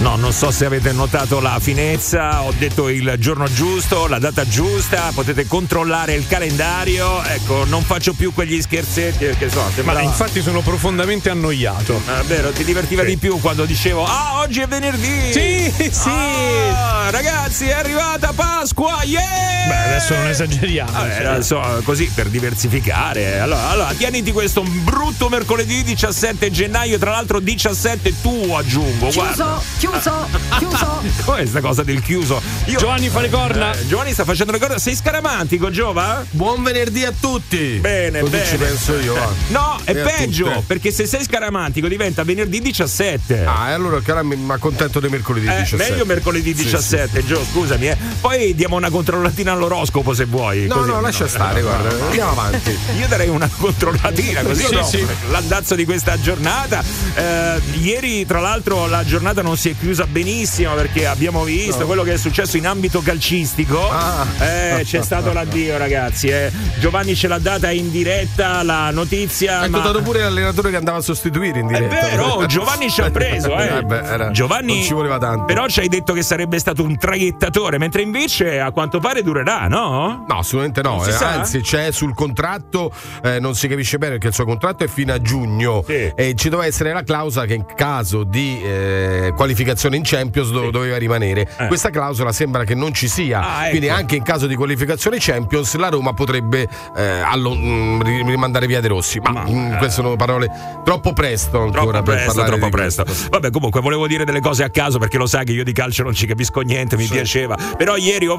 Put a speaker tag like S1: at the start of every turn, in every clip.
S1: No, non so se avete notato la finezza, ho detto il giorno giusto, la data giusta, potete controllare il calendario. Ecco, non faccio più quegli scherzetti perché so,
S2: Ma
S1: sembrava-
S2: infatti sono profondamente annoiato.
S1: Ah, vero, ti divertiva di più quando dicevo "Ah, oggi è venerdì".
S2: Sì, sì.
S1: Ah, ragazzi, è arrivata Pasqua. Yeah!
S2: Beh, adesso non esageriamo.
S1: Vabbè,
S2: cioè.
S1: era, insomma, così per diversificare. Allora, allora, tieniti questo brutto mercoledì 17 gennaio, tra l'altro 17 tu aggiungo, guarda.
S3: Chiuso, chiuso, chiuso.
S1: Com'è sta cosa del chiuso? Io-
S2: Giovanni fa le corna.
S1: Eh, Giovanni sta facendo le cose. Sei scaramantico, Giova?
S4: Buon venerdì a tutti!
S1: Bene,
S4: Così
S1: bene.
S4: ci penso io, va.
S1: No, è
S4: E a
S1: peggio,
S4: tutte.
S1: perché se sei scaramantico diventa venerdì 17.
S4: Ah, e allora che ora mi mi accontento dei mercoledì
S1: Eh,
S4: 17.
S1: meglio mercoledì
S4: Sì,
S1: 17, Gio, scusami. eh. Poi diamo una controllatina all'oroscopo se vuoi.
S4: sì. No,
S1: così.
S4: no, lascia stare, guarda. Andiamo avanti.
S1: Io darei una controllatina così
S2: Sì,
S1: no?
S2: sì.
S1: l'andazzo di questa giornata. Eh, ieri, tra l'altro, la giornata non si è chiusa benissimo perché abbiamo visto quello che è successo in ambito calcistico.
S4: Ah.
S1: Eh, c'è stato l'addio, ragazzi. eh. Giovanni ce l'ha data in diretta la notizia.
S4: Hai
S1: ma-
S4: notato pure l'allenatore che andava a sostituire in
S1: è
S4: diretta.
S1: vero, Giovanni ci ha preso, eh.
S4: Eh beh, era-
S1: Giovanni,
S4: non ci voleva tanto.
S1: Però ci hai detto che sarebbe stato un traghettatore, mentre invece a quanto pare durerà, no?
S4: No, assolutamente no.
S1: Non si
S4: eh,
S1: sa?
S4: anzi, c'è sul contratto, eh, non si capisce bene perché il suo contratto è fino a giugno
S1: Sì.
S4: e ci doveva essere la clausola che in caso di eh, qualificazione in Champions do- doveva rimanere.
S1: Eh.
S4: Questa clausola sembra che non ci sia,
S1: Ah, ecco.
S4: quindi anche in caso di qualificazione in Champions la Roma potrebbe eh, allo- mm, ri- rimandare via De Rossi. Ma,
S1: Ma,
S4: mm,
S1: eh.
S4: queste sono parole troppo presto ancora
S1: Troppo
S4: per
S1: presto,
S4: parlare
S1: troppo
S4: di
S1: presto.
S4: questo.
S1: Vabbè, comunque volevo dire delle cose a caso perché lo sa che io di calcio non ci capisco niente, mi piaceva. Però ieri ho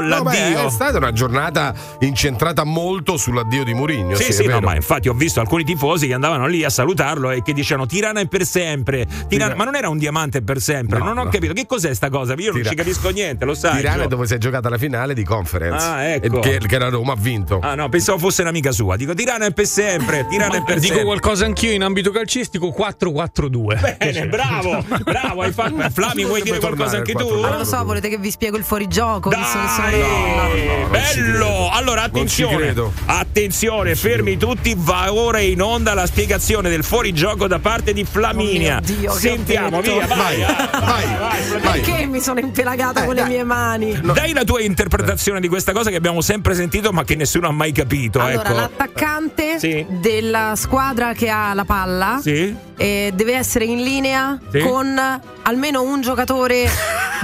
S4: No, beh,
S1: l'addio.
S4: è stata una giornata incentrata molto sull'addio di Mourinho.
S1: sì,
S4: è
S1: sì, no,
S4: vero.
S1: ma infatti ho visto alcuni tifosi che andavano lì a salutarlo e che dicevano Tirana è per sempre. Tirana...
S4: Tirana-
S1: Ma non era un diamante per sempre,
S4: No,
S1: non ho
S4: no.
S1: capito. Che cos'è sta cosa? Io non
S4: Tira-
S1: ci capisco niente, lo sai.
S4: Tirana
S1: Gio.
S4: è dove si è giocata la finale di conference.
S1: Ah, ecco.
S4: E Che, che la Roma ha vinto.
S1: Ah no, pensavo fosse un'amica sua. Dico Tirana è per sempre, Tirana è per
S2: Dico
S1: sempre.
S2: qualcosa anch'io in ambito calcistico 4-4-2.
S1: Bene, bravo, bravo, hai fatto. Flavi, vuoi dire
S4: Potrebbe
S1: qualcosa
S4: tornare
S1: anche
S4: qua,
S1: tu?
S4: tornare.
S3: Non lo so, volete che vi spiego il fuorigioco? Visto che sono
S1: Dai,
S3: bella.
S4: no, non ci
S1: bello!
S4: credo.
S1: Allora
S4: Non ci
S1: attenzione,
S4: credo.
S1: attenzione, fermi tutti, va ora in onda la spiegazione del fuorigioco da parte di Flaminia.
S3: Oh mio Dio, che
S1: Sentiamo,
S3: ho detto.
S1: via, vai,
S4: Vai, vai,
S1: Flaminia.
S4: vai.
S3: Perché mi sono impelagata con le mie mani?
S1: Eh, Dai la tua interpretazione di questa cosa che abbiamo sempre sentito ma che nessuno ha mai capito,
S3: Allora,
S1: ecco.
S3: l'attaccante
S1: Sì.
S3: della squadra che ha la palla
S1: Sì?
S3: eh, deve essere in linea
S1: Sì.
S3: con almeno un giocatore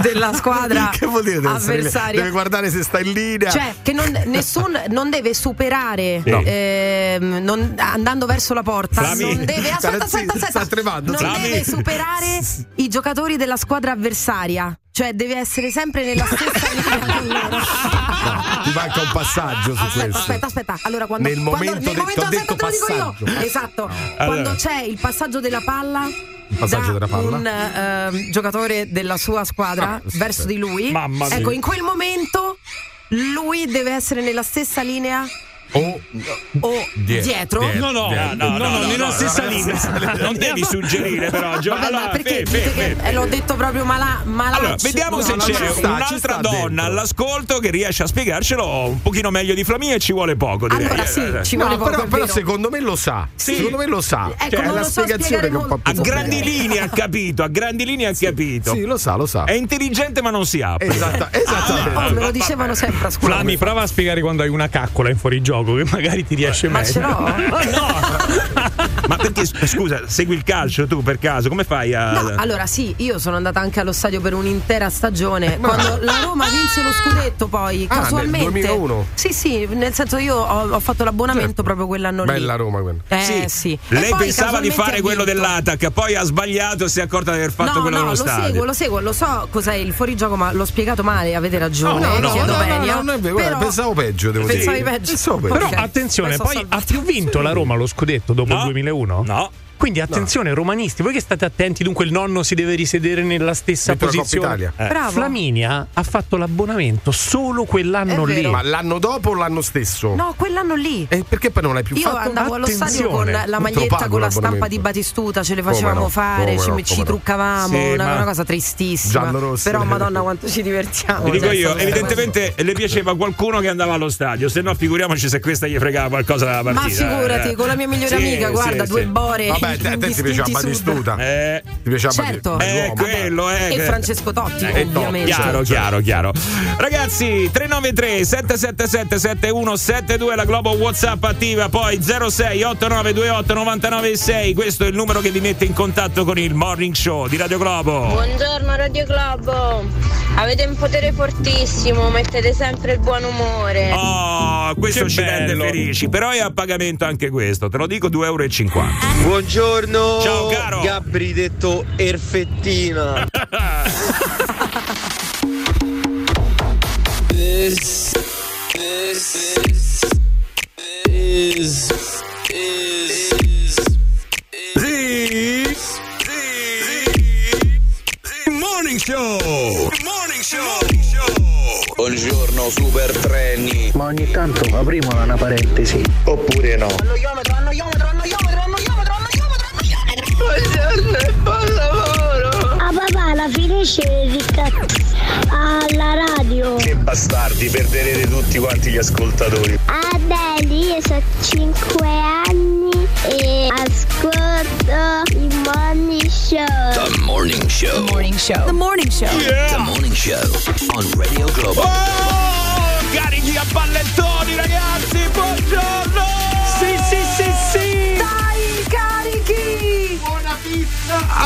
S3: della squadra
S4: che vuol dire deve essere-
S3: avversaria.
S4: Deve guardare se sta in linea.
S3: Cioè, che non, nessun non deve superare
S1: Sì.
S3: ehm, non- andando verso la porta.
S1: Flami.
S3: Non deve. Aspetta,
S4: Sta-
S3: aspetta,
S4: Cioè, sta
S3: aspetta.
S4: tremando,
S3: non
S1: Flami.
S3: deve superare i giocatori della squadra avversaria. Cioè, deve essere sempre nella stessa linea. di loro.
S4: No, ti manca un passaggio su
S3: Aspetta,
S4: questo.
S3: aspetta, aspetta. Allora, quando
S4: Nel
S3: quando-
S4: momento
S3: nel
S4: detto-
S3: momento
S4: ho
S3: aspetta,
S4: detto
S3: te lo dico io.
S4: passaggio. Ah.
S3: Esatto.
S1: Allora.
S3: Quando c'è il passaggio della palla.
S4: passaggio
S3: da
S4: della palla.
S3: un ehm, giocatore della sua squadra
S4: Ah, sì,
S3: verso
S4: sì.
S3: di lui.
S1: Mamma mia.
S3: Ecco, in quel momento lui deve essere nella stessa linea
S4: O
S3: o
S4: Die-
S3: dietro.
S4: dietro.
S2: No, no,
S4: Eh,
S2: no, no,
S1: no,
S2: no,
S1: no,
S2: nella
S1: no,
S2: stessa
S1: no,
S2: linea.
S1: Non devi suggerire però, Gio.
S3: Vabbè,
S1: Allora,
S3: ma perché
S1: fe- fe-
S3: dite
S1: fe-
S3: che eh, l'ho detto proprio mala, malaccio?
S1: Allora, vediamo
S3: No,
S1: se
S3: no,
S1: c'è
S3: no.
S4: ci sta, ci
S1: un'altra
S4: sta
S1: donna
S4: dentro.
S1: all'ascolto che riesce a spiegarcelo un pochino meglio di Flamia e ci vuole poco. Direi.
S3: Allora sì,
S1: Eh, eh.
S3: ci
S4: No,
S3: vuole poco,
S4: però,
S3: è
S4: però
S3: vero.
S4: secondo me lo sa.
S1: Sì.
S4: Secondo me lo sa.
S3: Ecco,
S4: Cioè, è
S3: non
S4: la
S3: lo so
S4: spiegazione
S3: spiegare
S4: che è un po'
S3: molto
S4: più
S1: A
S3: bene.
S1: grandi
S4: complicata.
S1: linee ha capito, a grandi linee ha capito.
S4: Sì, lo sa, lo sa.
S1: È intelligente ma non si apre. Ah,
S4: Esatta- esattamente.
S3: Oh, me lo dicevano sempre a scuola.
S2: Flami, prova a spiegare quando hai una caccola in fuorigioco che magari ti riesce
S3: Ma
S2: meglio.
S3: ce l'ho?
S1: Ma perché s- scusa, segui il calcio tu per caso? Come fai a.
S3: No,
S4: Eh.
S3: allora sì, io sono andata anche allo stadio per un'intera stagione. Quando la Roma vinse lo scudetto, poi
S4: Ah, nel
S3: casualmente.
S4: 2001?
S3: Sì, sì, nel senso io ho, ho fatto l'abbonamento proprio quell'anno lì.
S4: Bella Roma quella.
S3: Eh sì. E
S1: Lei
S3: poi
S1: pensava di
S3: casualmente
S1: fare
S3: ha
S1: quello
S3: vinto.
S1: dell'Atac, poi ha sbagliato e si è accorta di aver fatto
S3: no,
S1: quello
S3: no,
S1: dello
S3: lo
S1: stadio.
S3: seguo, lo seguo, lo so cos'è il fuorigioco, ma l'ho spiegato male, avete ragione.
S4: No, no, no,
S3: chiedo
S4: no, no,
S3: venia.
S4: no, non è vero. Guarda,
S3: Però-
S4: pensavo peggio, devo dire.
S3: Pensavi peggio.
S4: Pensavo peggio.
S2: Però
S3: Ok.
S2: attenzione,
S3: Questo
S2: poi
S3: salva-
S2: ha più vinto la Roma lo scudetto dopo
S1: No.
S2: il 2001?
S1: No.
S2: Quindi attenzione romanisti, voi che state attenti, dunque il nonno si deve risedere nella stessa
S4: Vinto la Coppa
S2: posizione.
S4: Italia.
S1: Eh.
S3: Bravo.
S2: Flaminia ha fatto l'abbonamento solo quell'anno
S3: È
S2: lì.
S3: vero.
S4: Ma l'anno dopo o l'anno stesso?
S3: No, quell'anno lì.
S4: Eh, perché poi non l'hai più
S3: Io
S4: fatto?
S3: andavo allo stadio con
S2: attenzione,
S3: la
S4: non te lo
S3: maglietta
S4: pago
S3: con la
S4: l'abbonamento.
S3: stampa di Batistuta, ce le facevamo
S4: Come no,
S3: fare,
S4: come
S3: ci,
S4: no,
S3: ci
S4: come no.
S3: truccavamo,
S1: Sì,
S3: una,
S1: ma-
S3: una cosa tristissima.
S4: Giallorossi.
S3: Però madonna quanto ci divertiamo.
S1: Ti dico
S3: cioè,
S1: io,
S3: sono-
S1: evidentemente le piaceva qualcuno che andava allo stadio, se no figuriamoci se questa gli fregava qualcosa dalla
S3: Ma
S1: partita.
S3: figurati,
S1: eh.
S3: con la mia migliore
S1: Sì,
S3: amica,
S1: sì,
S3: guarda,
S1: sì.
S3: due bore.
S4: Vabbè, Vabbè, te- a te ti piaceva Batistuta.
S1: Eh,
S4: Ti piaceva
S3: Certo.
S4: Batistuta.
S1: Eh,
S4: Uomo.
S1: quello è.
S3: E Francesco Totti,
S1: Eh, no,
S3: ovviamente.
S1: chiaro, chiaro, chiaro. Ragazzi, 393 777 7172 la Globo WhatsApp attiva, poi 06 8928 996. Questo è il numero che vi mette in contatto con il Morning Show di Radio Globo.
S5: Buongiorno Radio Globo, avete un potere fortissimo, mettete sempre il buon umore.
S1: Oh, questo
S6: Che
S1: ci
S6: bello.
S1: rende felici, però è a pagamento anche questo, te lo dico 2,50 euro.
S7: Buongiorno,
S1: Ciao, caro.
S7: Gabri detto Erfettina.
S8: This, this, this is, is, is,
S1: Morning Show! Morning Show!
S8: Buongiorno super treni.
S9: Ma ogni tanto apriamo una parentesi.
S7: Oppure no.
S5: Buongiorno e buon lavoro.
S10: Ah papà, la finisce alla radio.
S7: Che bastardi, perderete tutti quanti gli ascoltatori.
S10: Adeli, io ho 5 anni e ascolto il morning show.
S8: The morning show.
S3: The morning show.
S8: The morning show on Radio Globo.
S1: Oh, carichi a pallettoni, ragazzi! Buongiorno! Sì, sì, sì, sì!
S3: Dai, carichi!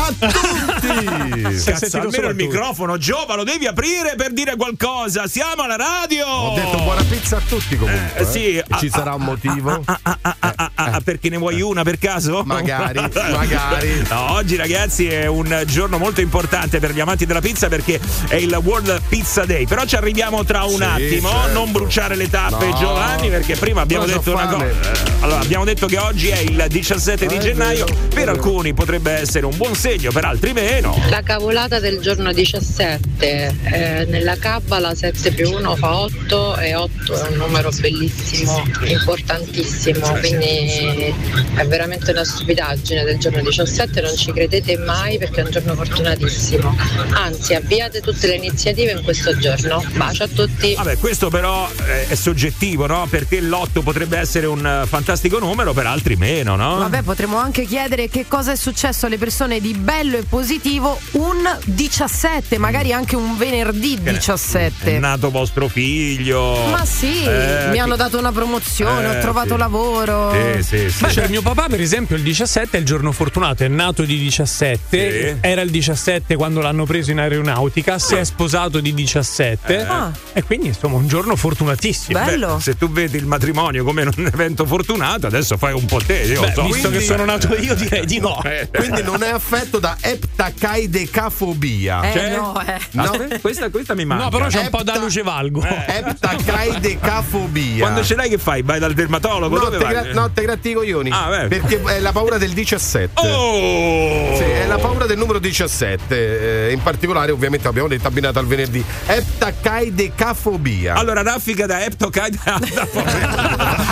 S6: Si è
S1: Cazzo,
S6: sentito
S1: almeno
S6: solo
S1: il
S6: tu.
S1: microfono, Giova, lo devi aprire per dire qualcosa. Siamo alla radio!
S4: Ho detto buona pizza a tutti comunque.
S1: Eh, sì,
S4: eh.
S1: ah,
S4: Ci
S1: ah,
S4: sarà un motivo?
S1: Ah, ah, ah, perché ne vuoi una per caso?
S4: Magari, magari.
S1: No, oggi ragazzi è un giorno molto importante per gli amanti della pizza perché è il World Pizza Day. Però ci arriviamo tra un
S4: Sì,
S1: attimo,
S4: certo.
S1: non bruciare le tappe
S4: No.
S1: Giovanni perché prima abbiamo
S4: Però c'ho
S1: detto una cosa.
S4: fame.
S1: Allora, abbiamo detto che oggi è il 17 di
S4: Eh, è
S1: gennaio,
S4: vero, è
S1: per
S4: vero.
S1: alcuni potrebbe essere un buon segno, per altri meno.
S11: La cavolata del giorno 17, eh, nella Cabala 7 più 1 fa 8 e 8 è un numero bellissimo, importantissimo, quindi è veramente una stupidaggine del giorno 17, non ci credete mai perché è un giorno fortunatissimo, anzi avviate tutte le iniziative in questo giorno, bacio a tutti!
S1: Vabbè, questo però eh, è soggettivo, no? Perché l'8 potrebbe essere un eh, fantastico numero, per altri meno, no?
S3: Vabbè, potremmo anche chiedere che cosa è successo alle persone di bello e positivo un 17, magari anche un venerdì
S1: ne-
S3: 17.
S1: È nato vostro figlio.
S3: Ma sì,
S1: Eh,
S3: mi
S1: che-
S3: hanno dato una promozione,
S1: Eh,
S3: ho trovato
S1: sì.
S3: lavoro.
S1: Sì, sì, sì.
S6: Beh, cioè, mio papà, per esempio, il 17 è il giorno fortunato, è nato di 17,
S1: Sì.
S6: era il 17 quando l'hanno preso in aeronautica, si è sposato di 17
S1: Eh.
S3: Ah.
S6: Eh. e quindi insomma un giorno fortunatissimo.
S1: Beh,
S3: Bello.
S1: se tu vedi il matrimonio come un evento fortunato, adesso fai un po' te. Io
S6: Beh,
S1: so.
S6: visto
S1: Quindi-
S6: che sono nato io direi di no.
S1: Eh,
S4: Quindi non è affetto da eptacaidecafobia.
S3: eh
S1: cioè-
S3: no, eh.
S1: aspetta, questa, questa mi manca.
S6: No, però c'è un po'
S4: Epta-
S6: da luce valgo.
S4: Eptacaidecafobia.
S1: Quando ce l'hai che fai? Vai dal dermatologo?
S4: No,
S1: Dove
S4: te
S1: vai?
S4: gra- no, te gratti i coglioni.
S1: Ah, beh.
S4: perché è la paura del 17.
S1: Oh!
S4: Sì, è la paura del numero 17. eh, in particolare, ovviamente, abbiamo detto abbinata al venerdì. Eptacaidecafobia.
S1: Allora, raffica da Eptocaid.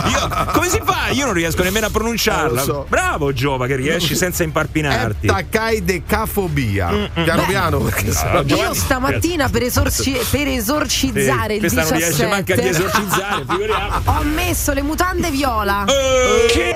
S1: Io- come si fa? Io non riesco nemmeno a pronunciarla.
S4: Eh, lo so.
S1: Bravo, Giova, che riesci senza imparpinarti.
S4: Eptacaidecafobia. Piano piano, perché sennò-
S3: Io stamattina per, esorci- per
S1: Sì,
S3: esorcizzare il
S1: questa
S3: 17
S1: non riesce manca di esorcizzare, figuriamo.
S3: ho messo le mutande viola.
S1: Che?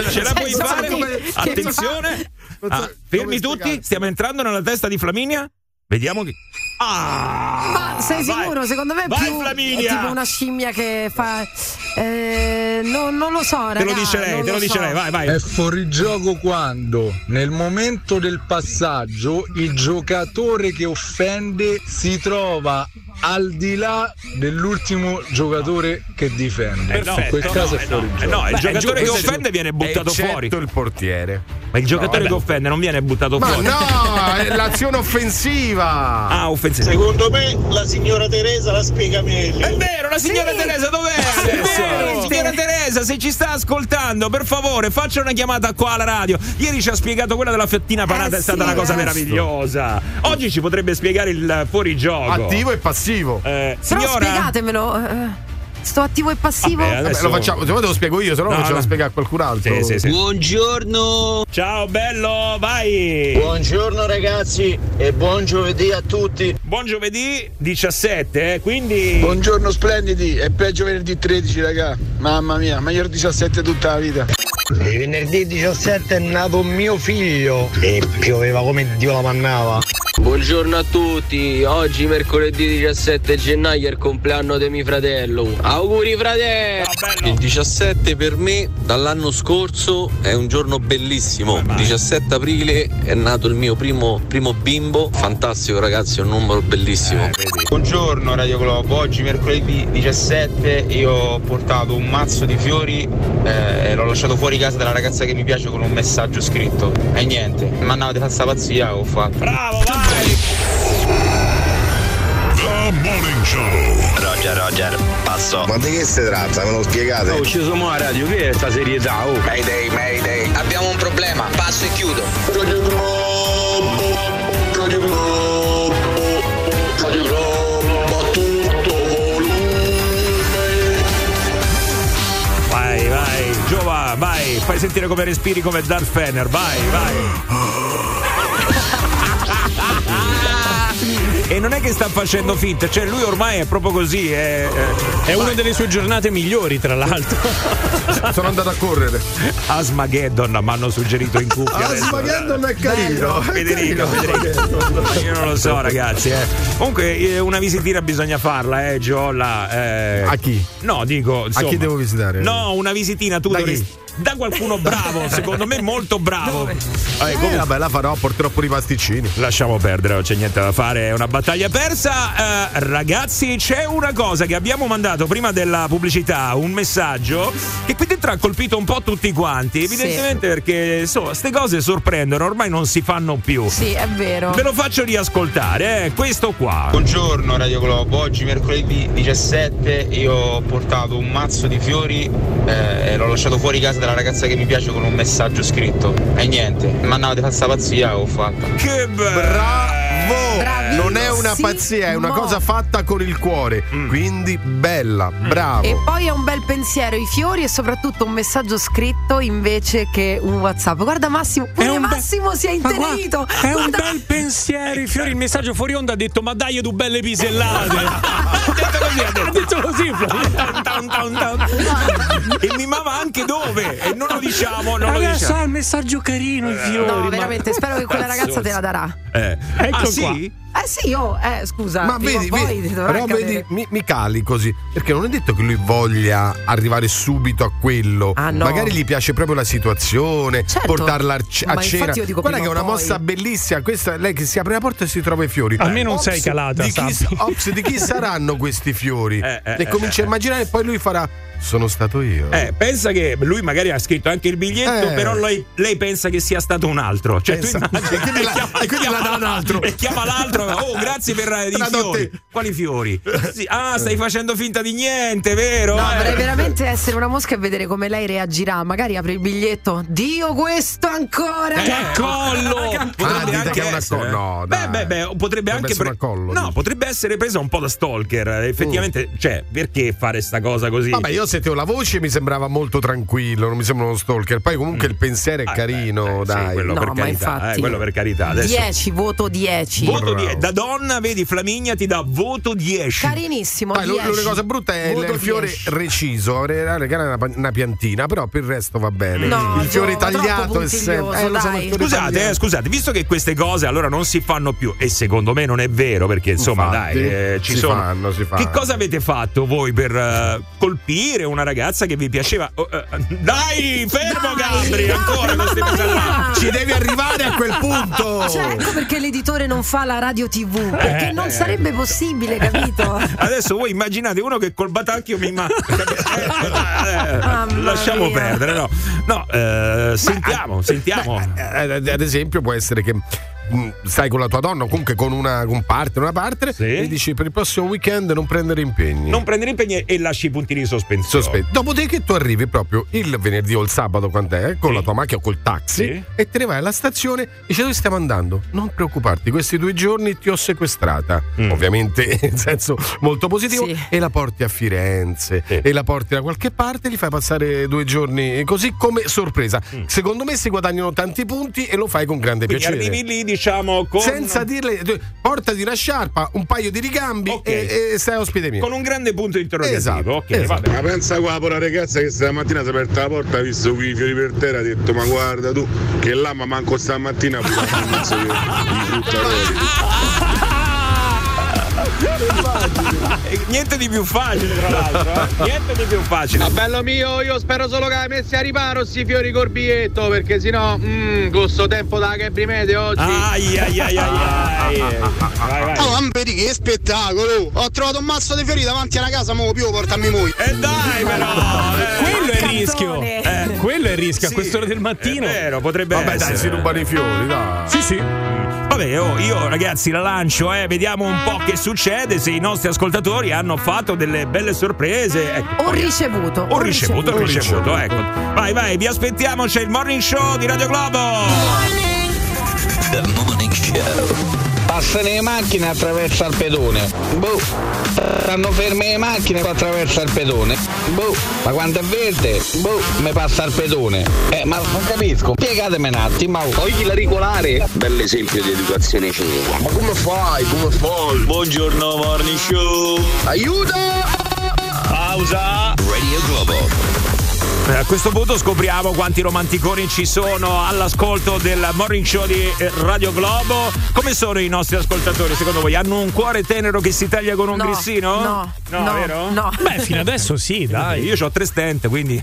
S1: Ce la puoi
S3: Senza
S1: fare?
S3: come-
S1: Attenzione! Ah, fermi tutti, stiamo entrando nella testa di Flaminia. Vediamo chi.
S3: Ma Ah, sei sicuro? Secondo me è
S1: Ah, Vai,
S3: più
S1: Flaminia!
S3: è tipo una scimmia che fa. eh, no, non lo so, raga,
S1: Te lo dice lei,
S3: non
S1: te lo dice
S3: so.
S1: lei, vai, vai.
S9: È fuori gioco quando, nel momento del passaggio, il giocatore che offende si trova al di là dell'ultimo giocatore che difende.
S1: Eh no,
S9: In quel
S1: eh no,
S9: caso
S1: eh
S9: è fuori
S1: no, eh
S9: gioco.
S1: no, il giocatore che offende viene buttato
S4: Eccetto
S1: fuori.
S4: il portiere.
S1: Ma il giocatore che offende non viene buttato
S4: Ma
S1: fuori.
S4: no, è l'azione offensiva.
S1: Ah, offensiva.
S4: Secondo me la signora Teresa la spiega meglio.
S1: È vero, la signora Teresa dov'è? È vero, Eh, signora Teresa, se ci sta ascoltando, per favore, faccia una chiamata qua alla radio. Ieri ci ha spiegato quella della fettina panata, è stata una cosa
S4: eh.
S1: meravigliosa. Oggi ci potrebbe spiegare il fuorigioco.
S4: Attivo e passivo.
S1: Eh,
S3: Però
S1: signora,
S3: spiegatemelo. eh, sto attivo e passivo.
S4: Vabbè, Eh, lo facciamo, se vuoi te lo spiego io, se no,
S1: No,
S4: ce
S1: no.
S4: lo spiega Eh, qualcun altro.
S1: Sì, sì, sì.
S12: Buongiorno.
S1: Ciao bello, vai.
S13: Buongiorno ragazzi e buon giovedì a tutti.
S1: Buon giovedì 17, eh, quindi
S9: Buongiorno splendidi, è peggio venerdì 13 raga, mamma mia, meglio il 17 tutta la vita.
S14: E venerdì 17 è nato mio figlio e pioveva come Dio la mannava.
S10: Buongiorno a tutti, oggi mercoledì 17 gennaio è il compleanno di mio fratello. Auguri fratello!
S15: Il 17 per me dall'anno scorso è un giorno bellissimo. Il 17 aprile è nato il mio primo, primo bimbo. Fantastico ragazzi, è un numero bellissimo.
S16: Buongiorno Radio Globo, oggi mercoledì 17 io ho portato un mazzo di fiori eh, e l'ho lasciato fuori casa della ragazza che mi piace con un messaggio scritto e niente, mi andava di fare sta pazzia ho fatto.
S1: Bravo, vai!
S17: The Morning Show. Roger, Roger, passo. Oh, boh. Ma di che si tratta? Me lo spiegate?
S14: Oh, ci sono a radio, che è sta serietà? Oh.
S15: Mayday, mayday. Abbiamo un problema, passo e chiudo.
S1: Vai, vai, Giova, vai, fai sentire come respiri come Darth Fener, vai, vai. E non è che sta facendo finta, cioè lui ormai è proprio così, è, è-
S6: È una delle sue giornate migliori, tra l'altro.
S4: Sono andato a correre.
S1: Asmageddon, mi hanno suggerito in
S4: Ah,
S1: cuffia. adesso.
S4: non è carino.
S1: Federico, Federico. Io non lo so, ragazzi. eh. Comunque, eh, una visitina bisogna farla, eh, Giolla.
S4: A chi?
S1: No, dico.
S4: A
S1: insomma.
S4: chi devo visitare?
S1: No, una visitina tu
S4: Da
S1: dovresti.
S4: chi?
S1: Da qualcuno bravo, secondo me molto bravo.
S4: Eh, vabbè, la farò, porterò pure i pasticcini.
S1: Lasciamo perdere, non c'è niente da fare, è una battaglia persa. Eh, ragazzi, c'è una cosa che abbiamo mandato prima della pubblicità, un messaggio che qui dentro ha colpito un po' tutti quanti, evidentemente perché insomma, queste cose sorprendono, ormai non si fanno più.
S3: Sì, è vero.
S1: Ve lo faccio riascoltare, eh, questo qua.
S16: Buongiorno Radio Globo, oggi mercoledì 17 io ho portato un mazzo di fiori eh, e l'ho lasciato fuori casa della ragazza che mi piace con un messaggio scritto e niente, mi andava di fare sta pazzia ho fatto.
S1: Che
S4: Bravo! Non è una pazzia, è una
S3: Bravissimo.
S4: cosa fatta con il cuore.
S1: Mm.
S4: Quindi bella, bravo.
S3: E poi è un bel pensiero, i fiori e soprattutto un messaggio scritto invece che un WhatsApp. Guarda Massimo, pure Massimo si è intenerito.
S6: È un
S3: Guarda-
S6: bel pensiero. i Fiori, il messaggio fuori onda ha detto: Ma dai, io tu belle pisellate. ha detto così, ha detto, così. Flavio.
S1: e mimava anche dove? E non lo diciamo, non lo
S6: Adesso
S1: diciamo.
S6: ha il messaggio carino, i fiori.
S3: No,
S6: ma-
S3: veramente, spero che quella ragazza te la darà.
S1: Eh.
S6: Ecco
S1: ah,
S6: qua.
S1: sì?
S3: Eh sì, io, eh, scusa.
S4: Ma
S3: prima
S4: vedi,
S3: o poi
S4: vedi,
S3: ti dovrà
S4: però
S3: cadere.
S4: vedi, mi, mi cali così. Perché non è detto che lui voglia arrivare subito a quello.
S3: Ah, no. Certo.
S4: Magari gli piace proprio la situazione, portarla a, c- a
S3: ma infatti
S4: cena.
S3: io dico
S4: Guarda che è
S3: prima o
S4: una
S3: poi.
S4: mossa bellissima. Questa, lei che si apre la porta e si trova i fiori.
S6: A me non
S4: Ops,
S6: sei calata,
S4: Di chi,
S6: sappi.
S4: ops, di chi saranno questi fiori?
S6: eh,
S4: e comincia
S6: eh,
S4: a immaginare, e poi lui farà. Sono stato io.
S1: Eh, pensa che lui magari ha scritto anche il biglietto,
S4: Eh.
S1: però lei, lei pensa che sia stato un altro. Cioè,
S4: Pensa-
S1: tu immagini-
S4: e quindi la- e quindi la dà ad altro.
S1: E chiama l'altro. Oh, grazie per eh, i
S4: La do a
S1: fiori. Quali fiori? Sì, ah, stai facendo finta di niente, vero?
S3: No,
S1: Eh.
S3: vorrei veramente essere una mosca e vedere come lei reagirà. Magari apre il biglietto. Dio, questo ancora! Ecco.
S1: Che accollo!
S4: Ah, dite che è un accollo. No,
S1: eh. beh, beh, beh, potrebbe, anche
S4: essere
S1: pre-
S4: un accollo,
S1: No,
S4: dici. Uh.
S1: potrebbe essere presa un po' da stalker. eh, Effettivamente, cioè, perché fare sta cosa così?
S4: Vabbè, io sentivo la voce e mi sembrava molto tranquillo, non mi sembra uno stalker. Poi
S1: Mm.
S4: comunque il pensiero è carino, dai.
S1: Ah, quello No, per ma carità, infatti. eh, quello per carità. Adesso-
S3: 10, voto 10.
S1: Voto die- da donna, vedi, Flaminia ti dà voto 10.
S3: Carinissimo.
S4: Poi l'u-
S3: 10.
S4: l'unica cosa brutta è
S3: Voto
S4: il fiore
S3: 10.
S4: reciso, avrei da regalare una, pa- una piantina, però per il resto va bene.
S3: No,
S4: il fiore
S3: Gio,
S4: tagliato
S3: troppo
S4: è sempre. Eh,
S3: puntiglioso,
S4: lo so, ma
S3: dai.
S4: il fiore
S1: Scusate, eh,
S4: tagliato-
S1: scusate, visto che queste cose allora non si fanno più, e secondo me non è vero, perché insomma,
S4: Infatti,
S1: dai, eh, ci
S4: si
S1: sono.
S4: fanno, si fanno.
S1: Che cosa avete fatto voi per eh, colpire una ragazza che vi piaceva? Oh, eh, dai, fermo Gabri, ancora questi
S3: mia!
S4: Ci devi arrivare a quel punto.
S3: Cioè, ecco perché l'editore non fa la radio TV. Perché
S1: Eh,
S3: non
S1: eh.
S3: sarebbe possibile, capito?
S1: Adesso voi immaginate uno che col batacchio mi ma- Eh, Lasciamo
S3: mia.
S1: perdere, no. No, eh, sentiamo, sentiamo.
S4: Eh, Ad ad esempio, può essere che mh, stai con la tua donna o comunque con una con un partner, una partner e dici per il prossimo weekend non prendere impegni.
S1: non prendere impegni e lasci i puntini di sospensione.
S4: Sospetti. Dopodiché tu arrivi proprio il venerdì o il sabato, quant'è? Con la tua macchina o col taxi
S1: Sì.
S4: e te ne vai alla stazione e dici dove stiamo andando? Non preoccuparti, questi due giorni ti ho sequestrata.
S1: Mm.
S4: Ovviamente in senso molto positivo.
S18: Sì.
S4: E la porti a Firenze e la porti da qualche parte, li fai passare due giorni così come sorpresa. Secondo me si guadagnano tanti punti e lo fai con grande
S1: Mm. Quindi
S4: piacere.
S1: arrivi lì, diciamo, con-
S4: Senza dirle, tu- portati una sciarpa, un paio di rigambi e, e stai ospite mio.
S1: Con un grande punto di interrogativo.
S4: Esatto,
S1: ok,
S4: esatto.
S1: vabbè.
S19: Ma pensa qua la ragazza che stamattina si è aperta la porta, ha visto qui i fiori per terra, ha detto ma guarda tu che là ma manco stamattina pure un mazzo di- di frutta
S1: Niente di più facile, tra l'altro. eh. Niente di più facile.
S9: Ma bello mio, io spero solo che hai messi a riparo sti fiori col biglietto, perché sennò, mmm, con sto tempo da che primete oggi.
S1: Ai ai ai ai ai. Vai, vai.
S20: Oh, Amberi, che spettacolo! Ho trovato un mazzo di fiori davanti alla casa, mo' più portami voi.
S4: Eh,
S1: E dai, però!
S6: eh. Quello è il rischio. Eh, quello è il rischio a quest'ora del mattino.
S1: È vero, potrebbe
S4: Vabbè,
S1: essere.
S4: dai, si rubano i fiori, dai.
S1: Sì, sì. Vabbè, oh, io ragazzi la lancio, eh, vediamo un po' che succede se i nostri ascoltatori hanno fatto delle belle sorprese. Ecco.
S3: Ho ricevuto.
S1: Ho ricevuto, ho ricevuto, ecco. Vai, vai, vi aspettiamo, c'è il morning show di Radio Globo.
S9: Passano le macchine attraverso il pedone. Boh. Stanno ferme le macchine qua attraverso il pedone. Boh. Ma quando è verde, boh, mi passa il pedone. Eh, ma non capisco. Spiegatemi un attimo. Togli la regolare.
S10: Bell'esempio di educazione civica. Ma come fai? Come fai? Buongiorno morning show.
S20: Aiuto!
S10: Pausa. Radio Globo.
S1: Eh, A questo punto scopriamo quanti romanticoni ci sono all'ascolto del morning show di eh, Radio Globo. Come sono i nostri ascoltatori secondo voi? Hanno un cuore tenero che si taglia con un
S3: No,
S1: grissino?
S3: no,
S1: no,
S3: no,
S1: vero?
S3: no. Beh, fino
S1: adesso sì, dai. Io ho tre stente, quindi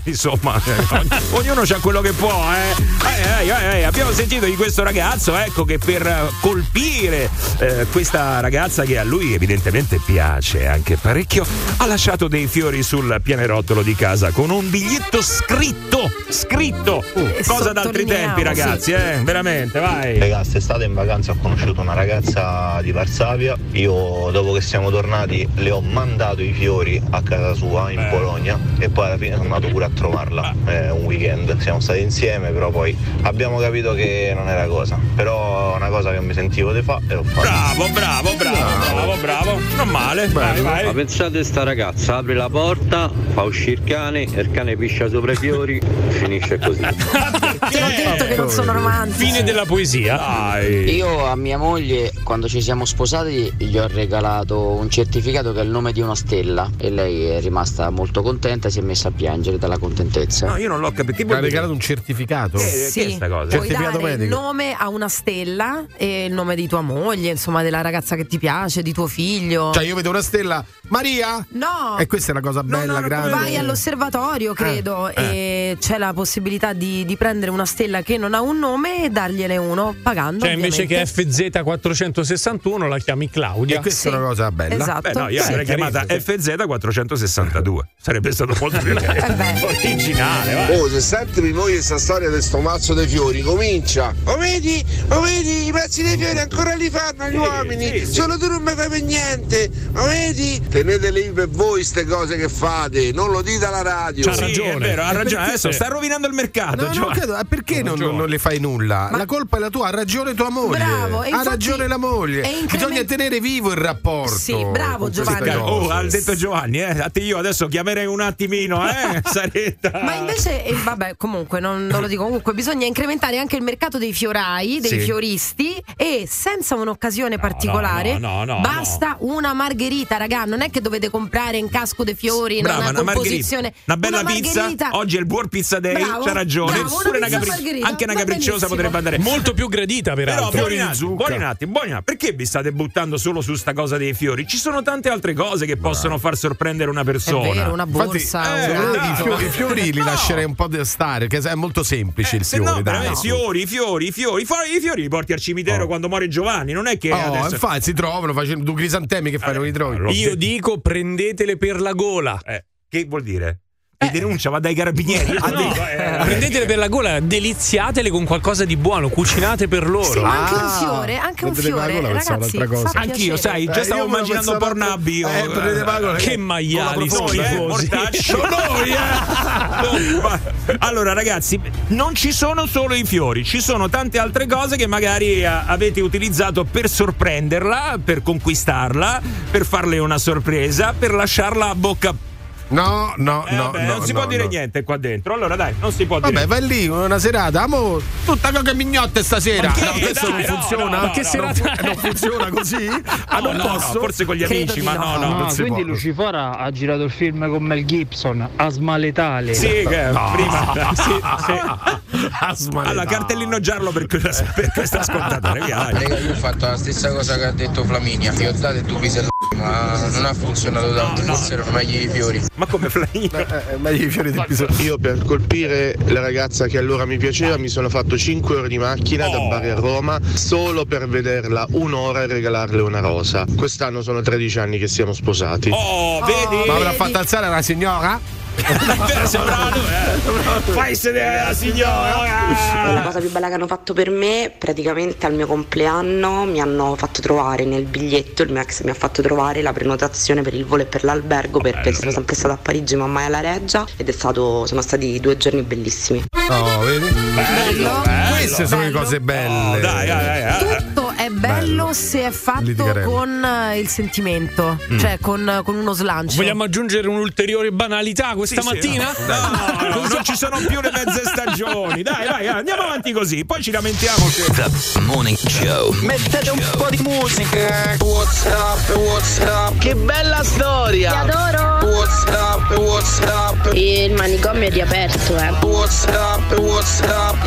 S1: insomma, eh, ogni- ognuno ha quello che può, eh. Eh, eh, eh, eh, Abbiamo sentito di questo ragazzo, ecco, che per eh, colpire eh, questa ragazza che a lui evidentemente piace anche parecchio, ha lasciato dei fiori sul pianerottolo di casa con un biglietto scritto, scritto, cosa d'altri
S21: sottolineiamo,
S1: tempi ragazzi,
S21: Uh. sì.
S1: eh, veramente, vai.
S21: Ragazzi, quest'estate in vacanza ho conosciuto una ragazza di Varsavia. Io, dopo che siamo tornati, le ho mandato i fiori a casa sua in Polonia e poi alla fine sono andato pure a trovarla
S1: Ah.
S21: eh, un weekend. Siamo stati insieme, però poi abbiamo capito che non era cosa. Però è una cosa che mi sentivo di fare e l'ho fatta.
S1: Bravo, bravo, bravo, bravo, bravo, non male, vai, vai.
S22: Ma pensate sta ragazza, apre la porta, fa uscire il cane, e il cane piscia sopra i fiori, finisce così.
S3: Ti ho detto che non
S4: Ecco,
S3: sono romantico.
S6: Fine della poesia.
S23: Io a mia moglie, quando ci siamo sposati, gli ho regalato un certificato che è il nome di una stella e lei è rimasta molto contenta e si è messa a piangere dalla contentezza.
S1: No, io non l'ho capito.
S4: Mi ha regalato un certificato.
S1: Eh,
S3: Sì, puoi dare il nome a una stella e il nome di tua moglie, insomma, della ragazza che ti piace, di tuo figlio.
S4: Cioè, io vedo una stella, Maria!
S3: No!
S4: E questa è una cosa bella, grande. Ah, eh.
S3: Vai all'osservatorio, credo, e c'è la possibilità di, di prendere una stella che non ha un nome e dargliene uno pagando.
S6: Cioè, invece che
S3: ovviamente.
S6: FZ461 la chiami Claudia.
S1: E questa è una
S4: cosa
S1: Bella.
S6: Esatto.
S1: Beh, no, io l'avrei chiamata FZ462. Sarebbe stato molto più originale. va.
S9: Oh, se senti mi moglie sta storia di sto mazzo dei fiori, comincia.
S24: Oh vedi, oh vedi, i pezzi dei fiori ancora li fanno gli
S9: Sì,
S24: uomini,
S9: sì, sì.
S24: solo tu non mi fai per niente, oh vedi?
S9: Tenete lì per voi queste cose che fate, non lo dite alla radio.
S1: Sì, È vero, ha ragione. Adesso sta rovinando il mercato.
S4: No, no,
S1: Giovanni.
S4: credo, eh, perché non, non le fai nulla? La colpa è la tua, ha ragione tua moglie.
S1: Bravo,
S4: ha
S1: e infatti
S4: ragione la moglie.
S1: è increment-
S4: Bisogna tenere vivo il rapporto. con queste
S1: Oh,
S4: cose.
S1: ha detto Giovanni, eh. a te io adesso chiamerei un attimino, eh, Saretta.
S3: Ma invece, eh, vabbè, comunque, non, non lo dico comunque, bisogna incrementare anche il mercato dei fiorai, dei
S1: Sì.
S3: fioristi e senza un'occasione particolare,
S1: no, no, no.
S3: basta una margherita, raga, non è che dovete comprare in casco dei fiori,
S1: Brava,
S3: una,
S1: una margherita.
S3: composizione.
S1: Una bella pizza. Oh.
S3: margherita.
S1: Oggi è il buon pizza day,
S3: Bravo,
S1: c'ha ragione.
S3: bravo, una
S1: Pure
S3: pizza
S1: capri-
S3: margherita,
S1: anche una
S3: va
S1: capricciosa
S3: benissimo.
S1: potrebbe andare.
S6: Molto più gradita,
S1: Però
S6: peraltro.
S1: buoni un attimo, buoni un attimo, buoni un attimo. perché vi state buttando solo su sta cosa dei fiori? Ci sono tante altre cose che possono far sorprendere una persona.
S4: Infatti, secondo me
S1: Eh, esatto.
S4: i, fiori, i fiori li lascerei un po' da stare, che è molto semplice il
S1: Eh, Se
S4: fiore.
S1: no,
S4: dai.
S1: veramente, fiori, fiori, fiori, fiori, i fiori li porti al cimitero quando muore Giovanni, non è che
S4: Oh,
S1: adesso
S4: infatti si trovano facendo due crisantemi che fanno i trovi.
S6: Io dico prendetele per la gola.
S1: Eh, che vuol dire? Ti denuncia, va dai carabinieri.
S6: Ah, no, eh, prendetele per la gola, deliziatele con qualcosa di buono, cucinate per loro.
S3: Sì, ma anche
S1: Ah,
S3: un fiore, anche un
S6: prendete per la
S3: fiore,
S6: gola, pensavo
S3: ragazzi.
S6: un'altra cosa.
S3: fa
S1: Anch'io,
S3: piacere.
S1: sai, già
S6: Eh,
S1: stavo
S6: io me lo
S1: immaginando
S6: pensavo-
S1: Pornabio.
S6: Eh, prendete per la gola,
S1: che
S6: che maiali,
S1: maiali, noi, eh,
S6: schifosi.
S1: mortacci. Noi, eh. Oh, ma- Allora, ragazzi, non ci sono solo i fiori, ci sono tante altre cose che magari eh, avete utilizzato per sorprenderla, per conquistarla, per farle una sorpresa, per lasciarla a bocca.
S4: No, no,
S1: no, non si può dire niente qua dentro. Allora, dai, non si può
S4: Vabbè,
S1: dire.
S4: vai lì una serata, amo, tutta coca mignotte stasera.
S1: Ma che-
S4: no, questo
S1: dai,
S4: non
S1: no,
S4: funziona.
S1: no, no, no,
S4: non,
S1: no.
S4: fu- non funziona così? Ah, non
S1: no,
S4: posso? Ah,
S1: no, forse con gli Credo amici, di ma no. no, no, non si
S25: quindi
S1: può.
S25: Lucifora ha girato il film con Mel Gibson, Asma letale.
S1: Sì, che
S25: No.
S1: prima. Sì, sì. Allora, cartellino giallo per, quella- per questo ascoltatore. via, vai.
S10: Raga, io ho fatto la stessa cosa che ha detto Flaminia, fiozzate e tu pisella, ma non ha funzionato tanto, forse erano meglio i fiori.
S1: Ma come Flaminia?
S4: Eh, meglio i fiori di
S10: pisella.
S18: Io per colpire la ragazza che allora mi piaceva mi sono fatto 5 ore di macchina
S1: Oh.
S18: da Bari a Roma solo per vederla un'ora e regalarle una rosa. Quest'anno sono 13 anni che siamo sposati.
S1: Oh, vedi?
S4: Ma avrà fatto alzare la signora? Eh,
S1: Fai sedere la signora!
S11: La cosa più bella che hanno fatto per me, praticamente al mio compleanno, mi hanno fatto trovare nel biglietto, il mio ex mi ha fatto trovare la prenotazione per il volo e per l'albergo perché sono sempre stata a Parigi ma mai alla Reggia ed è stato, sono stati due giorni bellissimi.
S4: Oh, vedi?
S3: Bello,
S4: Queste sono le cose belle.
S1: dai, dai,
S3: Tutto è bello, se è fatto
S6: Litigheremo.
S3: con eh, il sentimento,
S6: Mm.
S3: cioè con, con uno slancio.
S6: Ah. Vogliamo aggiungere un'ulteriore banalità questa
S1: Sì, sì,
S6: mattina?
S1: no. No, no, non ci sono più le mezze stagioni. Dai, vai, eh, andiamo avanti così. Poi ci lamentiamo.
S8: The Morning Show.
S10: Mettete un po' di musica. eh. Whatsapp, Whatsapp. Che bella storia.
S26: Ti adoro.
S10: Whatsapp, Whatsapp.
S26: Il manicomio è riaperto, eh.
S10: Whatsapp, Whatsapp.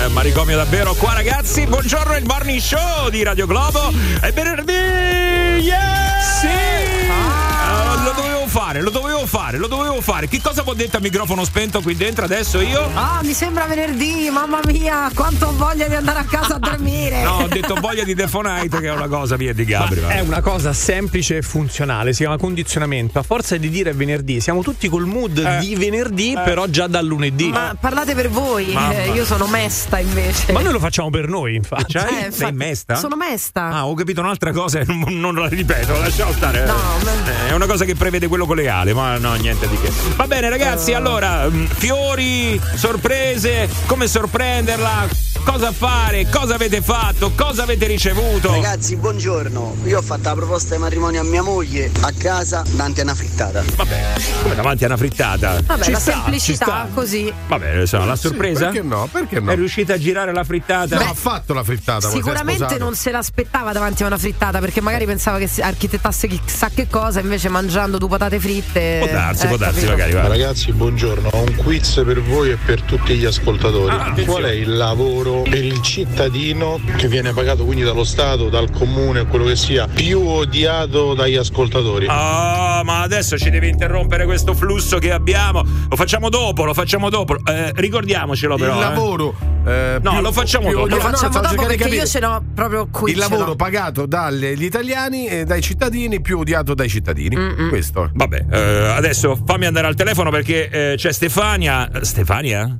S1: Eh, Maricomio davvero qua, ragazzi. Buongiorno, il morning show di Radio Globo. È venerdì! Yeah! Eh, Lo dovevo fare, lo dovevo fare, lo dovevo fare. Che cosa ho detto a microfono spento qui dentro adesso io?
S3: Ah, mi sembra venerdì, mamma mia, quanto ho voglia di andare a casa a dormire.
S1: No, ho detto voglia di Defonite, che è una cosa via di Gabri.
S6: È una cosa semplice e funzionale, si chiama condizionamento. A forza di dire è venerdì, siamo tutti col mood
S1: Eh.
S6: di venerdì, però già dal lunedì.
S3: Ma parlate per voi,
S6: Mamma.
S3: eh, io sono mesta invece.
S6: Ma noi lo facciamo per noi, infatti.
S1: Cioè, sei
S3: Eh, infatti,
S1: mesta?
S3: Sono mesta.
S1: Ah, ho capito un'altra cosa, non, non la ripeto, lasciamo stare. Eh, È una cosa che prevede quello collegale, ma no, niente di che. Va bene, ragazzi, allora, mm, fiori, sorprese, come sorprenderla, cosa fare, cosa avete fatto, cosa avete ricevuto.
S27: Ragazzi, buongiorno. Io ho fatto la proposta di matrimonio a mia moglie a casa davanti a una frittata.
S1: Vabbè. Come davanti a una frittata.
S3: Vabbè,
S1: Ci
S3: la
S1: sta, ci
S3: semplicità
S1: sta. Ah,
S3: così.
S1: Vabbè, insomma, la
S4: Sì,
S1: sorpresa?
S4: perché no? Perché no?
S1: È riuscita a girare la frittata?
S4: No, ha fatto la frittata. quando si è
S3: Sicuramente
S4: sposato.
S3: non se l'aspettava davanti a una frittata perché magari pensava che si architettasse chissà che cosa, invece mangiando due patate fritte. eh,
S18: ecco,
S3: capito.
S1: guarda. Ah,
S28: Ragazzi, buongiorno. Ho un quiz per voi e per tutti gli ascoltatori. Qual è il lavoro
S29: euro per il cittadino che viene pagato quindi dallo Stato, dal comune, quello che sia, più odiato dagli ascoltatori.
S1: Ah, ma adesso ci deve interrompere questo flusso che abbiamo. Lo facciamo dopo, lo facciamo dopo. Eh, ricordiamocelo però.
S4: il
S1: eh.
S4: lavoro. eh,
S1: No,
S4: più-
S1: lo facciamo
S4: più
S1: dopo.
S4: odioso.
S1: Lo facciamo
S4: stavo
S1: dopo
S4: cercando di
S1: perché
S4: capire.
S3: Io ce l'ho proprio qui.
S4: il
S3: ce l'ho.
S4: lavoro pagato dagli italiani e dai cittadini più odiato dai cittadini. Questo.
S1: Vabbè, eh, adesso fammi andare al telefono perché eh, c'è Stefania. Stefania?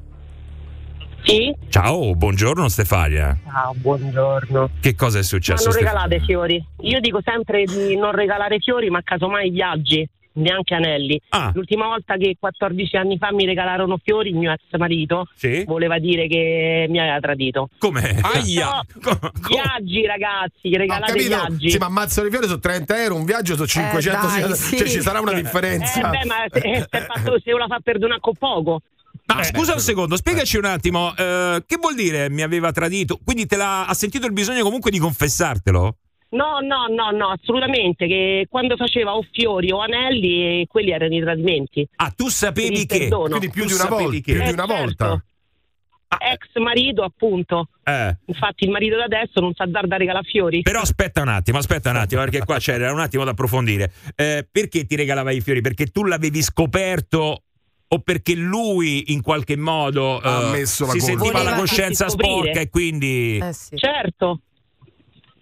S12: Sì?
S1: Ciao, buongiorno Stefania.
S12: Ciao, buongiorno.
S1: Che cosa è
S12: Ma
S1: successo?
S12: non
S1: Stefania?
S12: regalate fiori. Io dico sempre di non regalare fiori, ma casomai viaggi, neanche anelli.
S4: Ah.
S12: L'ultima volta che 14 anni fa mi regalarono fiori, il mio ex marito voleva dire che mi aveva tradito.
S1: Come?
S4: Aia.
S12: Viaggi, ragazzi, regalate viaggi. Eh,
S4: Sì, ma ammazzo le fiore sono 30 euro, un viaggio sono 500.
S12: dai,
S4: sì.
S12: sì.
S4: Cioè, ci sarà una
S12: Eh,
S4: differenza.
S12: beh, ma se, eh, se fatto- se la fa perdonare con poco. Eh.
S1: Ma scusa un secondo, spiegaci un attimo, eh, che vuol dire mi aveva tradito? Quindi te l'ha, ha sentito il bisogno comunque di confessartelo?
S12: No, no, no, no, assolutamente. Che quando faceva o fiori o anelli, eh, quelli erano i tradimenti.
S1: Ah, tu sapevi che? Quindi più di una volta, più di una volta.
S12: Eh, certo. Ex marito, appunto.
S1: Ah, Eh.
S12: Infatti, il marito da adesso non sa dar da regala fiori.
S1: Però aspetta un attimo, aspetta un attimo, perché qua c'era un attimo da approfondire. Eh, perché ti regalava i fiori? Perché tu l'avevi scoperto o perché lui in qualche modo
S4: Ha
S1: eh,
S4: messo la
S1: si
S4: colpa.
S1: sentiva
S4: Voleva
S1: la coscienza
S12: farti scoprire.
S1: sporca e quindi...
S3: Eh,
S12: Certo.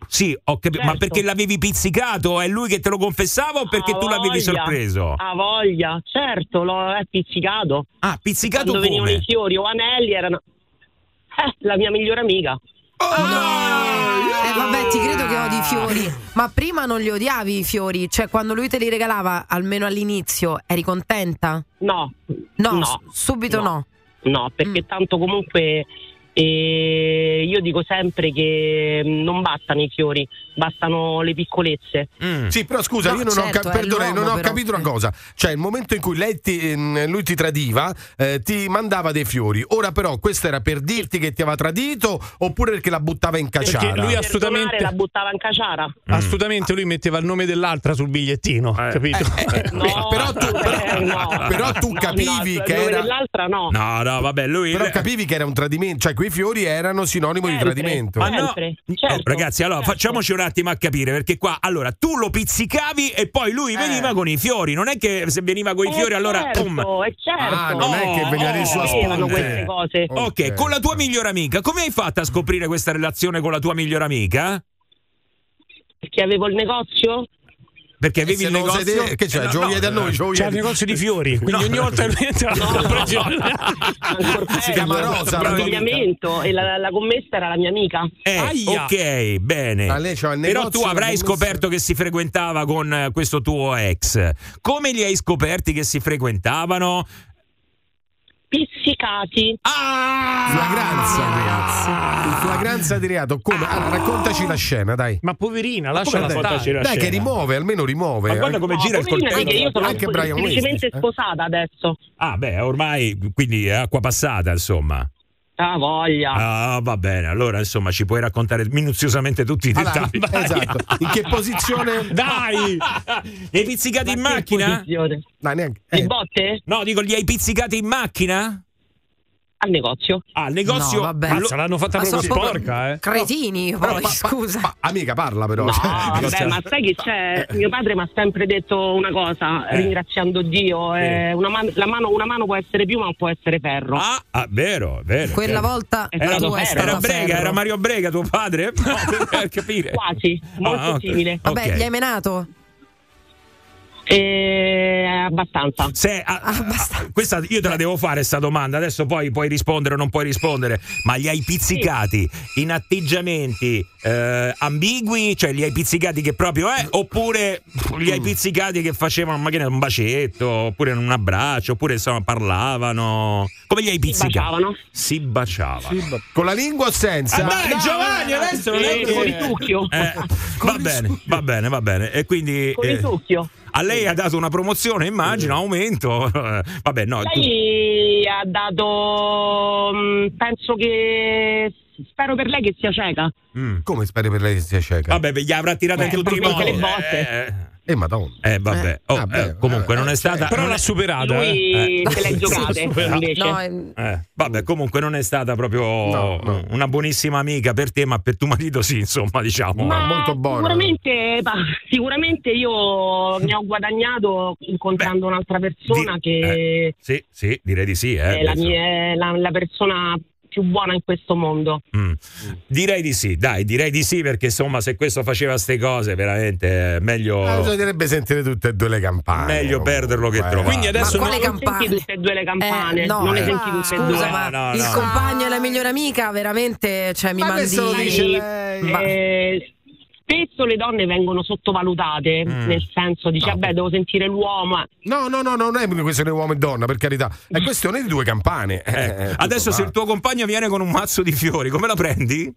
S1: Sì, ho capito, ma perché l'avevi pizzicato? È lui che te lo confessava o perché
S12: A
S1: tu l'avevi
S12: voglia,
S1: sorpreso?
S12: A voglia, certo, l'ho eh, pizzicato.
S1: Ah, pizzicato
S12: Quando
S1: come?
S12: venivano i fiori o anelli erano... Eh, la mia migliore amica.
S1: Oh,
S3: Eh, vabbè, ti credo che odi i fiori. Ma prima non li odiavi i fiori? Cioè, quando lui te li regalava, almeno all'inizio, eri contenta?
S12: No.
S3: No,
S12: No.
S3: s- subito no.
S12: No, Mm. perché tanto comunque eh, io dico sempre che mm, non bastano i fiori, bastano le piccolezze.
S1: Mm.
S4: Sì, però scusa,
S12: No,
S4: io non ho,
S12: certo,
S4: cap-
S12: è
S4: perdonami,
S12: l'uomo,
S4: non ho
S12: però.
S4: capito una cosa. Cioè, il momento in cui lei ti- ehm, lui ti tradiva, eh, ti mandava dei fiori. Ora, però, questo era per dirti che ti aveva tradito oppure perché la buttava in
S2: Perché
S4: cacciara?
S2: lui
S12: Per donare la buttava in caciara.
S6: Mm.
S1: Mm.
S2: Assolutamente lui metteva il nome dell'altra sul bigliettino,
S6: Eh.
S2: capito?
S3: Eh,
S12: però tu,
S4: però tu capivi che era-
S12: L'altra no.
S1: No, no, vabbè, lui.
S4: Però Eh, capivi che era un tradimento, cioè quei fiori erano sinonimo di tradimento.
S1: Ma no,
S12: certo,
S1: oh, ragazzi, allora facciamoci un attimo a capire perché qua allora tu lo pizzicavi e poi lui veniva con i fiori. Non è che se veniva con i
S12: Eh,
S1: fiori, allora
S12: certo,
S1: pum.
S12: eh, certo.
S4: Ah, non è che veniva
S12: eh,
S4: dei suoi
S12: sapevano
S4: spunti.
S12: queste cose.
S1: Ok, con la tua migliore amica, come hai fatto a scoprire questa relazione con la tua migliore amica?
S12: Perché avevo il negozio?
S1: Perché
S4: Eh,
S1: avevi
S4: se
S1: il
S4: non lo
S1: negozio
S4: siete- che c'è,
S1: Eh, no,
S4: gioia
S1: no,
S4: da noi,
S1: eh,
S4: gioia
S2: C'è il
S4: di-
S2: negozio di fiori, quindi ogni volta che entra la compra-
S4: si chiama Rosa, la tua amica.
S12: L'abbinamento e la, la commessa era la mia amica.
S1: Eh, ok, bene.
S4: Ma lei c'ha il
S1: Però
S4: negozio,
S1: tu
S4: la
S1: avrai
S4: commessa-
S1: scoperto che si frequentava con eh, questo tuo ex. Come li hai scoperti che si frequentavano?
S12: Pizzicati.
S1: Ah!
S4: Flagranza, ragazzi. In flagranza di reato.
S1: Ah.
S4: Come? Allora, raccontaci la scena, dai.
S2: Ma poverina, lascia
S4: Come
S2: la
S4: dai?
S2: stare.
S4: Dai, che rimuove, almeno rimuove. eh.
S1: Ma guarda come
S12: No,
S1: gira il
S12: poverina,
S1: coltello.
S12: perché Io sono
S4: Anche Brian
S12: semplicemente
S4: Wilson, eh?
S12: sposata adesso.
S1: Ah, beh, ormai quindi è acqua passata, insomma.
S12: Ah, voglia.
S1: Ah, va bene. Allora, insomma, ci puoi raccontare minuziosamente tutti i
S4: Allora,
S1: dettagli.
S4: esatto. In che posizione?
S2: Dai!
S1: Li hai pizzicati in macchina?
S4: Dai, neanche.
S12: Di botte?
S1: No, dico, li hai pizzicati in macchina?
S12: Al negozio.
S1: Ah, al negozio.
S3: No, vabbè.
S1: Allo- Ah,
S2: Mazza, l'hanno fatta
S3: Ma
S2: proprio
S3: sono proprio
S2: sporca, eh.
S3: Cretini, poi, scusa.
S4: Amica, parla però.
S12: No,
S4: Cioè,
S12: Ah, vabbè,
S4: cosa-
S12: ma sai che c'è? Mio padre mi ha sempre detto una cosa,
S1: Eh.
S12: ringraziando Dio, eh, una, man- la mano, una mano può essere piuma, ma può essere ferro.
S1: Ah, ah, vero, vero. certo.
S3: Quella
S1: vero.
S3: volta
S12: È
S1: Era,
S12: stato
S1: era
S12: ferro.
S1: Brega,
S12: Ferro.
S1: era Mario Brega tuo padre? No, per capire.
S12: Quasi, molto
S1: Ah, ok.
S12: simile.
S3: Vabbè,
S1: Ok.
S3: gli hai menato?
S12: Eh, abbastanza.
S1: Se- ah, ah, questa io te la devo fare questa domanda, adesso poi puoi rispondere o non puoi rispondere, ma li hai pizzicati in atteggiamenti eh, ambigui, cioè li hai pizzicati che proprio è, oppure pff,
S12: Mm.
S1: li hai pizzicati che facevano ma che ne- un bacetto, oppure un abbraccio, oppure insomma parlavano. Come li hai pizzicati?
S12: baciavano.
S1: Si baciavano.
S4: Con la lingua o senza?
S1: Ah, dai, Giovanni, adesso non è
S12: Eh,
S1: che-
S12: con il succhio.
S1: Eh, va bene, va bene, va bene. E quindi
S12: Con il
S1: eh,
S12: succhio.
S1: a lei ha dato una promozione, immagino, aumento. Vabbè, no, tu-
S12: Lei ha dato. mm, penso che. Spero per lei che sia cieca.
S4: Come speri per lei che sia cieca?
S1: mm. Vabbè, beh, gli avrà tirato
S12: Beh,
S1: in tutti i
S12: proprio
S1: modi.
S12: anche Eh, le botte.
S1: Eh,
S4: E madonna.
S1: Eh, vabbè. Oh, eh, comunque, non è stata.
S2: Però
S1: non
S2: l'ha
S1: è-
S2: superata,
S12: Lui
S1: eh.
S12: se l'è
S1: Sì,
S12: giocata,
S1: l'ha superata.
S12: invece. No,
S1: Eh, vabbè, comunque non è stata proprio una buonissima amica per te, ma per tuo marito sì, insomma, diciamo.
S12: Ma Sicuramente, pa- sicuramente io ne ho guadagnato incontrando un'altra persona che
S1: Sì, sì, direi di sì. eh,
S12: è, la,
S1: adesso.
S12: mia- è la- la persona più buona in questo mondo.
S1: Mm. Direi di sì, dai, direi di sì, perché insomma, se questo faceva queste cose, veramente eh, meglio.
S4: Eh, bisognerebbe sentire tutte e due le campane.
S1: Meglio perderlo che trovare.
S4: Quindi
S1: adesso
S3: Con le
S12: Non
S3: campane.
S12: senti tutte e due le campane,
S3: Eh, no,
S12: non le
S3: eh,
S12: senti tutte e due. Ah,
S3: scusa, ma
S1: Ah, No, no,
S3: il
S1: no.
S3: compagno e la migliore amica, veramente, cioè, mi
S12: Ma
S3: mandi...
S12: questo lo dice lei.
S3: Ma-
S12: Eh, Spesso le donne vengono sottovalutate,
S1: Mm.
S12: nel senso dice, vabbè, devo sentire l'uomo.
S4: No, no, no, no, non è una questione uomo e donna, per carità. È questione di due campane. Eh, eh, tutto
S1: Adesso, se
S4: qua.
S1: il tuo compagno viene con un mazzo di fiori, come la prendi?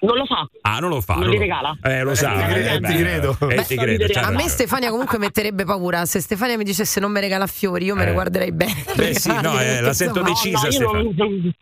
S12: Non lo fa.
S1: Ah, non lo fa.
S12: Non
S1: non
S12: li
S1: lo-
S12: regala.
S1: Eh, lo
S4: Eh,
S1: sa.
S4: ti cre-
S1: eh,
S4: eh, ti
S1: beh,
S4: credo.
S1: eh,
S4: Beh,
S1: ti credo, c'ha
S3: cioè, a me
S1: ragione.
S3: Stefania comunque metterebbe paura. Se Stefania mi dicesse non mi regala fiori, io me
S1: Eh.
S3: le guarderei bene.
S1: Beh, sì, no, eh, la sento
S12: No, no,
S1: decisa.
S12: io
S1: Stefano. Ah.
S12: non-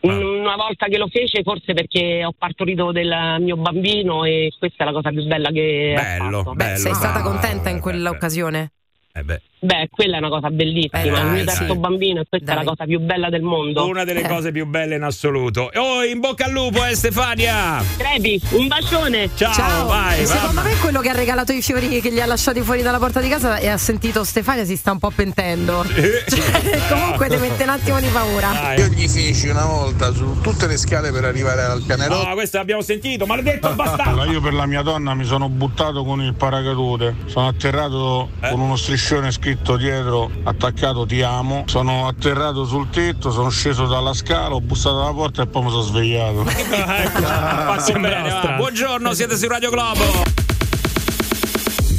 S12: Una volta che lo fece, forse perché ho partorito del mio bambino e questa è la cosa più bella che ha
S1: Bello,
S12: fatto.
S1: bello. Ah,
S3: Sei stata
S1: bello.
S3: contenta in quell'occasione?
S1: Eh, beh.
S12: Beh, quella è una cosa bellissima.
S1: Eh, dai,
S12: il mio
S1: dai.
S12: terzo bambino e questa è la cosa più bella del mondo. Eh.
S1: Una delle cose più belle in assoluto. Oh, in bocca al lupo, eh, Stefania!
S12: Trebi, un bacione.
S1: Ciao, vai,
S3: E
S1: vai.
S3: Secondo me quello che ha regalato i fiori che gli ha lasciati fuori dalla porta di casa e ha sentito Stefania si sta un po' pentendo. Cioè, comunque ti mette un attimo di paura.
S1: Dai.
S18: Io gli feci una volta su tutte le scale per arrivare al pianerotto.
S1: No, questo l'abbiamo sentito, maledetto bastardo!
S18: Allora, io per la mia donna mi sono buttato con il paracadute, sono atterrato
S1: Eh?
S18: con uno striscione scritto dietro, attaccato ti amo, sono atterrato sul tetto, sono sceso dalla scala, ho bussato alla porta e poi mi sono svegliato.
S1: Fatto bene, va. Buongiorno, siete su Radio Globo.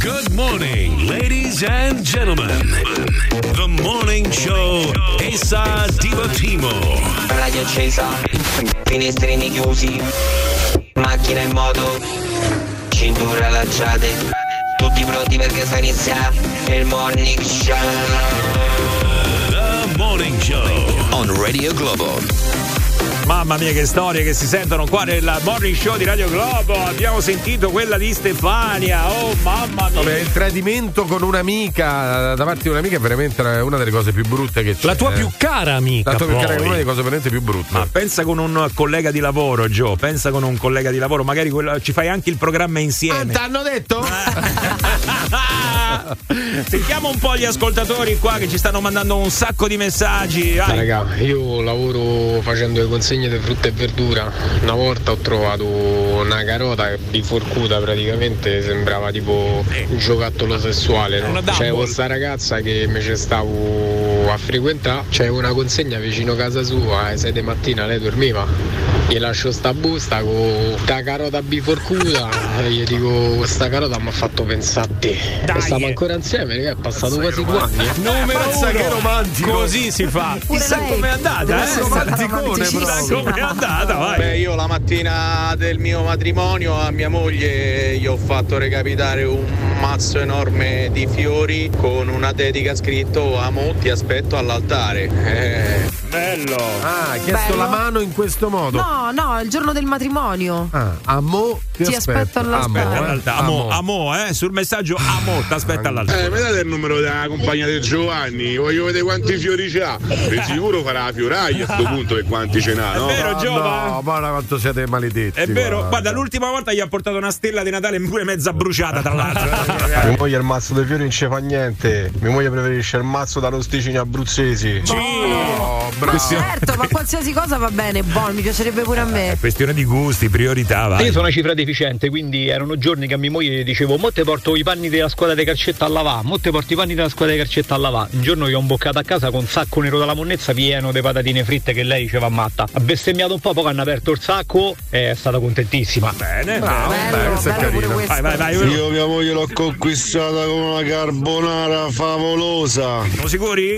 S30: Good morning, ladies and gentlemen. The morning show Esa Divatimo.
S31: radio accesa, finestrini chiusi, macchina in moto, cintura allacciate, tutti pronti perché sta iniziando il morning show.
S30: The morning show on Radio Globo.
S1: Mamma mia che storie che si sentono qua nel morning show di Radio Globo. Abbiamo sentito quella di Stefania. Oh mamma mia.
S4: Vabbè, il tradimento con un'amica da parte di un'amica è veramente una una delle cose più brutte che c'è.
S1: La tua
S4: eh.
S1: più cara amica,
S4: La tua più cara
S1: poi.
S4: è una delle cose veramente più brutte.
S1: Ma pensa con un eh, collega di lavoro, Joe. Pensa con un collega di lavoro, magari quello- ci fai anche il programma insieme.
S4: T'hanno detto?
S1: Eh. Sentiamo un po' gli ascoltatori qua che ci stanno mandando un sacco di messaggi. Vai.
S32: Raga, io lavoro facendo le consegne di frutta e verdura. Una volta ho trovato una carota biforcuta praticamente, sembrava tipo un giocattolo sessuale. No?
S33: Una Dumble.
S32: C'è questa ragazza che mi ci stavo a frequentare, c'è una consegna vicino casa sua, alle 6 di mattina lei dormiva. Gli lascio sta busta con sta carota biforcuta e gli dico questa carota mi ha fatto pensare a te. E stiamo ancora insieme, raga, è passato quasi eh. due anni.
S1: Numero
S32: Mazza,
S1: uno.
S32: che romantico.
S1: Così si fa.
S32: Pure
S1: Chissà
S32: lei.
S1: com'è andata,
S32: Deve
S1: eh?
S32: essere romanticone
S1: Chissà
S32: proprio.
S1: com'è andata, vai.
S33: Beh, io la mattina del mio matrimonio a mia moglie gli ho fatto recapitare un mazzo enorme di fiori con una dedica scritto Amo, ti aspetto all'altare. Eh.
S1: Bello!
S4: Ah, ha chiesto
S3: Bello.
S4: la mano in questo modo.
S3: No, no, il giorno del matrimonio.
S4: Ah, a mo ti,
S3: Ti aspetto all'altare.
S4: Amo, eh.
S1: Aspetta, all'altare. Amo, amo, eh? Sul messaggio amo, t'aspetta all'altare.
S5: Eh, mi date il numero della compagna di Giovanni, voglio vedere quanti fiori c'ha.
S1: Eh,
S5: Di sicuro farà la fioraia a sto punto e quanti ce n'ha, no?
S1: vero, Giova?
S4: No, guarda quanto siete maledetti.
S1: È vero,
S4: guarda.
S1: guarda, l'ultima volta gli ha portato una stella di Natale pure mezza bruciata, tra l'altro.
S33: Mia moglie al mazzo dei fiori non ci fa niente. Mia moglie preferisce il mazzo da rosticini abruzzesi.
S4: Oh,
S3: Ma certo, ma qualsiasi cosa va bene, buono, mi piacerebbe pure a me.
S1: Questione di gusti, priorità, vai.
S34: Io sono una cifra deficiente, quindi erano giorni che a mia moglie dicevo: Mo te porto i panni della squadra di calcetta a lavà, mo te porto i panni della squadra di calcetta a lavà. Un giorno io ho imboccato a casa con un sacco nero dalla monnezza pieno di patatine fritte che lei diceva matta. Ha bestemmiato un po', poi hanno aperto il sacco è stata contentissima.
S1: Bene,
S34: Vai, vai, vai.
S33: Io mia moglie l'ho conquistata con una carbonara favolosa.
S1: Siamo sicuri?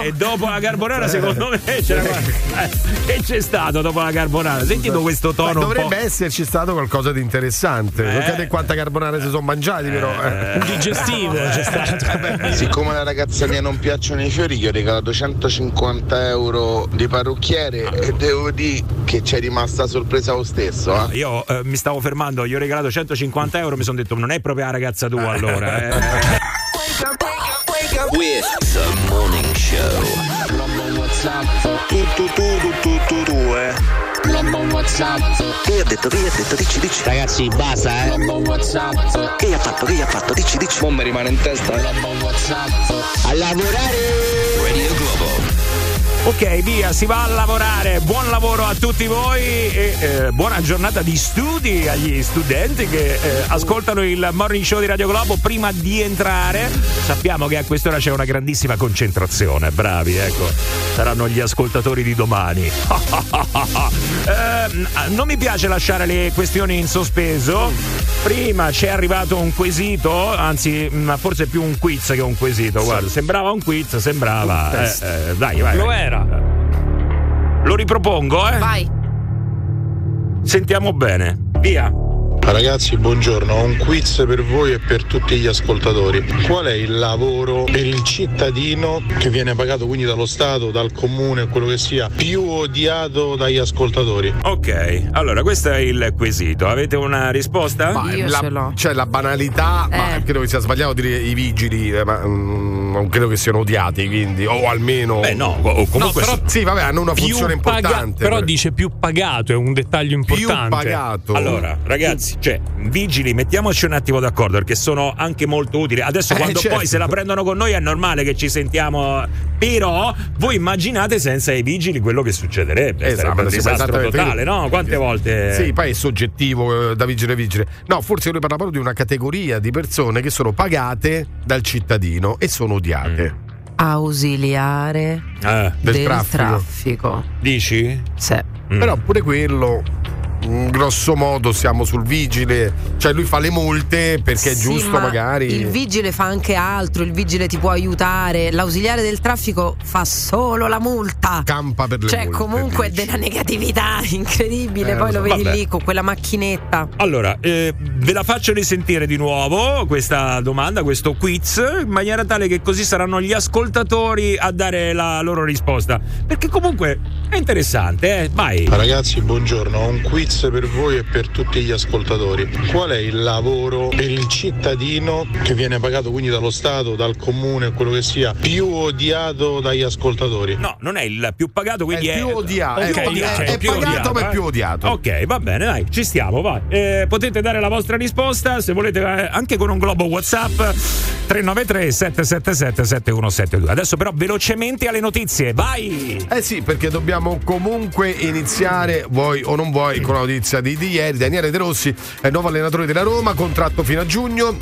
S1: E dopo la carbonara, secondo me, c'era qualcosa. Eh, Che c'è stato dopo la carbonara? Sentito questo
S4: Ma
S1: tono un po'.
S4: dovrebbe esserci stato qualcosa di interessante.
S1: Eh.
S4: Guardate quanta carbonara si sono mangiati, però. eh.
S2: Digestivo
S10: cioè,
S2: c'è
S1: cioè,
S2: stato.
S18: Siccome alla ragazza mia non piacciono i fiori, gli ho regalato 150 euro di parrucchiere e devo dire che c'è rimasta sorpresa lo stesso. eh.
S1: Io eh, mi stavo fermando, gli ho regalato 150 euro, mi sono detto non è proprio la ragazza tua allora. eh.
S8: With the morning show.
S10: Tutto tu, tutto tu, due. Che ha detto, che ha detto, dici, dici. Ragazzi, basta, eh. Che ha fatto, che ha fatto, dici, dici. Non mi rimane in testa. A lavorare.
S8: Radio Globo.
S1: Ok, via, si va a lavorare. Buon lavoro a tutti voi e eh, buona giornata di studi agli studenti che eh, ascoltano il morning show di Radio Globo prima di entrare. Sappiamo che a quest'ora c'è una grandissima concentrazione, bravi, ecco. Saranno gli ascoltatori di domani. Ehm, non mi piace lasciare le questioni in sospeso.
S2: Mm.
S1: Prima c'è arrivato un quesito, anzi, mh, forse è più un quiz che un quesito. Guarda, sembrava un quiz, sembrava.
S2: Un test.
S1: eh, eh, dai, vai.
S2: Lo
S1: vai.
S2: era.
S1: Lo ripropongo, eh?
S3: Vai.
S1: Sentiamo bene. Via.
S5: Ragazzi, buongiorno. Ho un quiz per voi e per tutti gli ascoltatori. Qual è il lavoro per il cittadino che viene pagato quindi dallo Stato, dal comune, quello che sia, più odiato dagli ascoltatori?
S1: Ok, allora questo è il quesito. Avete una risposta?
S4: Ma la- Cioè la banalità, ma credo che sia sbagliato dire i vigili, eh, ma mm, non credo che siano odiati, quindi, o almeno...
S1: Beh, no, o comunque-
S4: però- sì, vabbè, hanno una
S2: più
S4: funzione
S2: paga-
S4: importante.
S2: però dice più pagato, è un dettaglio importante.
S1: Allora, ragazzi, cioè, vigili, mettiamoci un attimo d'accordo perché sono anche molto utili. Adesso,
S2: Eh,
S1: quando
S2: certo.
S1: poi se la prendono con noi, è normale che ci sentiamo. Però, voi immaginate senza i vigili quello che succederebbe.
S4: Esatto,
S1: Sarebbe un
S4: sì, ma
S1: disastro
S4: esattamente.
S1: totale, no? Quante volte.
S4: Sì, poi è soggettivo eh, da vigile a vigile. No, forse noi parliamo proprio di una categoria di persone che sono pagate dal cittadino e sono
S1: Mm.
S4: odiate.
S3: Ausiliare
S1: Eh,
S4: del
S3: del
S4: traffico.
S3: traffico.
S1: Dici? Mm.
S3: Sì.
S4: Però pure quello. mm, Grosso modo siamo sul vigile, cioè lui fa le molte perché è
S3: Sì,
S4: giusto,
S3: ma
S4: magari.
S3: Il vigile fa anche altro, il vigile ti può aiutare, l'ausiliare del traffico fa solo la multa.
S4: Campa per le
S3: Cioè,
S4: multe,
S3: comunque è della negatività incredibile,
S1: Eh,
S3: poi
S1: lo
S3: lo
S1: so.
S3: vedi
S1: Vabbè.
S3: lì con quella macchinetta.
S1: Allora, eh, ve la faccio risentire di nuovo questa domanda, questo quiz, in maniera tale che così saranno gli ascoltatori a dare la loro risposta. Perché comunque è interessante, eh? Vai.
S5: Ragazzi, buongiorno. Ho un quiz per voi e per tutti gli ascoltatori. Qual è il lavoro per il cittadino che viene pagato quindi dallo Stato, dal comune, quello che sia, più odiato dagli ascoltatori?
S1: No, non è il più pagato, quindi è.
S4: più odiato,
S1: Ok,
S4: è più odiato.
S1: cioè,
S4: È pagato, ma è
S1: eh?
S4: più odiato.
S1: Ok, va bene, dai, ci stiamo, vai. Eh, potete dare la vostra risposta se volete eh, anche con un globo WhatsApp 393 777 7172. Adesso però velocemente alle notizie, vai.
S4: Eh sì, perché dobbiamo comunque iniziare, vuoi o non vuoi, con la notizia di, di ieri. Daniele De Rossi è il nuovo allenatore della Roma, contratto fino a giugno.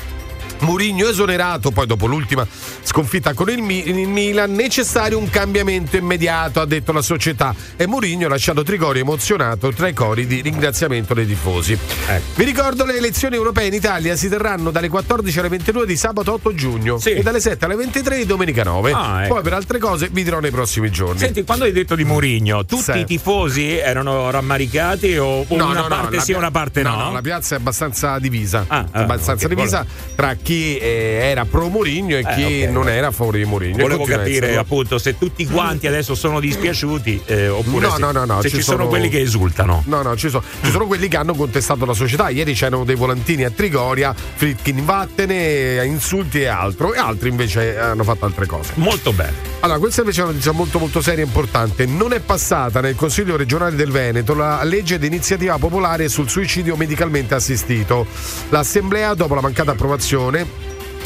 S4: Mourinho esonerato, poi dopo l'ultima sconfitta con il, Mi- il Milan, necessario un cambiamento immediato, ha detto la società. E Mourinho ha lasciato Trigori emozionato tra i cori di ringraziamento dei tifosi.
S1: Ecco.
S4: Vi ricordo le elezioni europee in Italia si terranno dalle 14 alle 22 di sabato 8 giugno e dalle 7 alle 23 di domenica 9.
S1: Ah, ecco.
S4: Poi per altre cose vi dirò nei prossimi giorni.
S1: Senti, quando hai detto di Murigno, tutti
S4: Sì.
S1: i tifosi erano rammaricati o, o una parte
S4: la
S1: sì e
S4: pia-
S1: una parte no?
S4: La piazza è abbastanza divisa. abbastanza
S1: Ah, ok,
S4: divisa tra chi eh, era pro Mourinho e
S1: Eh,
S4: chi
S1: ok.
S4: non era a favore di Mourinho.
S1: Volevo
S4: Continua a
S1: capire
S4: esserlo.
S1: appunto se tutti quanti adesso sono dispiaciuti eh, oppure
S4: No,
S1: se,
S4: no, no, no,
S1: se ci, sono, quelli che esultano.
S4: No, no, ci sono, ci sono quelli che hanno contestato la società. Ieri c'erano dei volantini a Trigoria, Fritkin vattene, insulti e altro, e altri invece eh, hanno fatto altre cose.
S1: Molto bene.
S4: Allora, questa invece è una notizia molto molto seria e importante. Non è passata nel Consiglio regionale del Veneto la legge d'iniziativa popolare sul suicidio medicalmente assistito. L'assemblea, dopo la mancata approvazione,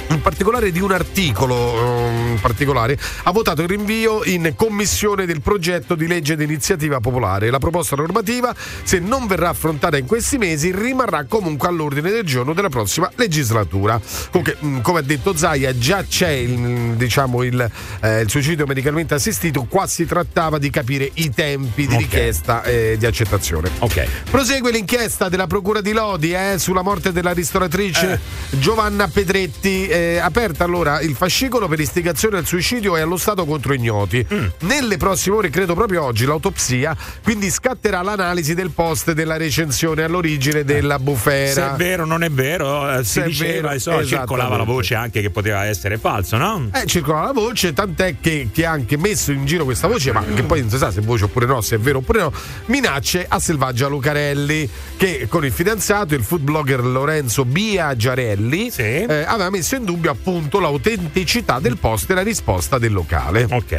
S4: in particolare di un articolo ehm, particolare, ha votato il rinvio in commissione del progetto di legge d'iniziativa popolare. La proposta normativa, se non verrà affrontata in questi mesi, rimarrà comunque all'ordine del giorno della prossima legislatura. Comunque, mh, come ha detto Zaia, già c'è il, mh, diciamo, il, eh, il suicidio medicalmente assistito, qua si trattava di capire i tempi di richiesta e di accettazione. Prosegue
S1: Eh.
S4: l'inchiesta della Procura di Lodi eh, sulla morte della ristoratrice Giovanna Pedretti di eh, aperta allora il fascicolo per istigazione al suicidio e allo Stato contro ignoti.
S1: Mm.
S4: Nelle prossime ore, credo proprio oggi, l'autopsia, quindi scatterà l'analisi del post della recensione all'origine della
S1: Se
S4: bufera.
S1: è vero, non è vero, eh, si
S4: Se è
S1: diceva,
S4: vero, esatto,
S1: insomma, circolava la
S4: esattamente.
S1: voce anche che poteva essere falso, no?
S4: Eh, circolava la voce, tant'è che, che ha anche messo in giro questa voce, ma che poi non si sa se è voce oppure no, se è vero oppure no, minacce a Selvaggia Lucarelli, che con il fidanzato, il food blogger Lorenzo Biagiarelli, eh, aveva messo in dubbio appunto l'autenticità del post e la risposta del locale.
S1: Ok.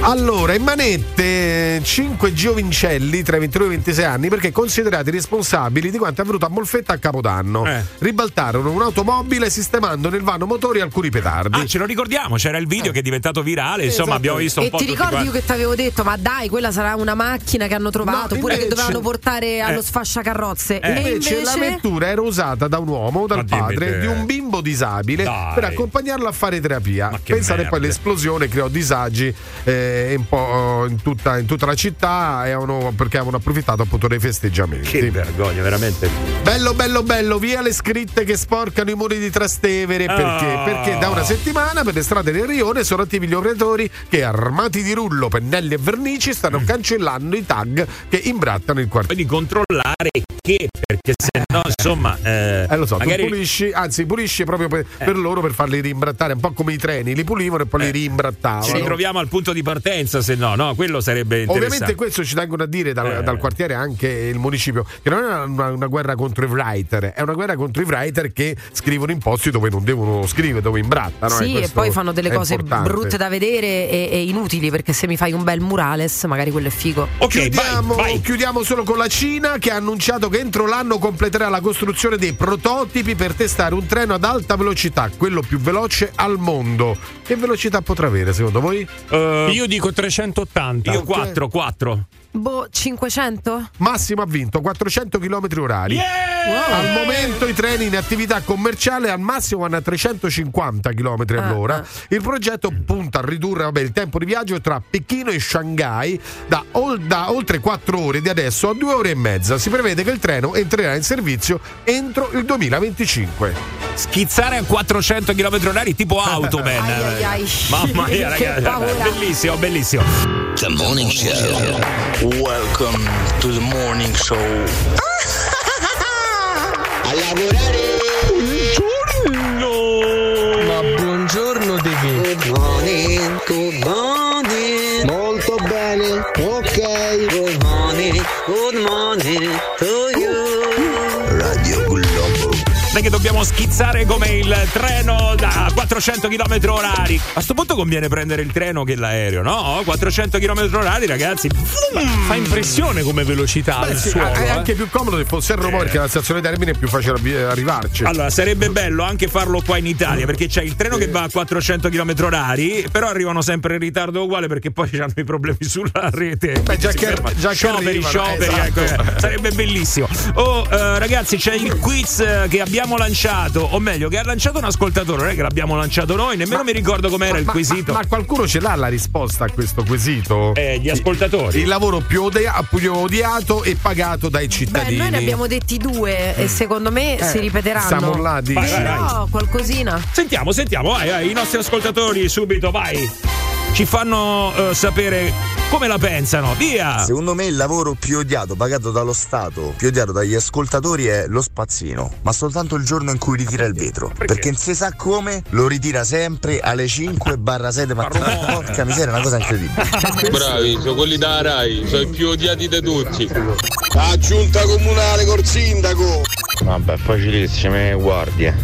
S4: Allora, in manette 5 Giovincelli tra i 22 e i 26 anni perché considerati responsabili di quanto è avvenuto a Molfetta a Capodanno.
S1: Eh.
S4: Ribaltarono un'automobile sistemando nel vano motori alcuni petardi. Eh.
S1: Ah, ce lo ricordiamo, c'era il video che è diventato virale, insomma,
S4: Esatto.
S1: abbiamo visto un
S3: E
S1: po'
S3: ti
S1: tutti
S3: ricordi
S1: quanti.
S3: io che ti avevo detto, ma dai, quella sarà una macchina che hanno trovato,
S4: No,
S3: oppure
S4: invece-
S3: che dovevano portare allo
S4: Eh.
S3: sfasciacarrozze.
S4: E
S3: E
S4: invece, la vettura era usata da un uomo, dal
S1: Eh. dimmi
S4: padre
S1: te.
S4: di un bimbo disabile
S1: Dai.
S4: per accompagnarlo a fare terapia. Pensate
S1: merda.
S4: poi all'esplosione creò disagi eh, un po', eh, in, tutta, in tutta la città e avevano- perché avevano approfittato appunto dei festeggiamenti.
S1: Che vergogna, veramente.
S4: Bello, bello, bello, via le scritte che sporcano i muri di Trastevere. Perché?
S1: Oh.
S4: Perché da una settimana per le strade del Rione sono attivi gli operatori che, armati di rullo, pennelli e vernici,
S1: Mm.
S4: stanno cancellando i tag che imbrattano il quartiere.
S1: Di controllare che, perché se no, insomma, eh,
S4: Eh, lo so,
S1: magari Eh.
S4: tu pulisci, anzi pulisci proprio per, per loro per farli rimbrattare, un po' come i treni, li pulivano e poi li rimbrattavano.
S1: ci ritroviamo al punto di partenza, se no, no, quello sarebbe
S4: Ovviamente
S1: interessante.
S4: questo ci tengono a dire dal,
S1: Eh.
S4: dal quartiere anche il municipio che non è una, una- una guerra contro i writer, è una guerra contro i writer che scrivono in posti dove non devono scrivere, dove imbrattano. eh,
S3: sì, e
S4: questo
S3: poi fanno delle
S4: è
S3: cose
S4: importante.
S3: brutte da vedere e, e inutili, perché se mi fai un bel murales, magari quello è figo.
S4: chiudiamo, chiudiamo solo con la Cina che ha annunciato che entro l'anno completerà la costruzione dei prototipi per testare un treno ad alta velocità, quello più veloce al mondo. Che velocità potrà avere secondo voi?
S1: Eh,
S2: Io dico 380.
S4: Io quattro,
S1: 4.
S3: Boh, 500?
S4: Massimo ha vinto 400 km orari.
S3: Wow.
S4: Al momento i treni in attività commerciale al massimo vanno a 350 km all'ora. Il progetto punta a ridurre vabbè, il tempo di viaggio tra Pechino e Shanghai da, ol- da oltre 4 ore di adesso a 2 ore e mezza. Si prevede che il treno entrerà in servizio entro il 2025.
S1: Schizzare a 400 km orari tipo Automan.
S3: Ai, ai, ai.
S1: Mamma mia,
S3: Che
S1: ragazzi.
S3: paura.
S1: Bellissimo, bellissimo.
S8: The morning show.
S16: Welcome to the morning show.
S10: A lavorare! Buongiorno! Ma buongiorno di che? Good morning, good morning! Molto bene, ok! Good morning, good morning to you! Radio Globo
S1: Sai che dobbiamo schizzare come il treno da 400 km orari. A sto punto conviene prendere il treno che l'aereo, no? 400 km orari, ragazzi.
S2: Fa impressione come velocità
S4: Mm. Beh,
S2: al
S4: sì,
S2: suolo.
S4: è
S2: eh.
S4: anche più comodo se fosse a Roma perché la stazione Termine è più facile avvi- arrivarci.
S1: Eh. Allora, sarebbe bello anche farlo qua in Italia, perché c'è il treno che va a 400 km orari, però arrivano sempre in ritardo uguale perché poi hanno i problemi sulla rete.
S4: Beh, già che- già che
S1: scioperi,
S4: arrivano,
S1: scioperi,
S4: esatto.
S1: ecco, eh, sarebbe bellissimo. Oh, eh, ragazzi, c'è il quiz eh, che abbiamo lanciato, o meglio, che ha lanciato un ascoltatore, non è che l'abbiamo lanciato noi, nemmeno mi ricordo com'era il
S4: Ma-
S1: quesito.
S4: Ma, ma qualcuno ce l'ha la risposta a questo quesito?
S1: Eh, gli ascoltatori.
S4: Il lavoro più, odia- più odiato e pagato dai
S3: Beh,
S4: cittadini.
S3: noi ne abbiamo detti due e secondo me
S4: Eh,
S3: si ripeteranno.
S4: siamo là, dici?
S1: Vai, vai,
S3: Però qualcosina.
S1: Sentiamo, sentiamo, vai, vai, i nostri ascoltatori subito, vai. Ci fanno eh, sapere come la pensano. Via!
S20: Secondo me il lavoro più odiato, pagato dallo Stato, più odiato dagli ascoltatori è lo spazzino, ma soltanto il giorno in cui ritira il vetro. Perché, non si sa come, lo ritira sempre alle 5-6 di mattina. Porca miseria, è una cosa incredibile.
S9: Bravi, sono quelli da Rai, sono i più odiati da tutti.
S20: Ah,
S9: La giunta comunale col sindaco.
S6: Vabbè, facilissime guardie.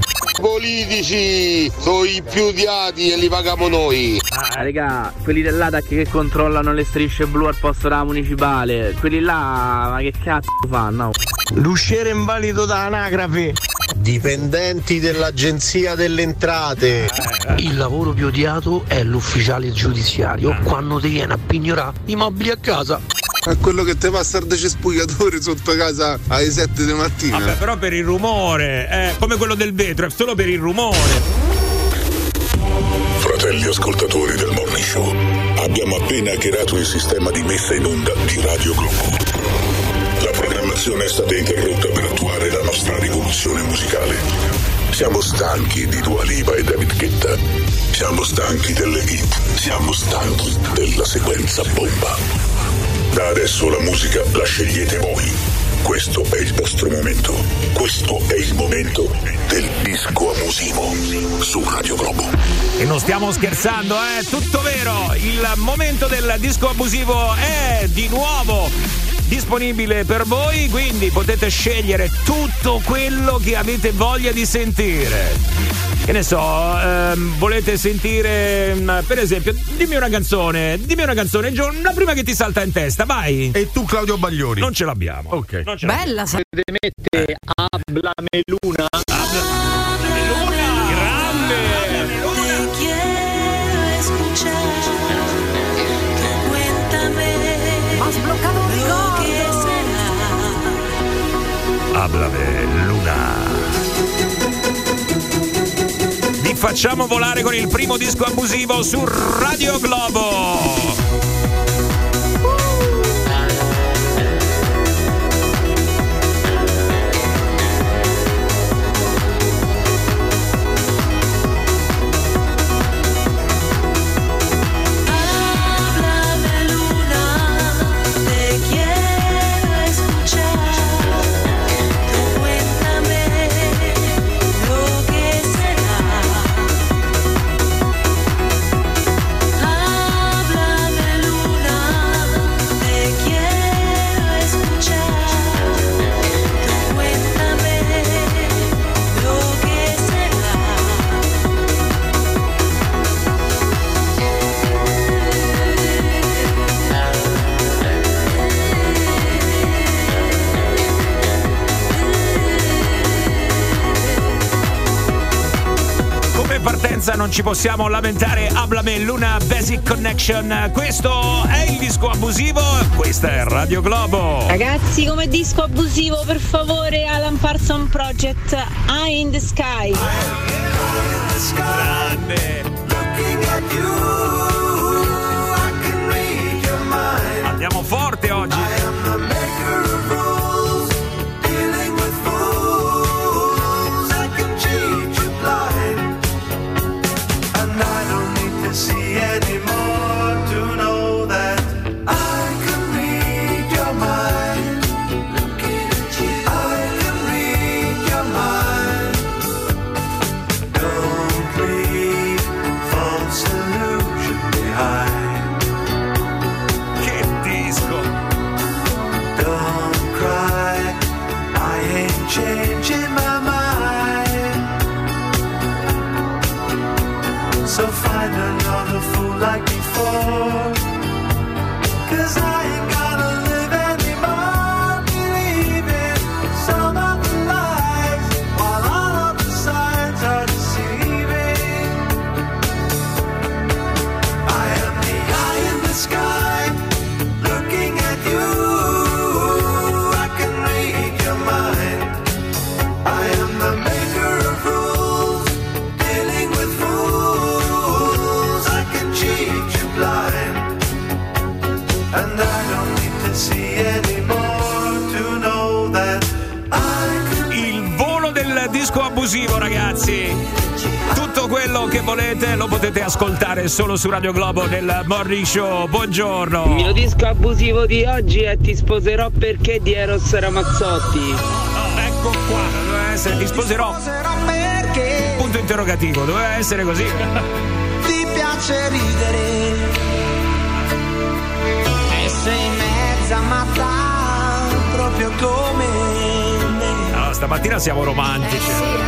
S9: Politici sono i più odiati e li paghiamo noi.
S19: Ah, raga, quelli dell'ADAC che controllano le strisce blu al posto della municipale, quelli là, ma che cazzo fanno?
S6: L'usciere invalido da anagrafe. Dipendenti dell'agenzia delle entrate.
S19: Eh.
S35: Il lavoro più odiato è l'ufficiale
S19: Ah.
S35: giudiziario quando ti viene a pignorare i mobili a casa.
S9: È quello che te passa il decespugliatore sotto casa alle 7 di mattina.
S1: Vabbè, però per il rumore, eh, come quello del vetro, è solo per il rumore.
S19: Fratelli ascoltatori del Morning Show, abbiamo appena hackerato il sistema di messa in onda di Radio Globo. La programmazione è stata interrotta per attuare la nostra rivoluzione musicale.
S36: Siamo stanchi di Dua Lipa e David Guetta. Siamo stanchi delle hit. Siamo stanchi della sequenza bomba. Da adesso la musica la scegliete voi. Questo è il vostro momento. Questo è il momento del disco abusivo su Radio Globo.
S1: E non stiamo scherzando, è tutto vero. Il momento del disco abusivo è di nuovo disponibile per voi, quindi potete scegliere tutto quello che avete voglia di sentire. Che ne so, ehm, volete sentire, mm, per esempio, dimmi una canzone, dimmi una canzone, Gio, la prima che ti salta in testa, vai. E
S4: tu Claudio Baglioni.
S1: Non ce l'abbiamo. Eh. Ok. Non ce l'abbiamo.
S3: Bella,
S34: Potete mettere Abla Meluna.
S10: Te quiero escuchar. Cuéntame.
S3: Has bloccado un
S10: ricordo.
S1: Hablame Luna. Vi facciamo volare con il primo disco abusivo su Radio Globo.
S10: Háblame luna. Te quiero escuchar. Cuéntame lo que será. Háblame luna. Te quiero escuchar. Cuéntame lo que será.
S1: Come partenza non ci possiamo lamentare, Hablame Luna Basic Connection. Questo è il disco abusivo, questa è Radio Globo.
S37: Ragazzi, come disco abusivo, per favore, Alan Parson Project, Eye in the Sky.
S1: Andiamo forte oggi.
S10: Che disco! Don't cry, I ain't changing my mind. So find another fool like before. Cause I ain't gonna live anymore believing some of the lies while all of the signs are deceiving. I am the eye in the sky, looking at you. I can read your mind. I am the maker of rules, dealing with fools. I can cheat you blind, and I don't need to see anymore to know that I can.
S1: Il volo del disco abusivo, ragazzi. Tutto quello che volete lo potete ascoltare solo su Radio Globo nel Morning Show. Buongiorno.
S37: Il mio disco abusivo di oggi è Ti sposerò perché di Eros Ramazzotti.
S1: Ecco qua, doveva essere Ti sposerò.
S10: Perché
S1: Punto interrogativo, doveva essere così.
S10: ti piace ridere e sei mezza matta proprio come me
S1: Allora, stamattina siamo romantici.
S10: Eh,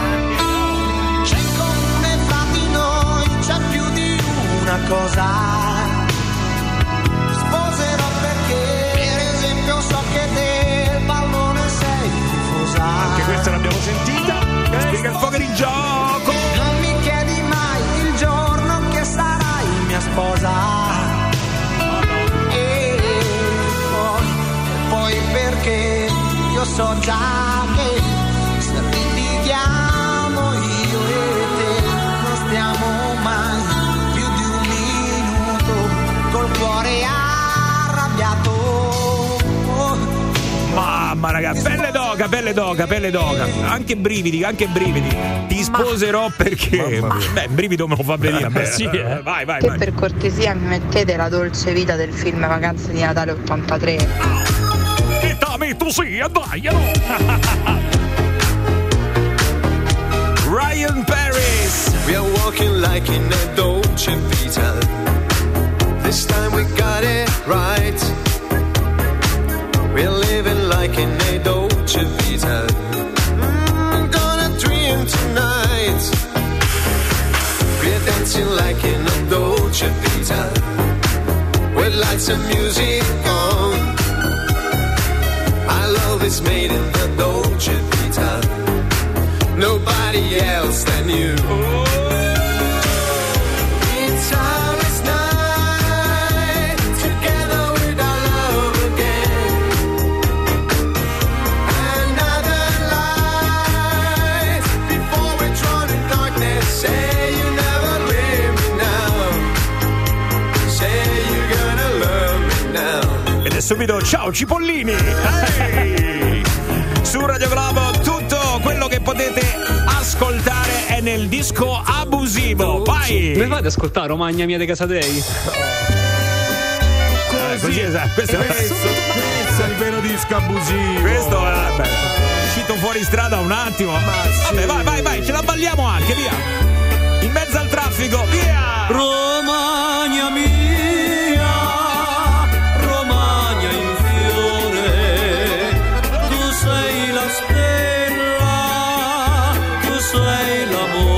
S10: c'è in comune fra di noi c'è più di una cosa sposerò perché per esempio so che del pallone sei tifosa Eh, anche
S1: questa l'abbiamo sentita spiega il fuoco di gioco
S10: non mi chiedi mai il giorno che sarai mia sposa e poi, e poi perché io so già che se litighiamo io e te non stiamo mai più di un minuto col cuore arrabbiato
S1: Ma mamma, raga. Pelle d'oca, pelle d'oca, pelle d'oca. Anche brividi, anche brividi. Ti sposerò perché. Beh, brivido me lo fa venire. Beh, sì, eh. vai, vai,
S3: Se
S1: vai.
S3: per cortesia mi mettete la dolce vita del film Vacanze di Natale 83.
S1: Dai, metto sì, eh, dai, eh, no. Ryan Paris.
S10: We are walking like in a Dolce Vita. This time we got it right. We're living like in a Dolce Vita. Mm, gonna dream tonight. We're dancing like in a Dolce Vita. With lights and music on. Our love is made in the Dolce Vita nobody else than you. It's ours night, together with our love again. Another light before we drown in darkness. Say you never leave me now. Say you're gonna love me now.
S1: Ed è subito ciao Cipollini! Ehi! Su Radio Globo tutto quello che potete ascoltare è nel disco abusivo.
S34: Mi
S1: Vai!
S34: fate ascoltare Romagna mia di Casatei?
S1: Eh, così, esatto. Questo, questo,
S6: questo è il vero disco abusivo.
S1: Questo è beh, uscito fuori strada un attimo. Vabbè, vai, vai, vai, ce la balliamo anche, via! In mezzo al traffico, via!
S10: Romagna mia, Romagna in fiore, tu sei la stella, tu sei l'amore.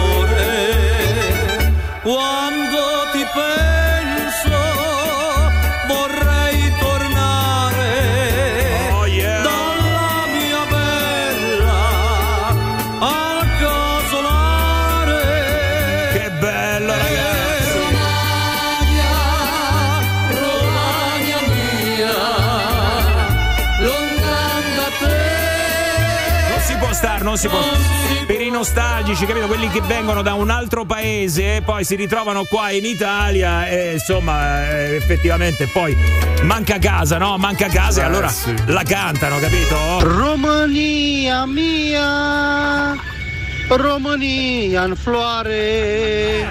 S10: Quando ti penso vorrei tornare
S1: Oh,
S10: dalla mia bella a casolare.
S1: Che bello, ragazzi!
S10: Romagna, Romagna mia, lontana da te.
S1: Non si può stare, non si può stare. Per i nostalgici, capito? Quelli che vengono da un altro paese e poi si ritrovano qua in Italia e insomma, eh, effettivamente poi manca casa, no? Manca casa e
S6: Eh,
S1: allora
S6: sì.
S1: la cantano, capito?
S6: Romania mia, Romania in flore,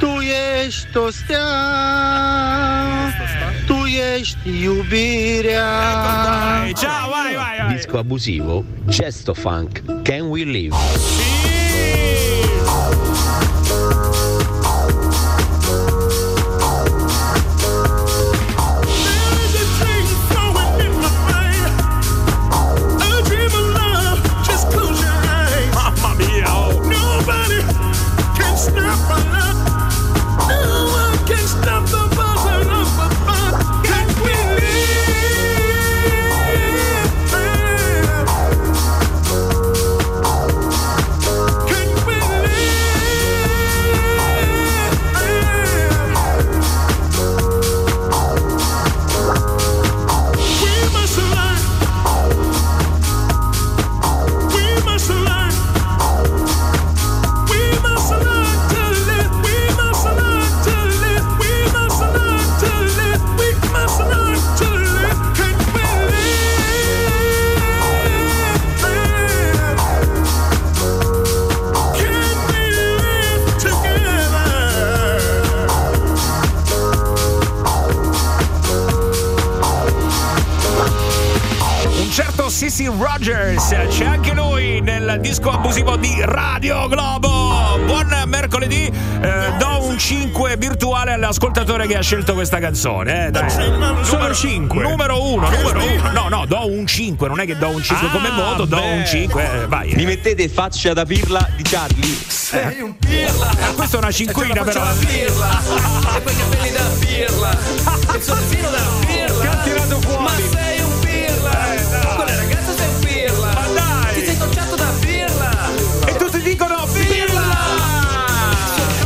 S6: tu ești stea, tu ești iubirea.
S1: Ciao, vai, vai, vai.
S9: Disco abusivo, gesto funk, can we live?
S1: Mamma mia!
S10: Nobody can stop my love. No one can stop the buzzing of my heart. Can we live? Can we live? We must learn. We must learn. We must learn to live. We must learn to live. We must learn to live. We must learn to live. Can we live? Can we live together?
S1: Un certo Sissy Rogers, c'è anche lui nel disco abusivo di Radio Globo. Buon mercoledì, eh, do un 5 virtuale all'ascoltatore che ha scelto questa canzone. Eh, dai. Numero 5. Numero 1, numero Ah, 1. No, no, do un 5, non è che do un 5 come voto, do un 5. vai. eh.
S36: Mi mettete faccia da pirla di Charlie.
S1: Sei un pirla. Questa è una cinquina Eh. però.
S36: pirla. E poi i capelli da pirla. Il sorrisino da pirla. Che ha tirato fuori. Ma sei un pirla. Quella ragazza sei un pirla. Ma dai. Ti sei toccato da pirla.
S1: E tutti dicono pirla.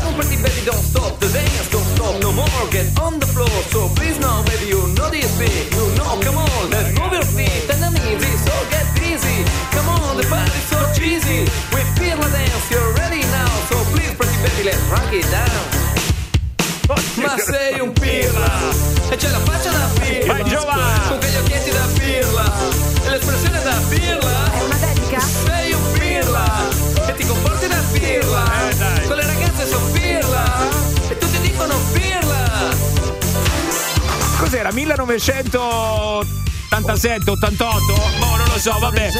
S36: Come pretty baby don't stop. The dance don't stop no more. Get on the floor. So please now baby you know this beat. You know come on. Let's move your feet. And I'm easy. So get busy. Come on the party's so cheesy. We pirla dance. You're ready now. So please pretty baby let's rock it down.
S1: Oh,
S36: Ma sei un pirla E c'è la faccia da pirla Vai Giovanni Con quegli occhietti
S6: 1987, 88, boh, non lo so, vabbè.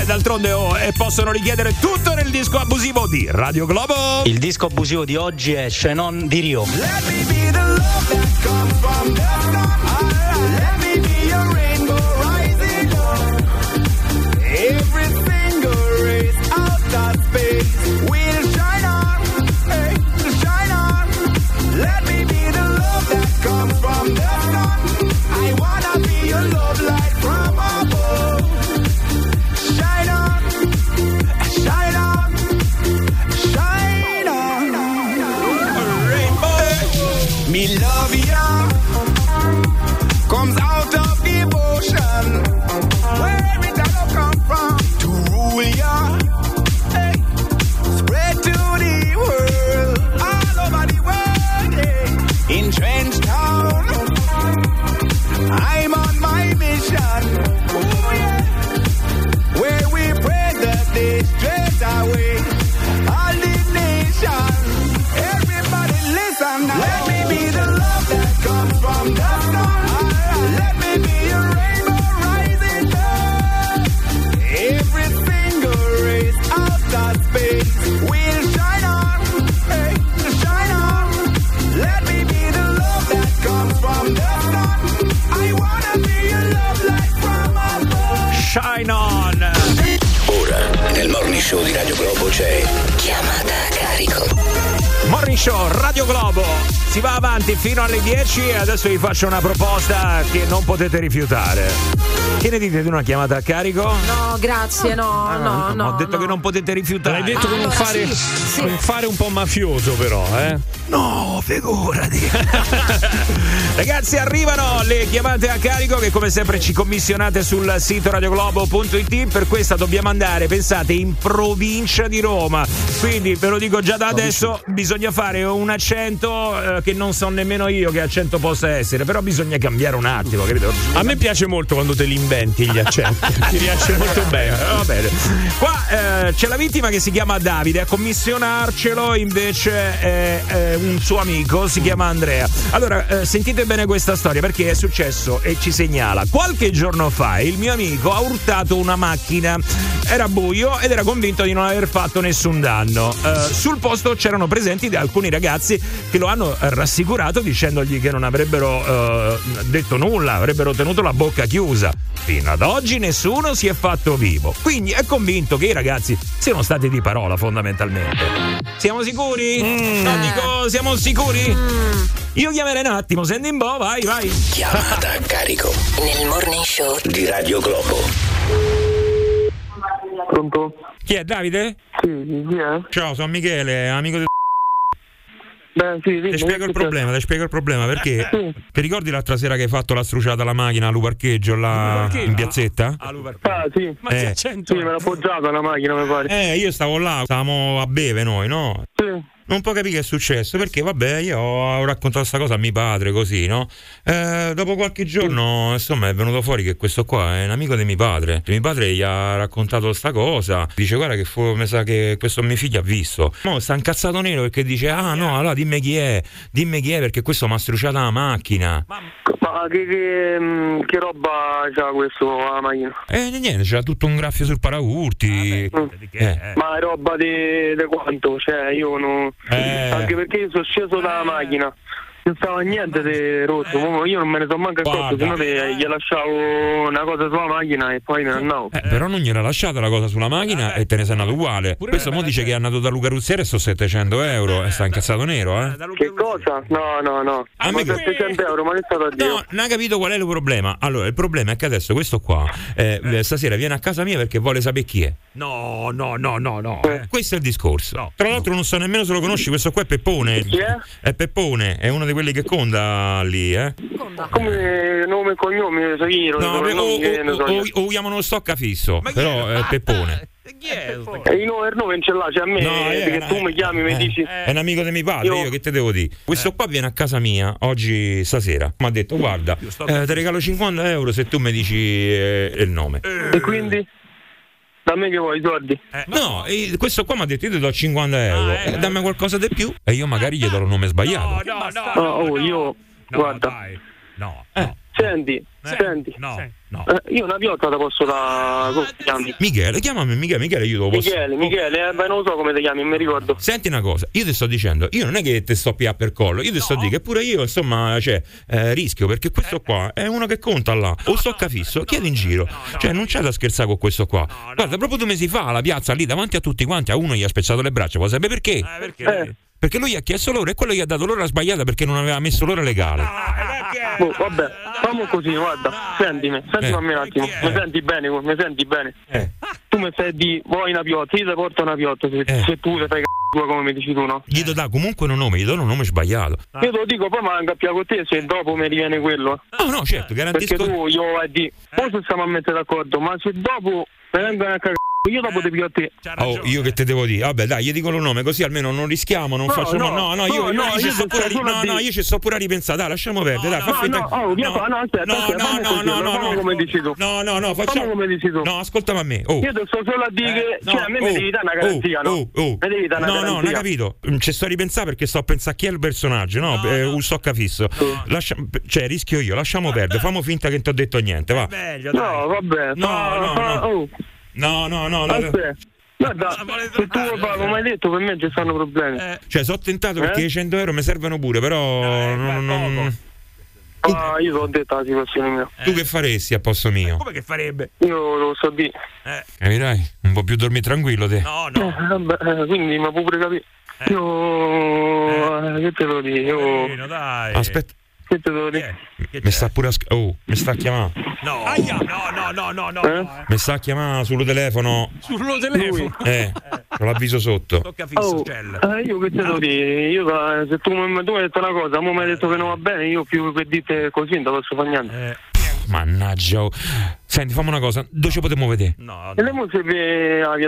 S6: Eh, d'altronde oh, e possono richiedere tutto nel disco abusivo di Radio Globo.
S34: Il disco abusivo di oggi è Shannon di Rio.
S10: Every single rays out that space will shine on, hey, shine on. Let me be the love that comes from the sun. I wanna be your love light from above. Shine on, shine on, shine on. Rainbow, me love ya comes out of devotion. Where it all come from to rule ya. Hey, spread to the world, all over the world. Hey, in Trench Town, I'm on my mission. Oh yeah, where we pray that they straight away. All the nation, everybody listen now. Let me be the love that comes from the sun. Let me be a rainbow rising sun. Every single rays of that space will shine on, hey, shine on. Let me be the love that comes from the sun. I wanna be a love light from above.
S6: Shine on!
S8: Ora, nel morning show di Radio Globo c'è. Chiamata a carico.
S6: Morning Show Radio Globo si va avanti fino alle 10 e adesso vi faccio una proposta che non potete rifiutare. Che ne dite di una chiamata a carico?
S3: No, grazie, no, no, no.
S6: Ho detto che non potete rifiutare.
S1: Hai detto che non
S3: Allora,
S1: fare,
S3: sì, sì.
S1: non fare un po' mafioso, però, eh?
S6: No, figurati. Ragazzi, arrivano le chiamate a carico che come sempre ci commissionate sul sito radioglobo.it. Per questa dobbiamo andare, pensate, in provincia di Roma. Quindi ve lo dico già da adesso, bisogna fare un accento eh, che non so nemmeno io che accento possa essere, però bisogna cambiare un attimo, capito?
S1: A me piace molto quando te li inventi gli accenti. Ti riesce molto bene.
S6: Va bene. Qua eh, c'è la vittima che si chiama Davide, a commissionarcelo invece è, eh, un suo amico, si chiama Andrea. Allora, eh, sentite bene questa storia perché è successo e ci segnala. Qualche giorno fa il mio amico ha urtato una macchina. Era buio ed era convinto di non aver fatto nessun danno. Eh, sul posto c'erano presenti alcuni ragazzi che lo hanno rassicurato dicendogli che non avrebbero eh, detto nulla, avrebbero tenuto la bocca chiusa. Fino ad oggi nessuno si è fatto vivo. Quindi è convinto che i ragazzi siano stati di parola fondamentalmente. Siamo sicuri? No, dico, siamo sicuri? Io chiamerei un attimo, senti in boh, vai, vai.
S8: Chiamata a carico. Nel morning show di Radio Globo.
S1: Pronto? Chi è Davide? Sì, chi è? Ciao, sono Michele, amico di. Beh, sì, ti spiego il problema, ti spiego il problema perché ti ricordi l'altra sera che hai fatto la struciata alla macchina all'uparcheggio là in piazzetta?
S30: Ah, sì. Ma
S10: Eh.
S1: che
S30: accento? Sì, me l'ha appoggiata la macchina, mi pare.
S1: Eh, io stavo là, stavamo a beve noi, no? Non puoi capire che è successo perché, vabbè, io ho raccontato questa cosa a mio padre, così, no? Eh, dopo qualche giorno, insomma, è venuto fuori che questo qua è un amico di mio padre. Mio padre gli ha raccontato sta cosa. Dice, guarda, che fu, mi sa che questo mio figlio ha visto. Mo' sta incazzato nero perché dice, ah, no, allora dimmi chi è, dimmi chi è perché questo mi ha struciata la macchina.
S30: Ma che, che, mm, che roba c'ha questo la macchina?
S1: E Eh, niente, c'era tutto un graffio sul paraurti. Eh.
S30: Ma è roba di di quanto? Cioè, io non.
S1: Eh.
S30: Anche perché io sono sceso dalla macchina. Non stava niente di rotto,
S1: Eh.
S30: mo io non me ne sono manco accorto, se no te- gli lasciavo una cosa sulla macchina e poi me ne andavo.
S1: Eh, però non gliela lasciata la cosa sulla macchina
S6: Eh,
S1: e te ne sei andato uguale. Questo mo dice che è andato da Luca Ruzziere e sono 700
S6: Eh,
S1: euro e sta incazzato nero, eh.
S30: Che cosa? No, no, no.
S1: Ah,
S30: ma
S1: mica-
S30: 700 euro, ma che è stato a dire?
S1: No, non ha capito qual è il problema. Allora, il problema è che adesso questo qua eh, stasera viene a casa mia perché vuole sapere chi è. Eh,
S6: No, no, no, no, no.
S30: Eh.
S1: Questo è il discorso. Tra l'altro non so nemmeno se lo conosci, questo qua è Peppone. È Peppone, è uno di quelli che conda lì, eh.
S30: Come nome e cognome, so io,
S1: No,
S30: non
S1: beh, o,
S30: so che ne
S1: o,
S30: so
S1: o-
S30: io.
S1: o usiamo uno stoccafisso, però è
S6: Ah,
S1: Peppone.
S30: E io per nome non ce l'ha, cioè a me
S1: No, eh,
S30: che tu mi chiami e mi
S1: eh,
S30: dici.
S1: È un amico di mio padre, io, che te devo dire. Eh. Questo qua viene a casa mia oggi stasera. Mi ha detto: guarda, eh, ti regalo 50 euro se tu mi dici eh, il nome.
S30: E quindi? Da me che vuoi i soldi?
S1: No, eh, questo qua mi ha detto: io ti do 50 euro, eh, dammi qualcosa di più. E io magari gli do il nome sbagliato.
S30: No, oh, io. guarda.
S1: No,
S30: Senti, senti.
S9: Eh. No, Ah,
S30: Eh, io una piotta la posso da. come si chiami?
S1: Michele, chiamami Michele, Michele, io te lo posso.
S30: Michele, Michele, eh, beh, non lo so come ti chiami, non mi ricordo.
S1: Senti una cosa, io ti sto dicendo, io non è che ti sto a pigliare per collo, io ti sto a dire che pure io, insomma, cioè, eh, rischio perché questo qua è uno che conta là, o stocca fisso, chiedi in giro, cioè non c'è da scherzare con questo qua. Guarda, proprio due mesi fa alla piazza lì davanti a tutti quanti, a uno gli ha spezzato le braccia, vuoi sapere perché? Eh,
S9: perché?
S1: Perché lui ha chiesto l'ora e quello gli ha dato l'ora sbagliata perché non aveva messo l'ora legale.
S30: Boh, vabbè, facciamo così, guarda, sentimi, sentimi
S1: Eh.
S30: a me un attimo, mi senti bene, mi senti bene. Tu mi fai di vuoi una piotta, io ti porto una piotta, se,
S1: Eh.
S30: se tu le fai c***o come mi dici tu, no?
S1: Gli do da comunque un nome, gli do un nome sbagliato.
S30: Io te lo dico, poi manca più con te se dopo mi riviene quello.
S1: No, no, certo, garantisco- Eh.
S30: Perché tu io vai di, forse stiamo a mettere d'accordo, ma se dopo mi vengono a cagare, io
S1: Eh.
S30: dopo ti piglio a te.
S1: Oh, io che te devo dire? Vabbè, dai, gli dico il nome così almeno non rischiamo, non
S30: No,
S1: faccio.
S30: no,
S1: no, no, io, no, io
S30: no, no, io
S1: ci sto
S30: sto
S1: pure a ri-
S30: solo a
S1: no,
S30: dire-
S1: no, io ci sto pure a ripensare. Dai, lasciamo perdere, dai, fa finta.
S30: No, no, oh, via, no, no, aspetta, aspetta, fammi
S1: no,
S30: così,
S1: no, no,
S30: fammi
S1: no.
S30: come dici tu.
S1: No, no, no, facciamo.
S30: come dici tu.
S1: No, ascoltami a me. Oh.
S30: Io ti sto solo a dire che,
S1: no,
S30: cioè, a me
S1: oh,
S30: mi devi dare una
S1: oh,
S30: garanzia, no?
S1: oh, oh.
S30: Mi devi dare una
S1: No,
S30: garanzia.
S1: no, non hai capito. Mm, Ci sto a ripensare perché sto a pensare chi è il personaggio, no? Eh, Un soccafisso. Lascia- cioè, rischio io,
S30: Ah,
S1: lasciamo perdere, famo finta che non ti ho detto niente, va.
S30: No, vabbè. No, no, no. Oh.
S1: No, no, no. no.
S30: Aspetta. Guarda, se tu vuoi Ah, fare come hai detto, per me ci stanno problemi.
S1: Cioè, sono tentato
S30: Eh?
S1: perché i 100 euro mi servono pure, però. non- non-
S30: Ah, io te l'ho detto la situazione mia.
S1: Tu che faresti a posto mio?
S9: Eh, Come che farebbe? Eh,
S30: Io lo so dire.
S1: Capirai? Non può più dormire tranquillo te.
S9: No, Eh.
S30: no. Eh, quindi mi puoi pure capire. Io... eh, Che te lo dico? Io...
S9: Dai. Eh,
S1: Aspetta.
S30: Che te lo dico?
S1: Mi sta pure a sch- Oh, mi sta a chiamare.
S9: No. Aia, no, no, no, no, no. no, eh.
S1: Mi sta a chiamare sul telefono.
S9: Sul telefono.
S1: Eh, con l'avviso sotto.
S9: Tocca fisso,
S30: Oh,
S9: Cell.
S30: eh, io che te
S9: Ah.
S30: lo dico? Io, eh, se tu, mi- tu mi hai detto una cosa, mo mi hai detto che non va bene, io più che dite così non te posso fare niente.
S9: Eh,
S1: Mannaggia. oh. Senti, fammi una cosa. Dove ci potremmo vedere?
S30: E eh, lei mo se vi... alla via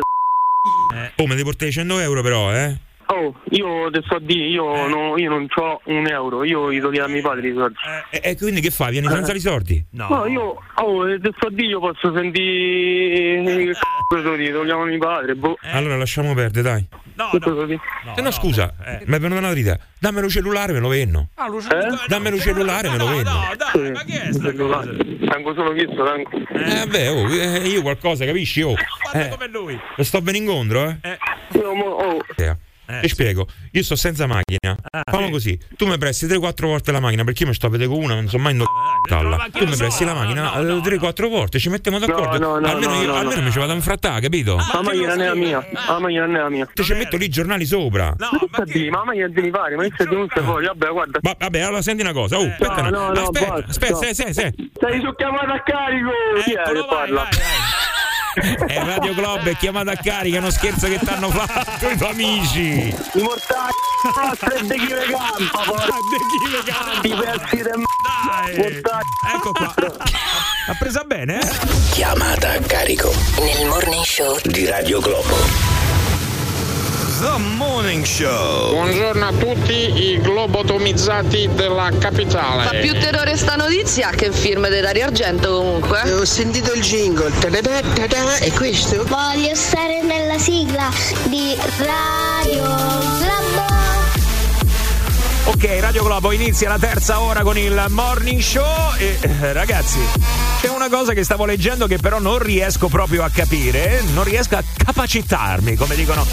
S9: Eh.
S1: Oh, mi devi portare i 100 euro però, eh?
S30: Oh, io te sto a dire, io,
S9: Eh.
S30: no- io non ho un euro, io gli do a miei padri i soldi.
S9: Eh,
S1: E, e quindi che fai? Vieni senza i soldi?
S30: Eh. No. io, oh, eh, te sto a dire, io posso sentire... Che c***o te lo dico, lo chiamo mio padre, boh.
S1: Eh. Allora lasciamo perdere, dai.
S30: Che te lo dico?
S1: Eh, no, scusa, mi è venuta una idea. Dammi lo cellulare, me lo venno.
S9: Ah, lo
S30: Eh?
S1: Dammi lo cellulare, me lo venno.
S9: dai, ma che è sta cosa?
S30: Tengo solo chiesto, tengo.
S1: Eh, vabbè, oh, eh, io qualcosa, capisci? Oh, eh,
S9: Come lui.
S1: lo sto ben incontro, eh?
S30: Io mo, oh,
S1: Idea.
S9: Eh,
S1: Ti spiego, io sto senza macchina. Fammi così: tu mi presti 3-4 volte la macchina perché io mi sto a vedere con una, non so mai in Tu mi presti la macchina eh, 3-4 volte, ci mettiamo d'accordo.
S30: No, no, no,
S1: almeno
S30: no,
S1: io-
S30: no,
S1: almeno
S30: no.
S1: mi ci vado a infrattare, capito?
S9: Ah,
S30: la maglia non è la mia, la maglia non è la mia.
S1: Te ci metto lì i giornali sopra.
S30: ma che sta a dire? Ma la maglia è di ripari, ma io sei venuto fuori, vabbè, guarda. Eh,
S1: Va- vabbè, allora senti una cosa. Oh, aspetta, un
S30: no,
S1: attimo.
S30: no,
S1: aspetta,
S30: basta.
S1: aspetta, sei, sei, sei.
S30: Sei su chiamata a carico! Chi è che parla?
S9: Eh,
S1: È Radio Club, è chiamata a carica, è uno scherzo che t'hanno fatto i tuoi amici.
S30: I mortali nostri de chi le campa, porca
S9: de chi le campa!
S30: I pezzi de
S9: Dai! Ecco qua. Ha presa bene, eh?
S8: Chiamata a carico nel morning show di Radio Globo.
S38: The Morning Show.
S32: Buongiorno a tutti i globotomizzati della capitale.
S10: Fa più terrore sta notizia che il film di Dario Argento comunque. Eh, ho sentito il jingle. e questo?
S39: Voglio stare nella sigla di Radio Globo.
S9: Ok, Radio Globo inizia la terza ora con il morning show e eh, ragazzi, c'è una cosa che stavo leggendo che però non riesco proprio a capire, non riesco a capacitarmi, come dicono.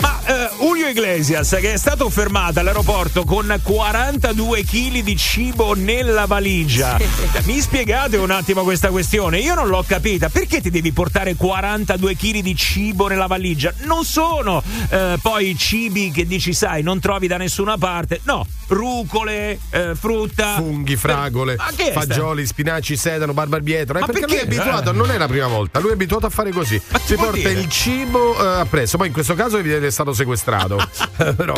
S9: Ma eh, Julio Iglesias, che è stato fermato all'aeroporto con 42 kg di cibo nella valigia. Cioè, Mi spiegate un attimo questa questione? Io non l'ho capita. Perché ti devi portare 42 kg di cibo nella valigia? Non sono eh, poi cibi che dici, sai, non trovi da nessuna parte. No, rucole, eh, frutta.
S4: Funghi, fragole,
S9: Ma che è sta-
S4: fagioli, spinaci, sedano, barbarbietro. Eh,
S9: Ma
S4: perché,
S9: perché?
S4: lui è abituato, non è la prima volta, lui è abituato a fare così. si
S9: vuol
S4: porta
S9: dire?
S4: il cibo eh, appresso, poi in questo caso evidentemente è stato sequestrato. Eh, Però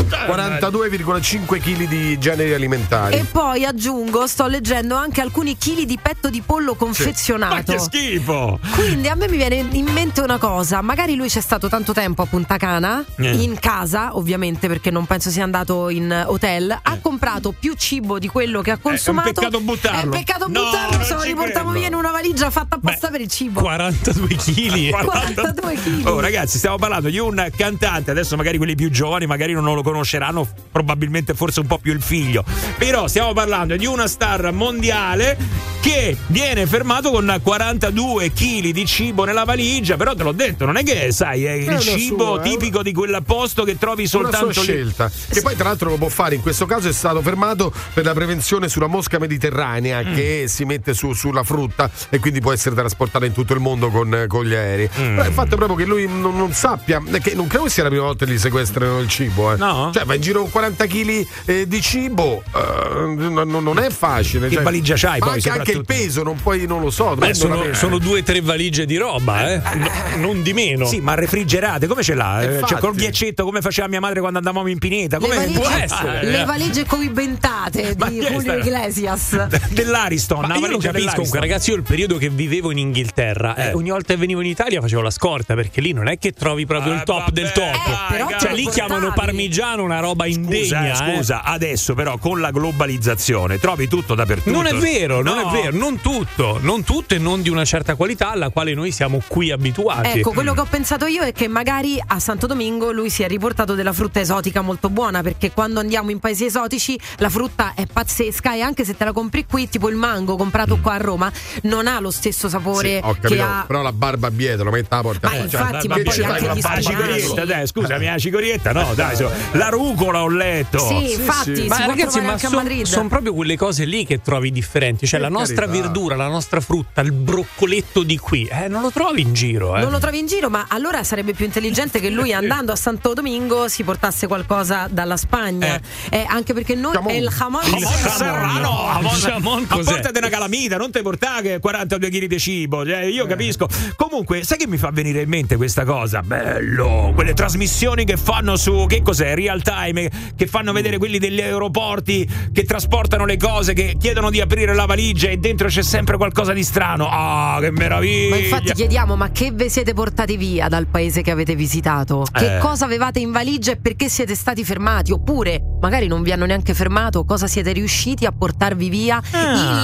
S4: 42,5 kg di generi alimentari.
S3: E poi aggiungo, sto leggendo anche alcuni chili di petto di pollo
S9: Ma
S3: confezionato.
S9: che schifo!
S3: Quindi a me mi viene in mente una cosa, magari lui c'è stato tanto tempo a Punta Cana,
S9: Eh.
S3: in casa ovviamente perché non penso sia andato in hotel, ha comprato più cibo di quello che ha consumato.
S9: peccato buttarlo.
S3: È un peccato
S9: No,
S3: buttarlo,
S9: non
S3: se lo
S9: ci
S3: riportavo
S9: credo.
S3: via in una valigia fatta apposta per il cibo.
S9: 42 kg
S3: 42 kg.
S9: Oh ragazzi stiamo parlando di un cantante Adesso magari quelli più giovani Magari non lo conosceranno Probabilmente forse un po' più il figlio Però stiamo parlando di una star mondiale
S1: che viene fermato con 42 kg di cibo nella valigia. Però te l'ho detto, non è che sai, è
S4: una
S1: il cibo
S4: sua, eh.
S1: tipico di quel posto che trovi soltanto
S4: una sua
S1: lì.
S4: scelta che poi tra l'altro lo può fare in questo caso è stato fermato per la prevenzione sulla mosca mediterranea
S6: Mm.
S4: che si mette su- sulla frutta e quindi può essere trasportata in tutto il mondo con, con gli aerei
S6: Mm.
S1: eh.
S4: Però il fatto è proprio che lui non, non sappia eh, che non credo che sia la prima volta che gli sequestrano il cibo eh.
S1: No?
S4: cioè va in giro con 40 kg di cibo eh, non, non- non è facile
S6: Che
S4: cioè.
S6: valigia c'hai
S4: Ma
S6: poi,
S4: anche, anche il
S6: soprattutto?
S4: peso non, puoi, non lo so
S6: Beh,
S4: non-
S6: sono,
S4: non la-
S6: sono due o tre valigie di roba, eh. No, non di meno.
S1: Sì, ma refrigerate, come ce l'ha?
S6: Eh,
S1: Eh,
S6: infatti.
S1: Cioè, col ghiaccetto, come faceva mia madre quando andavamo in pineta?
S3: Le
S1: Come
S3: valigie, le
S1: eh.
S3: valigie coibentate
S1: Ma chi
S3: di
S1: è
S3: Julio
S1: sta-
S3: Iglesias.
S1: dell'Ariston.
S6: Ma
S1: la
S6: io non
S1: valigia
S6: capisco comunque,
S1: dell'Ariston.
S6: ragazzi, io il periodo che vivevo in Inghilterra, eh, ogni volta che venivo in Italia facevo la scorta, perché lì non è che trovi proprio
S1: Eh,
S6: il top del top. cioè lì chiamano parmigiano una roba indegna.
S1: Scusa,
S6: eh.
S1: scusa, adesso però con la globalizzazione trovi tutto dappertutto.
S6: Non è vero, non
S1: No.
S6: è vero, non tutto, non tutto e non di una certa qualità alla quale noi siamo qui abituati.
S3: Ecco,
S1: Mm.
S3: quello che ho pensato io è che magari a Santo Domingo lui si è riportato della frutta esotica molto buona, perché quando andiamo in paesi esotici la frutta è pazzesca e anche se te la compri qui, tipo il mango comprato qua a Roma, non ha lo stesso
S4: Sì,
S3: sapore
S4: ho
S3: che
S4: capito,
S3: ha...
S4: però la barba dietro, lo metta la porta.
S1: Eh,
S3: Ma
S1: cioè,
S3: infatti, ma
S4: che
S3: poi
S4: ci fai
S3: anche
S4: con
S3: gli
S4: la barba
S3: spinaci.
S4: dietro?
S1: Corietta, dai, scusami, la cicorietta, no, dai, so- la rucola ho letto.
S3: Sì, Sì, infatti, sì. si
S6: Ma
S3: può
S6: ragazzi,
S3: trovare
S6: ma
S3: anche a
S6: sono
S3: Madrid.
S6: proprio quelle cose lì che trovi differenti. Cioè,
S1: Per
S6: la nostra
S1: carità.
S6: verdura, la nostra frutta, il broccoletto di qui, eh, non lo trovi in giro. Eh.
S3: Non lo trovi in giro, ma allora sarebbe più intelligente che lui andando a Santo Domingo si portasse qualcosa dalla Spagna. Eh, anche perché noi è il jamon
S1: Il serrano,
S6: Jamon.
S1: jamon,
S6: Jamon
S1: a
S6: cos'è?
S1: portate una calamita, non te portate 42 kg di cibo, cioè, io capisco. Comunque, sai che mi fa venire in mente questa cosa? Bello, quelle trasmissioni che fanno su che cos'è? Real time che fanno vedere quelli degli aeroporti che trasportano le cose, che chiedono di aprire la valigia e dentro c'è sempre qualcosa di strano. Ah, che meraviglia!
S3: Ma infatti chiediamo, ma che vi siete portati via dal paese che avete visitato? Che
S1: Eh.
S3: cosa avevate in valigia e perché siete stati fermati? Oppure, magari non vi hanno neanche fermato, cosa siete riusciti a portarvi via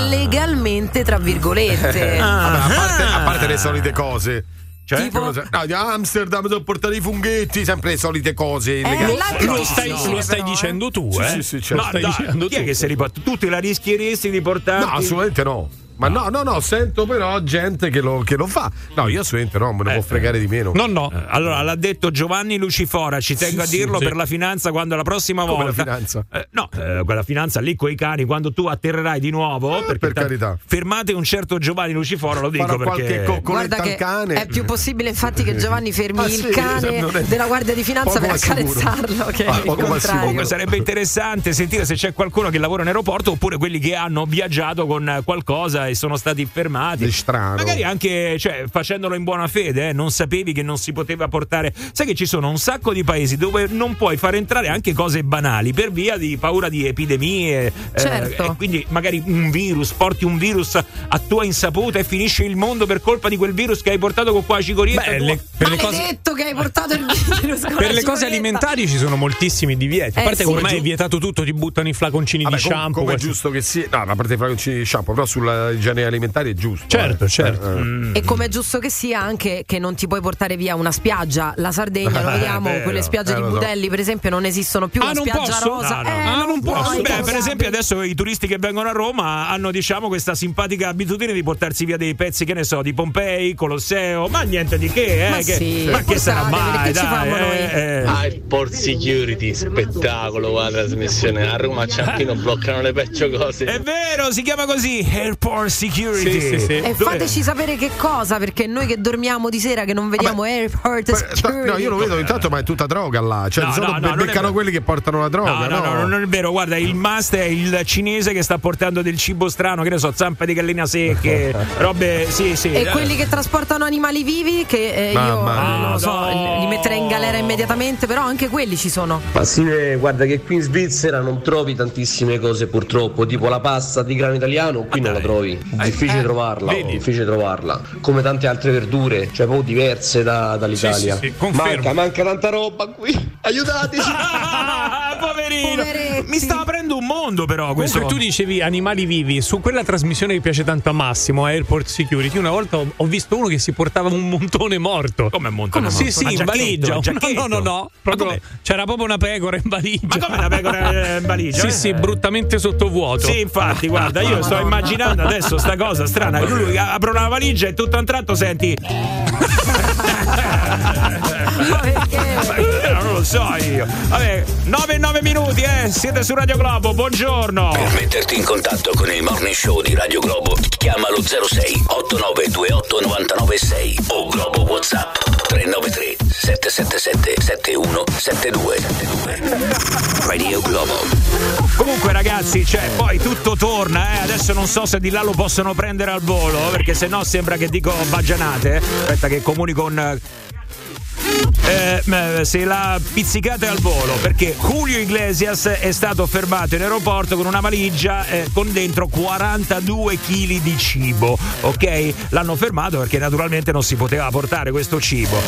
S3: illegalmente, tra virgolette?
S4: Eh,
S1: Ah.
S4: Vabbè, a, parte, a parte le solite cose. Cioè,
S3: Tipo?
S4: che cosa- no, di Amsterdam devo portare i funghetti, sempre le solite cose.
S3: Eh,
S6: lo,
S4: illegali.
S6: lo stai, lo stai dicendo tu,
S4: Sì,
S6: eh?
S4: sì, sì, certo.
S6: Lo
S4: Ma
S6: stai
S4: dai,
S6: dicendo
S1: chi è
S6: tu.
S1: che se li porta? Tu te la rischieresti di portare?
S4: No, assolutamente no. Ma no, no, no, sento però gente che lo, che lo fa. No, io assolutamente no, me ne può fregare di meno.
S6: No, no.
S1: Eh, Allora, l'ha detto Giovanni Lucifora, ci
S4: Sì,
S1: tengo a
S4: sì,
S1: dirlo
S4: sì.
S1: per la finanza quando la prossima
S4: Come la
S1: volta.
S4: finanza?
S1: Eh, no, eh, quella finanza lì coi cani, quando tu atterrerai di nuovo, perché
S4: Ah, per
S1: ta-
S4: carità.
S1: fermate un certo Giovanni Lucifora, lo dico
S4: Farà
S1: perché
S4: qualche coccoletta
S3: Guarda
S4: al
S3: che
S4: cane.
S3: è più possibile infatti che Giovanni fermi
S4: Ma
S3: il
S4: Ah, sì, non
S3: cane
S4: è-
S3: della Guardia di
S4: Poco
S3: Finanza per
S4: ma sicuro.
S3: accarezzarlo. Che è
S4: Ah,
S3: il
S4: poco ma sicuro.
S3: contrario.
S1: Comunque sarebbe interessante sentire se c'è qualcuno che lavora in aeroporto oppure quelli che hanno viaggiato con eh, qualcosa e sono stati fermati.
S4: Di strano.
S1: Magari anche cioè, facendolo in buona fede, eh, non sapevi che non si poteva portare. Sai che ci sono un sacco di paesi dove non puoi far entrare anche cose banali per via di paura di epidemie. eh,
S3: Certo.
S1: e quindi magari un virus, porti un virus a tua insaputa e finisce il mondo per colpa di quel virus che hai portato con qua a Cicorietta.
S6: Beh,
S1: tua.
S6: le- per le cose,
S3: Maledetto che hai portato il virus con
S6: per
S3: la
S6: le cose
S3: cicletta.
S6: alimentari ci sono moltissimi divieti. A
S3: Eh,
S6: parte
S3: sì.
S6: che ormai
S3: Come
S6: è
S3: giu-
S6: vietato tutto, ti buttano i flaconcini
S4: Vabbè,
S6: di
S4: com-
S6: shampoo.
S4: come è
S6: questo-
S4: giusto che sia. No, a parte i flaconcini di shampoo, però sulla igiene alimentare è giusto.
S6: Certo,
S4: eh.
S6: certo.
S4: Eh, eh.
S3: E come è giusto che sia anche che non ti puoi portare via una spiaggia, la Sardegna, lo
S4: Eh,
S3: vediamo,
S4: vero,
S3: quelle spiagge
S4: eh,
S3: di
S4: lo so.
S3: Budelli per esempio non esistono più,
S6: Ah,
S3: la
S6: non
S3: spiaggia
S6: posso? No,
S3: rosa.
S6: no.
S3: Eh,
S6: Ah, non posso.
S3: puoi,
S1: Beh,
S3: non
S1: per
S3: puoi.
S1: esempio, adesso i turisti che vengono a Roma hanno, diciamo, questa simpatica abitudine di portarsi via dei pezzi, che ne so, di Pompei, Colosseo, ma niente di che, eh.
S3: Ma
S1: che,
S3: sì,
S1: ma che
S3: portatevele,
S1: sarà mai?
S3: che ci
S1: dai,
S3: famo noi?
S1: eh, eh.
S5: Ah. Airport Security, spettacolo qua la trasmissione. A Ruma a Ciampino bloccano le peggio
S1: È
S5: cose.
S1: vero, si chiama così Airport Security.
S5: Sì, sì, sì.
S3: Eh, E
S1: Dove-
S3: fateci sapere che cosa, perché noi che dormiamo di sera, che non vediamo airport
S4: Ta-
S3: security.
S4: No, io lo vedo intanto, ma è tutta droga là. Cioè,
S1: No,
S4: di solito
S1: no, no,
S4: be-
S1: non è
S4: beccano
S1: vero.
S4: quelli che portano la droga.
S1: No, no, no, non è vero, guarda, il master è il cinese che sta portando del cibo strano, che ne so, zampe di gallina secche, robe, sì, sì. eh.
S3: E quelli che trasportano animali vivi, che eh, io
S1: Mamma mia.
S3: non lo so, li- li metterei in galera immediatamente, però anche quelli ci sono.
S19: Ma sì, eh, guarda che qui in Svizzera non trovi tantissime cose purtroppo, tipo la pasta di grano italiano,
S1: Ah,
S19: qui non la trovi,
S1: Eh,
S19: difficile trovarla, difficile trovarla, come tante altre verdure, cioè proprio diverse da- dall'Italia.
S5: Sì, sì, sì, confermo.
S19: manca, manca tanta roba qui, aiutateci!
S1: Ah, poverino! Mi sta aprendo un mondo, però, questo.
S6: Comunque tu dicevi animali vivi, su quella trasmissione che piace tanto a Massimo, Airport Security, una volta ho, ho visto uno che si portava un montone morto.
S1: Come montone
S6: Sì,
S1: morto?
S6: Sì,
S1: Ma
S6: in
S1: giacchetto,
S6: valigia.
S1: giacchetto?
S6: No, no, no, no.
S1: Ma
S6: Proprio-
S1: come?
S6: c'era proprio una pecora in valigia. Ma
S1: come una pecora in valigia?
S6: Sì,
S1: Eh.
S6: sì, bruttamente sottovuoto.
S1: Sì, infatti, guarda, io sto immaginando successo sta cosa strana. Lui apre una valigia e tutto a un tratto senti. Ma non lo so io. Vabbè, 9 e 9 minuti, eh. Siete su Radio Globo, buongiorno.
S8: Per metterti in contatto con il morning show di Radio Globo, chiamalo 06 8928 996 o Globo WhatsApp 393 777 7172. Radio Globo.
S1: Comunque, ragazzi, cioè, poi tutto torna, eh. Adesso non so se di là lo possono prendere al volo, perché se no sembra che dico baggianate. eh. Aspetta che comunico con. Eh, eh, se la pizzicate al volo perché Julio Iglesias è stato fermato in aeroporto con una valigia eh, con dentro 42 kg di cibo, ok? L'hanno fermato perché naturalmente non si poteva portare questo cibo.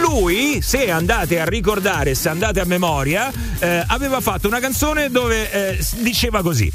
S1: Lui, se andate a ricordare, se andate a memoria, eh, aveva fatto una canzone dove eh, s- diceva così: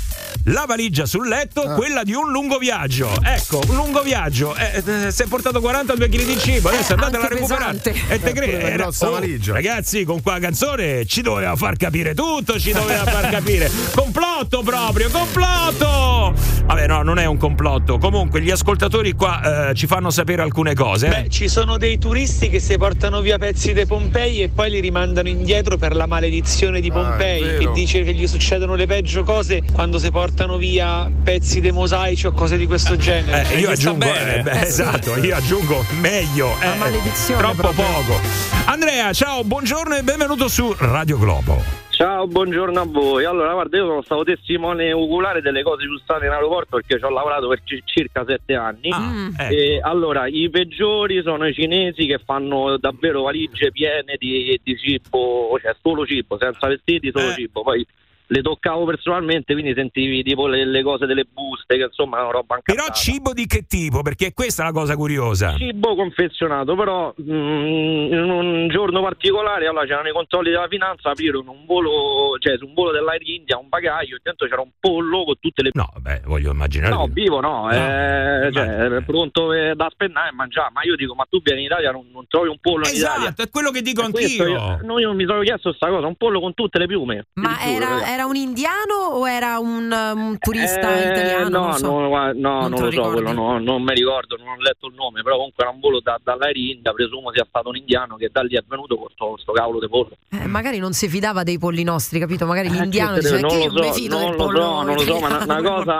S1: La valigia sul letto, quella di un lungo viaggio. Ecco, un lungo viaggio. Eh, eh, si è portato 42 kg di cibo, adesso
S6: Eh,
S1: andatela a
S4: anche
S1: recuperare.
S4: pesante.
S1: E te
S4: Eh,
S1: credi?
S4: pure una
S1: Era-
S4: grossa
S1: oh,
S4: valigia.
S1: Ragazzi, con qua canzone ci doveva far capire tutto, ci doveva far capire. Complotto proprio, complotto! Vabbè, no, non è un complotto. Comunque, gli ascoltatori qua eh, ci fanno sapere alcune cose. eh.
S18: Beh, ci sono dei turisti che si portano via pezzi dei Pompei e poi li rimandano indietro per la maledizione di Pompei, che dice che gli succedono le peggio cose quando si portano via pezzi dei mosaici o cose di questo genere.
S1: Eh, io aggiungo, eh, beh, esatto, io aggiungo meglio. eh, troppo poco. Andrea, ciao, buongiorno e benvenuto su Radio Globo.
S36: Ciao, buongiorno a voi. Allora, guarda, io sono stato testimone oculare delle cose giustate in aeroporto perché ci ho lavorato per ci- circa sette anni. E allora, i peggiori sono i cinesi che fanno davvero valigie piene di, di cibo, cioè solo cibo, senza vestiti, solo cibo. Poi le toccavo personalmente, quindi sentivi tipo le, le cose delle buste, che insomma è una roba anche.
S1: Però cibo di che tipo? Perché questa è la cosa curiosa.
S36: cibo confezionato, però mh, in un giorno particolare allora c'erano i controlli della finanza, aprirono un volo, cioè su un volo dell'Air India un bagaglio e dentro c'era un pollo con tutte le
S1: No, beh, voglio immaginare.
S36: No, vivo no, eh, cioè, era pronto eh, da spennare e mangiare, ma io dico, ma tu vieni in Italia non, non trovi un pollo in
S1: Esatto,
S36: Italia.
S1: è quello che dico
S36: E questo
S1: anch'io.
S36: Io, no, io mi sono chiesto questa cosa, un pollo con tutte le piume.
S3: Ma era, era un indiano o era un, um, turista
S36: Eh,
S3: italiano?
S36: No,
S3: non so.
S36: no, guarda, no, non,
S3: te lo
S36: lo so,
S3: ricordi?
S36: quello no, non mi ricordo, non ho letto il nome, però comunque era un volo da, dall'Air India, presumo sia stato un indiano che da lì è venuto con sto, sto cavolo di pollo.
S3: Eh, magari non si fidava dei polli nostri, capito? Magari l'indiano
S36: Cioè,
S3: diceva
S36: non
S3: che io
S36: lo
S3: "Eh, mi
S36: so,
S3: fido
S36: non
S3: del
S36: lo
S3: pollo.
S36: so, non lo so, ma una, una
S3: italiano.
S36: cosa,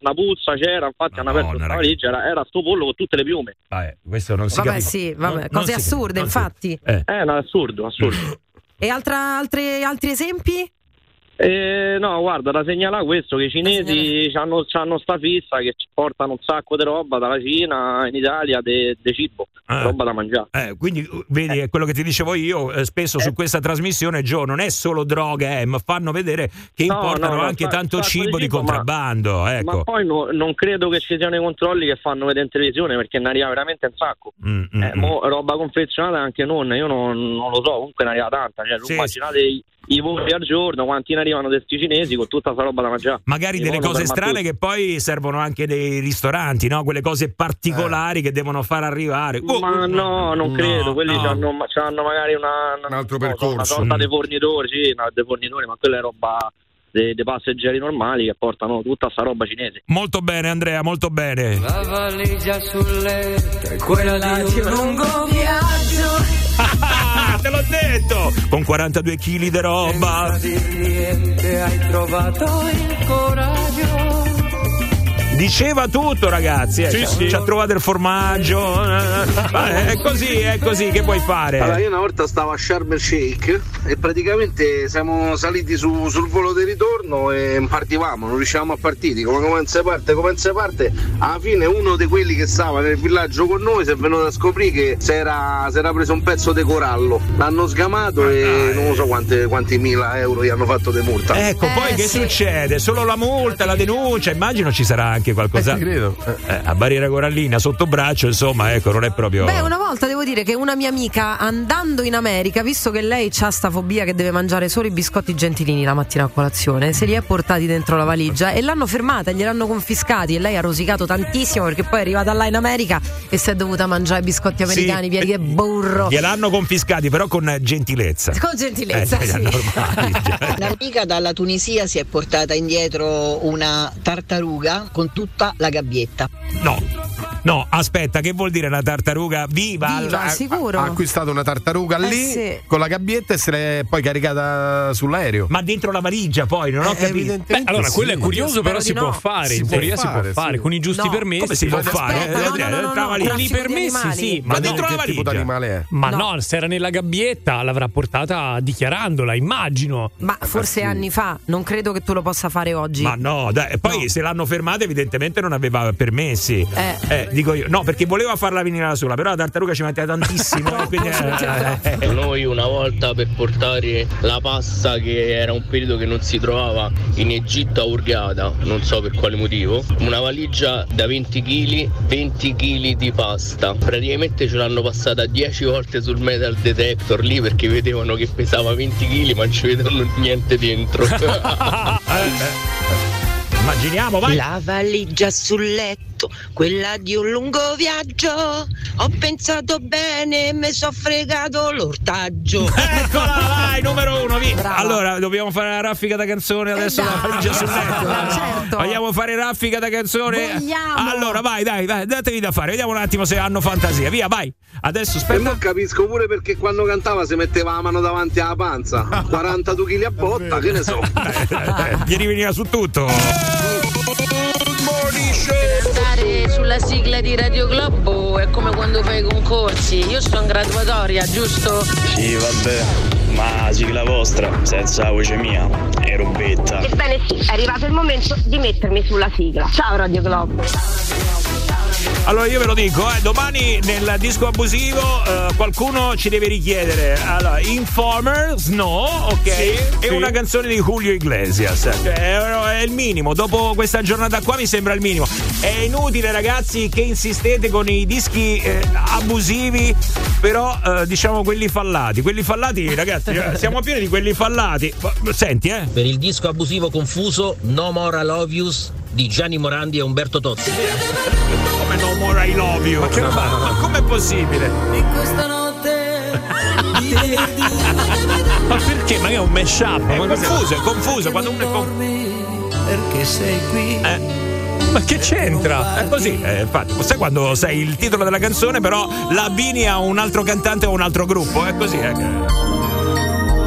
S36: una puzza c'era, infatti hanno aperto la valigia, era, era sto pollo con tutte le piume.
S1: questo non
S3: Vabbè, sì, vabbè, cose assurde, infatti.
S1: Eh,
S36: no, assurdo, assurdo.
S3: E altra- altre- altri esempi?
S36: Eh, no, guarda, da segnalare questo che i cinesi hanno sta fissa che ci portano un sacco di roba dalla Cina in Italia, de, de cibo,
S1: Ah.
S36: roba da mangiare.
S1: Eh, quindi uh, vedi è quello che ti dicevo io eh, spesso su questa trasmissione Gio non è solo droga eh, ma fanno vedere che
S36: No,
S1: importano
S36: no, no,
S1: anche
S36: sa-
S1: tanto
S36: sacco di
S1: cibo di
S36: cibo, ma-
S1: contrabbando
S36: Ma
S1: ecco
S36: poi no- non credo che ci siano i controlli che fanno vedere in televisione perché ne arriva veramente un sacco.
S1: Mm,
S36: Eh, mo, roba confezionata anche non, io non, non lo so, comunque ne arriva tanta. Cioè, immaginate i, i voli al giorno, quanti ne arrivano questi cinesi con tutta sta roba da mangiare.
S1: magari
S36: I
S1: delle
S36: volo
S1: cose
S36: per
S1: strane
S36: Mattuzzi.
S1: che poi servono anche nei ristoranti no? quelle cose particolari che devono far arrivare
S36: Eh.
S1: Oh,
S36: Ma no, non credo, quelli
S1: no.
S36: hanno, magari una, un altro Una
S1: percorso.
S36: sorta
S1: Mm.
S36: dei fornitori, sì, no, dei fornitori, ma quella è roba dei, dei passeggeri normali che portano tutta sta roba cinese.
S1: molto bene Andrea molto bene
S35: La valigia sul letto è
S1: quella di un
S10: Oh,
S1: lungo
S35: viaggio.
S1: Ah, te l'ho detto con 42 kg di roba
S35: niente hai trovato il coraggio.
S1: Diceva tutto, ragazzi. eh.
S35: Sì,
S1: Ci-
S35: sì.
S1: Ci ha trovato il formaggio. eh, eh, È così, è così che puoi
S10: Allora, io
S1: fare.
S10: una volta stavo a Sharm el Sheikh e praticamente siamo saliti su- sul volo di ritorno e partivamo, non riuscivamo a partire. Come comincia parte, comincia parte. Alla fine uno di quelli che stava nel villaggio con noi si è venuto a scoprire che si era si era preso un pezzo di corallo. L'hanno sgamato e non so quante- quanti mila euro gli hanno fatto di multa.
S3: Eh,
S1: Ecco, poi che succede? Solo la multa, la denuncia, immagino ci sarà anche qualcosa. Eh, a barriera corallina sotto braccio, insomma, ecco, non è proprio.
S3: Beh, una volta devo dire che una mia amica andando in America, visto che lei ha sta fobia che deve mangiare solo i biscotti gentilini la mattina a colazione, se li ha portati dentro la valigia e l'hanno fermata, gliel'hanno confiscati e lei ha rosicato tantissimo perché poi è arrivata là in America e si è dovuta mangiare i biscotti americani
S1: Sì,
S3: pieni di burro.
S1: Gliel'hanno confiscati, però con eh, gentilezza.
S3: Con gentilezza,
S1: Eh,
S3: sì.
S1: normali.
S37: Un'amica dalla Tunisia si è portata indietro una tartaruga con
S40: tutta la gabbietta.
S1: No. No, aspetta, che vuol dire una tartaruga viva?
S4: Viva,
S1: Allora-
S4: Ha acquistato una tartaruga
S1: Eh,
S4: lì
S1: sì.
S4: con la gabbietta e se l'è poi caricata sull'aereo. Eh,
S1: Ma dentro la valigia poi, non ho capito.
S4: Evidentemente
S6: Beh, Eh, allora,
S4: sì.
S6: quello è curioso, però si può fare. in teoria si può fare.
S4: sì.
S6: Con i giusti permessi.
S1: Come si può
S6: Aspetta,
S1: fare?
S6: no,
S1: Eh,
S6: no, no, no,
S1: tra
S6: no,
S1: valigie.
S6: Con i permessi, sì.
S4: Ma dentro
S6: no,
S4: la
S6: che
S4: valigia?
S6: tipo d'animale è? Ma no. se era nella gabbietta l'avrà portata dichiarandola, immagino. Ah,
S41: Ma forse anni fa, non credo che tu lo possa fare oggi.
S1: Ma no, dai, e poi se l'hanno fermata evidentemente non aveva permessi. Eh, dico io, no, perché voleva farla venire da sola, però la tartaruga ci metteva tantissimo. e quindi,
S9: Cioè,
S1: eh, eh, eh.
S9: Noi una volta per portare la pasta che era un periodo che non si trovava in Egitto a Urgada, non so per quale motivo, una valigia da 20 kg, 20 kg di pasta. Praticamente ce l'hanno passata 10 volte sul metal detector lì perché vedevano che pesava 20 kg ma non ci vedevano niente dentro.
S1: Immaginiamo, vai.
S3: La valigia sul letto, quella di un lungo viaggio. Ho pensato bene, mi sono fregato l'ortaggio.
S1: Eccola, vai, numero uno, via. Allora, dobbiamo fare la raffica da canzone adesso. la valigia sul letto.
S10: Esatto.
S3: Cioè,
S1: Vogliamo fare raffica da canzone?
S40: Vogliamo.
S1: Allora, vai, dai, dai, datevi da fare. Vediamo un attimo se hanno fantasia. Via, vai. Adesso
S35: E
S1: aspetta.
S35: non capisco pure perché quando cantava si metteva la mano davanti alla panza. 42 kg a botta, che ne so.
S1: Eh, Gli riveniva su tutto.
S11: Andare sulla sigla di Radio Globo è come quando fai i concorsi. Io sto in graduatoria, giusto?
S37: Sì, vabbè, ma sigla vostra, senza voce mia, è robetta.
S11: Ebbene sì, è arrivato il momento di mettermi sulla sigla. Ciao Radio Globo.
S1: Allora io ve lo dico, eh, domani nel disco abusivo eh, qualcuno ci deve richiedere allora, Informer, Snow, ok? e una canzone di Julio Iglesias. Cioè, è, è il minimo, dopo questa giornata qua mi sembra il minimo. È inutile ragazzi che insistete con i dischi eh, abusivi, però eh, diciamo quelli fallati. Quelli fallati ragazzi, eh, siamo pieni di quelli fallati. Ma- Senti eh.
S42: Per il disco abusivo confuso No More Lovius di Gianni Morandi e Umberto Tozzi.
S1: Come No More I Love You. Ma, che- ma- ma com'è possibile?
S30: E questa notte ti vedi
S6: Ma perché? Ma che è un mashup?
S1: È confuso, è confuso. Quando uno è confuso.
S30: perché sei qui.
S1: Ma che c'entra? È così, eh, infatti. Sai quando sai il titolo della canzone, però la abbini a un altro cantante o un altro gruppo? È così, eh.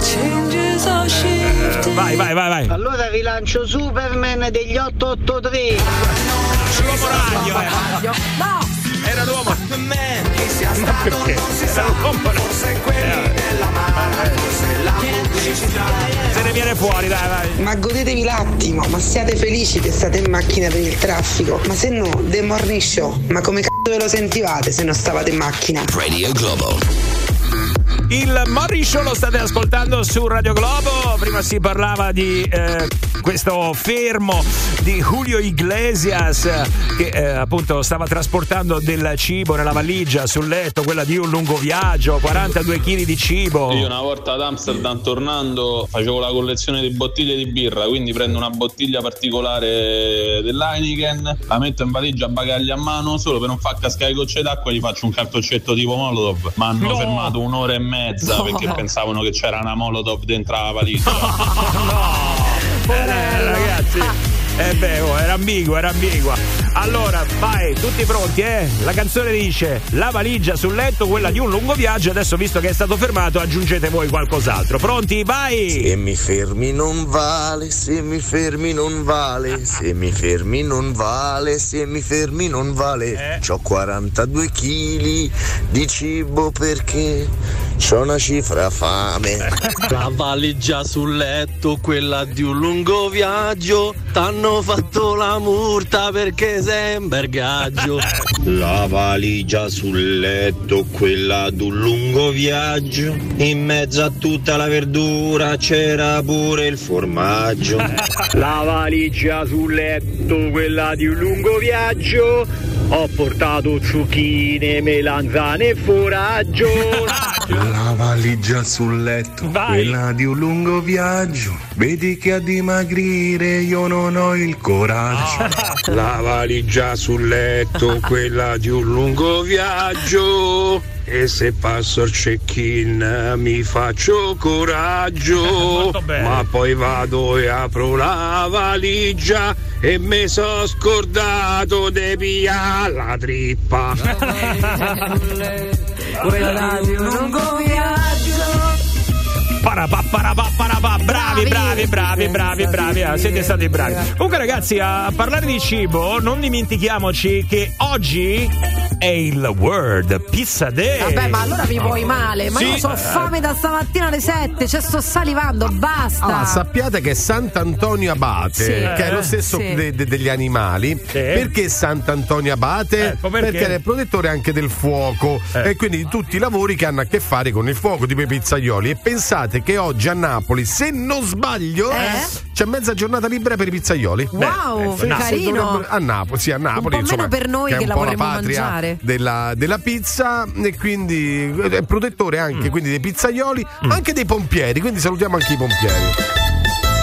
S30: Changes are shifting.
S1: Eh, Vai, vai, vai, vai.
S30: Allora rilancio Superman degli 883.
S1: L'uomo
S30: ragno. No!
S1: eh. Era l'uomo.
S30: Che sia stato non si sa. Forse
S1: Eh.
S30: quelli della mano, forse la pubblicità.
S1: Se ne viene fuori, dai, vai.
S10: Ma godetevi l'attimo, ma siate felici che state in macchina per il traffico. Ma se no, The Morning Show, ma come cazzo ve lo sentivate se non stavate in macchina?
S43: Radio Globo.
S1: Il Morning Show lo state ascoltando su Radio Globo. Prima si parlava di eh, questo fermo di Julio Iglesias eh, che eh, appunto stava trasportando del cibo nella valigia sul letto, quella di un lungo viaggio, 42 kg di cibo.
S37: Io una volta ad Amsterdam tornando facevo la collezione di bottiglie di birra, quindi prendo una bottiglia particolare dell'Heineken, la metto in valigia a bagagli a mano, solo per non far cascare gocce d'acqua gli faccio un cartoccetto tipo Molotov, ma hanno
S1: No.
S37: fermato un'ora e mezza
S1: No.
S37: perché pensavano che c'era una Molotov dentro la valigia.
S1: Eh, ragazzi. Eh beh, oh, era ambigua, era ambigua. Allora, vai, tutti pronti, eh? La canzone dice la valigia sul letto, quella di un lungo viaggio. Adesso, visto che è stato fermato, aggiungete voi qualcos'altro. Pronti? Vai!
S20: Se mi fermi non vale, se mi fermi non vale, se mi fermi non vale, se mi fermi non vale.
S1: Eh.
S20: C'ho 42 kg di cibo perché c'ho una cifra fame.
S9: La valigia sul letto, quella di un lungo viaggio, t'hanno fatto la multa perché sei in bergaggio.
S37: La valigia sul letto, quella d'un lungo viaggio. In mezzo a tutta la verdura c'era pure il formaggio.
S9: La valigia sul letto, quella di un lungo viaggio, ho portato zucchine, melanzane e foraggio.
S44: La valigia sul letto, quella di un lungo viaggio. Vedi che a dimagrire io non ho il coraggio.
S45: La valigia sul letto, quella di un lungo viaggio. E se passo il check-in mi faccio
S1: Eh,
S45: coraggio. Ma poi vado e apro la valigia
S46: e mi sono scordato di pia la trippa.
S1: Ah,
S35: Quella di un lungo viaggio.
S1: Parapà, parapà, parapà. Bravi, bravi, bravi, bravi, bravi. Ah, siete stati bravi. Comunque, ragazzi, a parlare di cibo, non dimentichiamoci che oggi è il World Pizza Day. Oh.
S3: Vabbè, ma allora vi vuoi male. Ma
S1: Eh. Sì.
S3: io so fame da stamattina alle 7, cioè sto salivando, basta.
S4: Ah, sappiate che Sant'Antonio Abate,
S3: Sì.
S4: che è lo
S3: Eh,
S4: stesso
S3: sì.
S4: de- de- degli animali, perché Sant'Antonio Abate?
S1: Ecco, perché? Eh,
S4: perché? era il protettore anche del fuoco e quindi di tutti i lavori che hanno a che fare con il fuoco, tipo i pizzaioli. E pensate che oggi a Napoli, se non sbaglio, c'è mezza giornata libera per i pizzaioli.
S3: Eh? Wow, eh,
S4: Se
S3: carino.
S4: dovrebbero- A Napoli, sì, a Napoli.
S3: po'
S4: insomma,
S3: meno per noi
S4: che,
S3: che
S4: è un
S3: la
S4: po' la
S3: vorremmo
S4: patria
S3: mangiare.
S4: Della, della pizza e quindi eh, è protettore anche
S1: Mm.
S4: quindi dei pizzaioli, anche dei pompieri, quindi salutiamo anche i pompieri.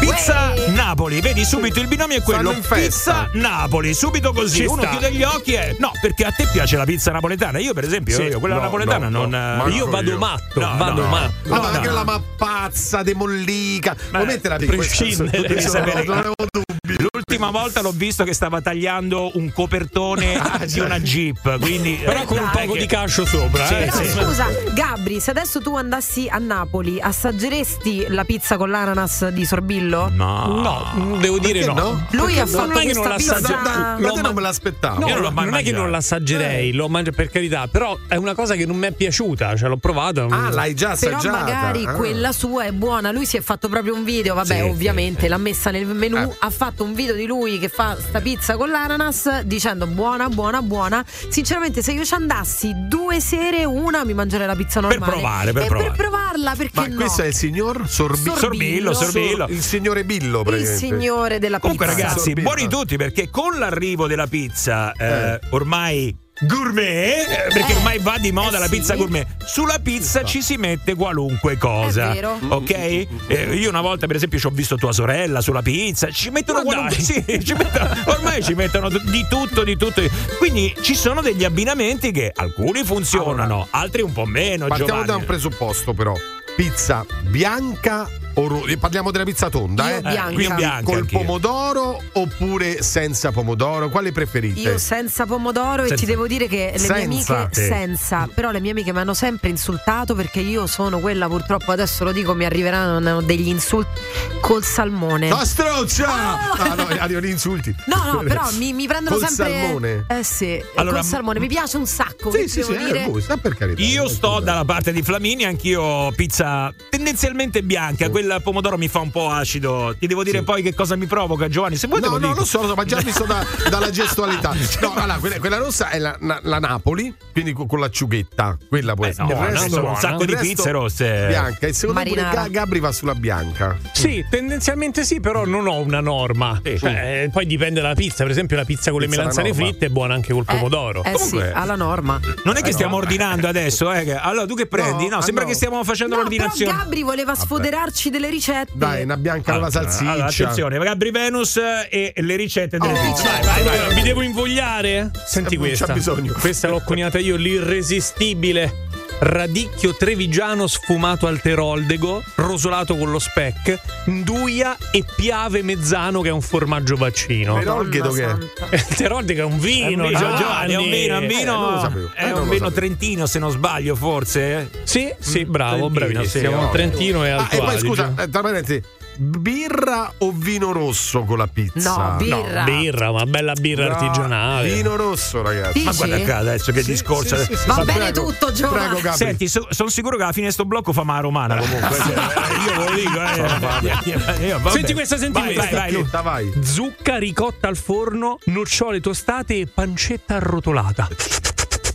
S1: Pizza Napoli, vedi subito il binomio è quello.
S4: Stanno in
S1: Pizza Napoli, subito così.
S4: Ci
S1: Uno
S4: sta.
S1: chiude gli occhi e. No, perché a te piace la pizza napoletana. Io, per esempio,
S6: Sì.
S1: io quella
S6: No,
S1: napoletana
S6: no,
S1: non.
S6: no.
S1: eh,
S6: Manco Io vado io. matto, vado matto.
S4: Ma
S1: No,
S4: va,
S1: no,
S4: anche
S1: no.
S4: la mappazza de mollica. Vuoi metterla di
S1: prescindere, devi
S4: questa?
S1: sapere.
S4: Non avevo
S1: L'ultima volta l'ho visto che stava tagliando un copertone
S4: Ah,
S1: di una
S4: certo.
S1: Jeep, quindi eh,
S6: Però con un poco di cascio sopra, eh.
S1: Sì,
S6: Però,
S1: sì.
S3: Scusa, Gabri, se adesso tu andassi a Napoli, assaggeresti la pizza con l'ananas di Sorbillo?
S6: No, devo dire
S3: Perché
S6: no.
S3: no? Lui ha fatto
S6: non è che non
S3: questa pizza-
S6: l'assaggerei.
S3: Ma te non me
S4: l'aspettavo.
S6: non, è che non l'assaggerei, l'ho mangiato per carità, però è una cosa che non mi è piaciuta, cioè l'ho provata.
S4: Ah, l'hai già
S3: Però magari quella sua è buona. Lui si è fatto proprio un video, vabbè,
S6: Ah. Sì,
S3: ovviamente l'ha messa nel menù.
S6: Eh.
S3: Ha fatto un video di lui che fa sta pizza con l'ananas dicendo buona, buona, buona. Sinceramente, se io ci andassi due sere, una mi mangerei la pizza normale.
S4: provare, per
S3: e
S4: provare.
S3: per provarla, perché
S4: Ma
S3: no?
S4: questo è il signor Sorbi-
S1: Sorbillo, Sorbillo.
S4: Il signore Billo,
S3: Il
S4: praticamente.
S3: signore della
S1: Comunque,
S3: pizza.
S1: ragazzi,
S4: Sorbino.
S1: buoni tutti perché con l'arrivo della pizza eh, ormai gourmet, eh, perché ormai va di moda la pizza gourmet, sulla pizza ci si mette qualunque cosa.
S6: È vero.
S1: Ok? Eh, io una volta, per esempio, ci ho visto tua sorella sulla pizza, ci mettono qualunque. Sì, ci mettono- ormai ci mettono di tutto, di tutto. Quindi ci sono degli abbinamenti che alcuni funzionano, altri un po' meno.
S4: Partiamo
S1: Giovanni.
S4: da un presupposto, però. Pizza bianca o ro- e Parliamo della pizza tonda,
S1: Io
S4: eh?
S1: bianca.
S4: Quindi
S1: Io bianca
S4: col
S1: anch'io.
S4: pomodoro oppure senza pomodoro? Quale preferite?
S3: Io senza pomodoro e
S4: Senza-
S3: ti devo dire che le mie
S4: Senza.
S3: amiche
S4: Sì.
S3: senza, però le mie amiche mi hanno sempre insultato perché io sono quella purtroppo adesso lo dico mi arriveranno degli insulti col salmone.
S4: No, strozza! Ah, no, arrivano gli insulti.
S3: No, no, però mi, mi prendono
S4: Col
S3: sempre
S4: salmone.
S3: Eh sì,
S1: Allora,
S3: col salmone mi piace un sacco, che
S4: Sì,
S3: devo
S4: sì, eh,
S3: dire.
S4: voi, sta per carità.
S1: Io sto dalla parte di Flamini, anch'io pizza tendenzialmente bianca, quella al pomodoro mi fa un po' acido. Ti devo dire poi che cosa mi provoca Giovanni, se vuoi te
S4: No,
S1: lo
S4: no,
S1: dico.
S4: lo so, lo so, ma già visto dalla gestualità. No, allora, quella, quella rossa è la, na- la Napoli, quindi co- con, l'acciughetta. Quella può essere.
S1: buona,
S4: Il resto-
S1: buona. Un sacco
S4: il
S1: di
S4: resto
S1: pizze rosse.
S4: Bianca. E secondo me pure
S6: Marinara.
S4: Ga- Gabri va sulla bianca.
S6: Sì, tendenzialmente sì, però non ho una norma. Cioè, eh, poi dipende dalla pizza. Per esempio, la pizza con le
S1: Pizza alla
S6: melanzane
S1: norma.
S6: fritte è buona anche col pomodoro.
S3: Eh sì, alla norma.
S1: Non è che stiamo ordinando adesso, eh? che- Allora, tu che prendi? No,
S6: ah,
S1: sembra
S6: no.
S1: che stiamo facendo
S3: No, però
S1: l'ordinazione.
S3: Gabri voleva sfoderarci delle ricette.
S4: Dai, una bianca con la
S1: Allora,
S4: salsiccia.
S1: allora, attenzione, Gabri Venus e le ricette delle pizze. Vai, vai, vai.
S6: Mi devo invogliare? Senti
S1: Non c'è
S6: questa.
S1: bisogno.
S6: Questa l'ho coniata io, l'irresistibile. Radicchio trevigiano sfumato al teroldego, rosolato con lo spec, nduia e piave mezzano che è un formaggio vaccino.
S4: Teroldego che è?
S6: Il teroldego è un vino,
S1: È Eh, un vino,
S6: Giovanni.
S1: Giovanni, è un vino,
S6: Eh,
S1: è un
S6: non lo
S1: vino,
S6: sapevo. Eh,
S1: è
S6: non
S1: un
S6: lo
S1: vino
S6: sapevo.
S1: trentino, se non sbaglio, forse.
S6: Sì, sì,
S1: Mm,
S6: bravo,
S1: trentino,
S6: bravissimo.
S1: sì,
S6: Siamo
S1: no.
S6: Trentino e
S4: Ah,
S6: Alto
S4: e poi
S6: Adige.
S4: scusa, eh, tra parentesi, birra o vino rosso con la pizza?
S6: No, birra. birra, ma bella birra
S4: No,
S6: artigianale.
S4: Vino rosso, ragazzi.
S1: Ma guarda qua adesso che discorso.
S4: Ma prego, Prego, Gabri.
S1: Senti, sono sicuro che alla fine sto blocco fa mano romana comunque. Eh, io ve lo dico. eh. Io, vabbè.
S6: Senti questa, senti
S1: Vai,
S6: questa.
S1: Vai, vai, Lu.
S6: Zucca ricotta al forno, nocciole tostate e pancetta arrotolata.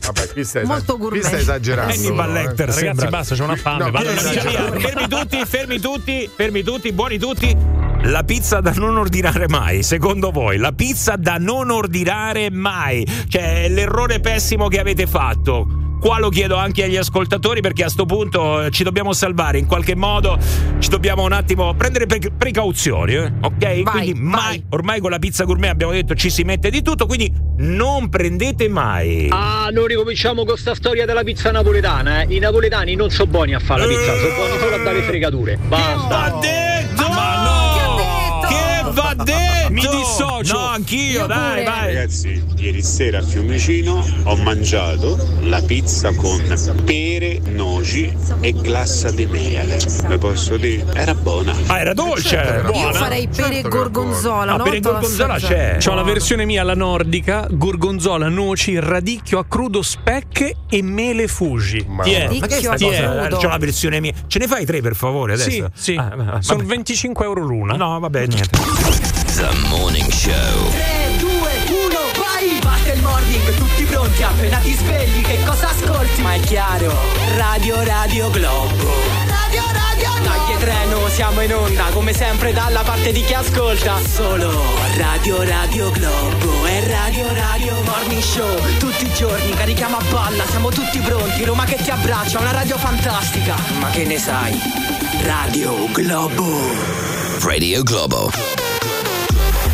S4: Vabbè, qui stai,
S6: Molto
S4: qui
S6: gourmet.
S4: stai esagerando.
S6: Hannibal Lecter,
S4: Eh.
S6: sembra. No,
S1: Vado,
S6: allora,
S1: via, via. Fermi tutti, fermi tutti, fermi tutti, buoni tutti. La pizza da non ordinare mai, secondo voi? La pizza da non ordinare mai? Cioè, l'errore pessimo che avete fatto. Qua lo chiedo anche agli ascoltatori perché a sto punto eh, ci dobbiamo salvare in qualche modo, ci dobbiamo un attimo prendere pre- precauzioni, eh, ok? quindi mai, ormai con la pizza gourmet abbiamo detto ci si mette di tutto, quindi non prendete mai.
S2: Ah, non ricominciamo con sta storia della pizza napoletana, eh. I napoletani non sono buoni a fare la pizza, sono buoni solo a dare fregature. Basta.
S1: detto! Ma no! Che eh, va l'ho detto!
S18: Mi dissocio.
S1: No, anch'io,
S18: Io
S1: dai,
S18: pure.
S1: vai.
S18: Ragazzi, ieri sera a Fiumicino ho mangiato la pizza con pere, noci e glassa di mele. Lo posso dire? Era buona.
S1: Ah, era dolce,
S6: Certo, era buona.
S3: Io farei pere e gorgonzola. una volta l'ho assaggiata.
S6: Esatto. C'ho la versione mia, la nordica, gorgonzola, noci, radicchio a crudo, specche e mele Fuji.
S1: Ma, ma che è sta cosa? Ah, C'ho diciamo la versione mia. Ce ne fai tre per favore adesso?
S6: Sì, sì.
S1: Ah, vabbè.
S6: Sono 25 euro l'una.
S1: No, vabbè, niente.
S8: The Morning Show.
S10: 3, 2, 1, vai! Batte il morning, tutti pronti, appena ti svegli, che cosa ascolti? Ma è chiaro, Radio Radio Globo. Radio Radio Globo! Dai che treno, siamo in onda, come sempre dalla parte di chi ascolta. Solo Radio Radio Globo e Radio Radio Morning Show. Tutti i giorni carichiamo a palla, siamo tutti pronti, Roma che ti abbraccia, una radio fantastica. Ma che ne sai? Radio Globo.
S8: Radio Globo.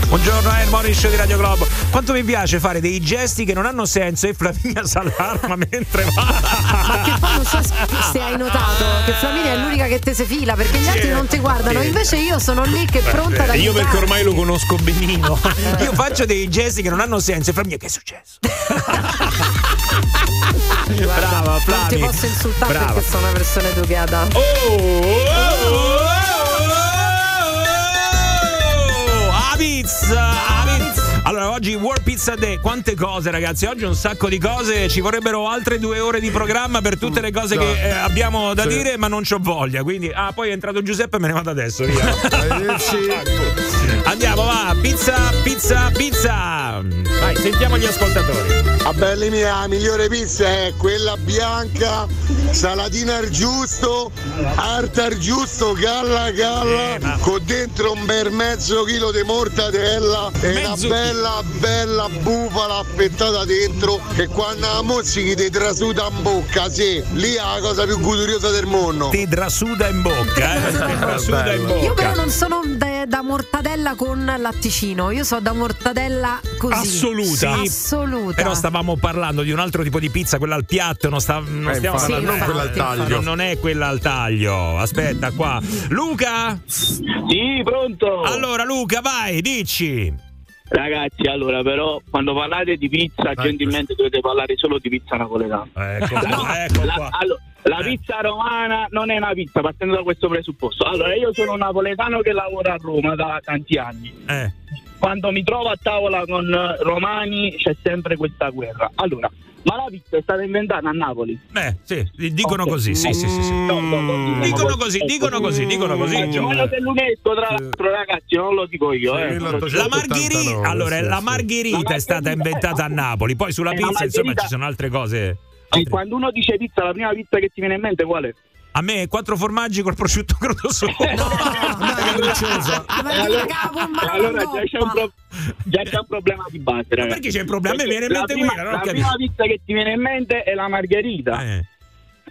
S1: Buongiorno, è il morning show di Radio Globo. Quanto mi piace fare dei gesti che non hanno senso e Flavinia s'allarma mentre va.
S3: Ma che poi non so s- se hai notato che Flaminia è l'unica che te se fila perché gli altri non ti guardano. Invece io sono lì che è pronta da
S6: Eh, Io perché ormai lo conosco benino.
S1: Io faccio dei gesti che non hanno senso e Flavinia, che è successo? Brava, Flavia.
S3: Non ti posso insultare
S1: Brava.
S3: perché sono una persona educata.
S1: Aviz, Aviz. Allora, oggi World Pizza Day, quante cose ragazzi, oggi un sacco di cose, ci vorrebbero altre due ore di programma per tutte le cose che eh, abbiamo da
S47: Mm, Sì.
S1: dire, ma non c'ho voglia, quindi... Ah, poi è entrato Giuseppe, me ne vado adesso, via.
S19: 哎
S1: Andiamo, va, pizza, pizza, pizza. Vai, sentiamo gli ascoltatori.
S2: A belli mia, la migliore pizza è quella bianca, salatina al giusto, arta al giusto, galla galla,
S1: Eh,
S2: con dentro un bel mezzo chilo di mortadella e
S31: Mezzo
S2: una bella bella bufala affettata dentro che quando la mozzichi ti trasuda in bocca, sì, lì è la cosa più goduriosa del mondo.
S1: Ti trasuda in bocca, eh? Ti trasuda in bocca.
S3: Io però non sono da, da mortadella con latticino, io sono da mortadella così.
S1: Assoluta.
S3: Sì,
S1: Sì,
S3: assoluta.
S1: Però stavamo parlando di un altro tipo di pizza, quella al piatto, non,
S6: Ah,
S1: sta- non
S47: Eh,
S1: stiamo
S47: infatti,
S1: parlando
S47: non quella al taglio.
S1: Non, non è quella al taglio. Aspetta qua. Luca? Sì, pronto. Allora Luca, vai, dici.
S31: Ragazzi, allora però quando parlate di pizza, gentilmente dovete parlare solo di pizza napoletana.
S1: Ecco Eh.
S31: qua, Allora, la pizza romana non è una pizza, partendo da questo presupposto. Allora, io sono un napoletano che lavora a Roma da tanti anni.
S1: Eh.
S31: Quando mi trovo a tavola con eh, romani c'è sempre questa guerra. Allora, ma la pizza è stata inventata a Napoli.
S1: Beh, sì, dicono
S31: Ok.
S1: così. Sì, sì, sì. sì. Dicono
S31: Eh,
S1: così, dicono così, dicono così.
S31: Patrimonio dell'UNESCO, tra l'altro, ragazzi, non lo dico io. eh.
S1: La margherita, allora, la margherita è stata inventata a Napoli, poi sulla
S31: Eh, la
S1: pizza, insomma,
S31: margherita-
S1: ci sono altre cose.
S31: E quando uno dice pizza, la prima pizza che ti viene in mente qual è?
S1: A me quattro formaggi col prosciutto crudo sopra. Certo.
S31: allora, allora già, c'è un pro- già c'è un problema di base. ragazzi.
S1: perché c'è un problema? A me
S31: Perché la
S1: viene in mente
S31: prima,
S1: quella, non
S31: La
S1: ho capito.
S31: prima pizza che ti viene in mente è la margherita.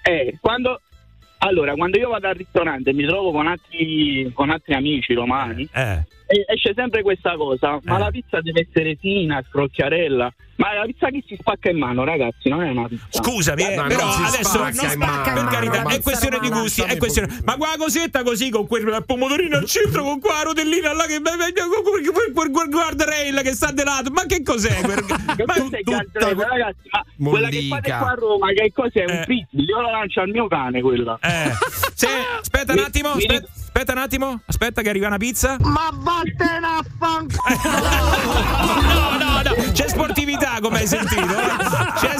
S31: Eh, quando, allora, quando io vado al ristorante e mi trovo con altri, con altri amici romani,
S1: Eh,
S31: e- esce sempre questa cosa. Ma la pizza deve essere fina, scrocchiarella. Ma la pizza che si spacca in mano, ragazzi, non è una pizza.
S1: Scusami, eh, però adesso non sta- per carità, è questione di gusti, è questione. Ma qua la cosetta così con quel pomodorino al centro, con qua la rotellina là che guarderei là che sta di lato. Ma che cos'è? quel- Ma
S31: Cioè, ragazzi, ma quella che fate qua a Roma, che cos'è? Un
S1: Eh.
S31: frisbee? Io lo lancio al mio cane quella.
S1: Sì, aspetta un attimo, aspetta, aspetta un attimo, aspetta che arriva una pizza.
S48: Ma vattene a fanculo!
S1: No, no, no, c'è sportività come hai sentito. eh? C'è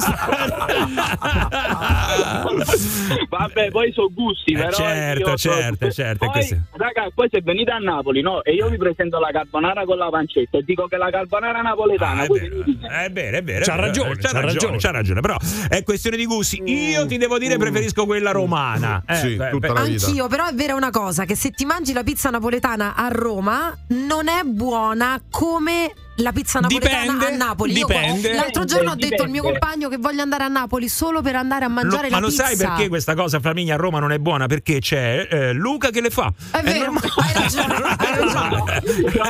S31: Vabbè, poi sono gusti, però.
S1: certo,
S31: io-
S1: certo, certo, è
S31: Poi,
S1: così.
S31: raga, poi se venite a Napoli, no? E io vi presento la carbonara con la pancetta e dico che la carbonara napoletana. voi venite-
S1: Ah, Eh, È vero, è vero.
S31: C'ha
S1: è vero,
S31: ragione,
S1: c'ha,
S31: c'ha
S1: ragione,
S31: ragione.
S1: c'ha ragione, però è questione di gusti. Io ti devo dire preferisco quella romana.
S31: Mm.
S1: Eh,
S47: Sì,
S1: beh,
S47: tutta
S1: beh.
S47: la
S3: Anch'io, però è vera una cosa: che se ti mangi la pizza napoletana a Roma non è buona come la pizza napoletana
S6: Dipende,
S3: a Napoli.
S6: dipende.
S3: Io, l'altro giorno ho detto al mio
S1: Dipende.
S3: compagno che voglio andare a Napoli solo per andare a
S1: Lo-
S3: mangiare
S1: ma
S3: la
S1: lo
S3: pizza.
S1: sai perché questa cosa famiglia a Roma non è buona? Perché c'è eh, Luca che le fa.
S3: È vero, hai ragione.
S31: Luca,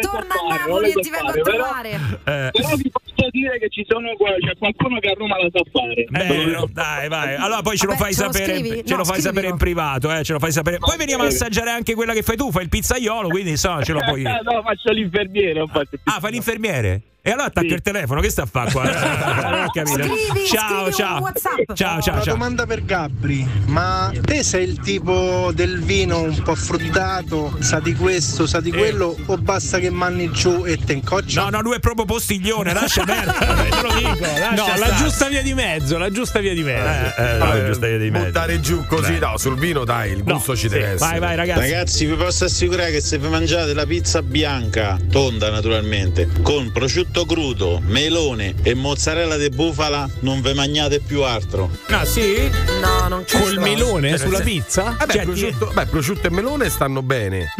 S3: torna
S31: a Napoli e ti vengo a trovare.
S1: Eh,
S31: Però vi posso dire che ci sono, qua- c'è qualcuno che a Roma la sa fare.
S1: Bello, Eh, dai, vai. Allora poi ce lo
S31: Vabbè,
S1: fai
S31: ce lo
S1: sapere,
S31: scrivi?
S1: ce
S31: No,
S1: lo fai
S31: scrivilo.
S1: sapere in privato, eh, ce lo fai sapere. Poi veniamo a assaggiare anche quella che fai tu, fai il pizzaiolo, quindi insomma ce lo puoi.
S31: no, faccio l'infermiere.
S1: Ah, fai l'infermiere? E allora attacca il telefono, che sta a fare qua? Non ho capito.
S31: Scrivi-
S1: ciao,
S31: scrivi
S1: ciao.
S31: un WhatsApp.
S1: Ciao, ciao,
S36: Una
S1: ciao.
S36: domanda per Gabri, ma te sei il tipo del vino un po' fruttato, sa di questo, sa di quello, o basta che manni giù e te incocci?
S1: Eh. No, no, lui è proprio postiglione, lascia perdere, te lo dico. lascia
S6: No, la
S1: stare.
S6: giusta via di mezzo, la giusta via di mezzo.
S4: Eh, buttare giù così, no, sul vino dai, il gusto ci deve essere.
S18: Ragazzi, vi posso assicurare che se vi mangiate la pizza bianca, tonda naturalmente, con prosciutto crudo, melone e mozzarella di bufala, non vi mangiate più altro.
S1: Ah, sì?
S3: No, non c'è.
S4: Col melone
S18: sulla
S6: pizza? Cioè,
S4: Vabbè,
S6: Mm.
S4: prosciutto, Eh, beh, prosciutto e melone stanno bene.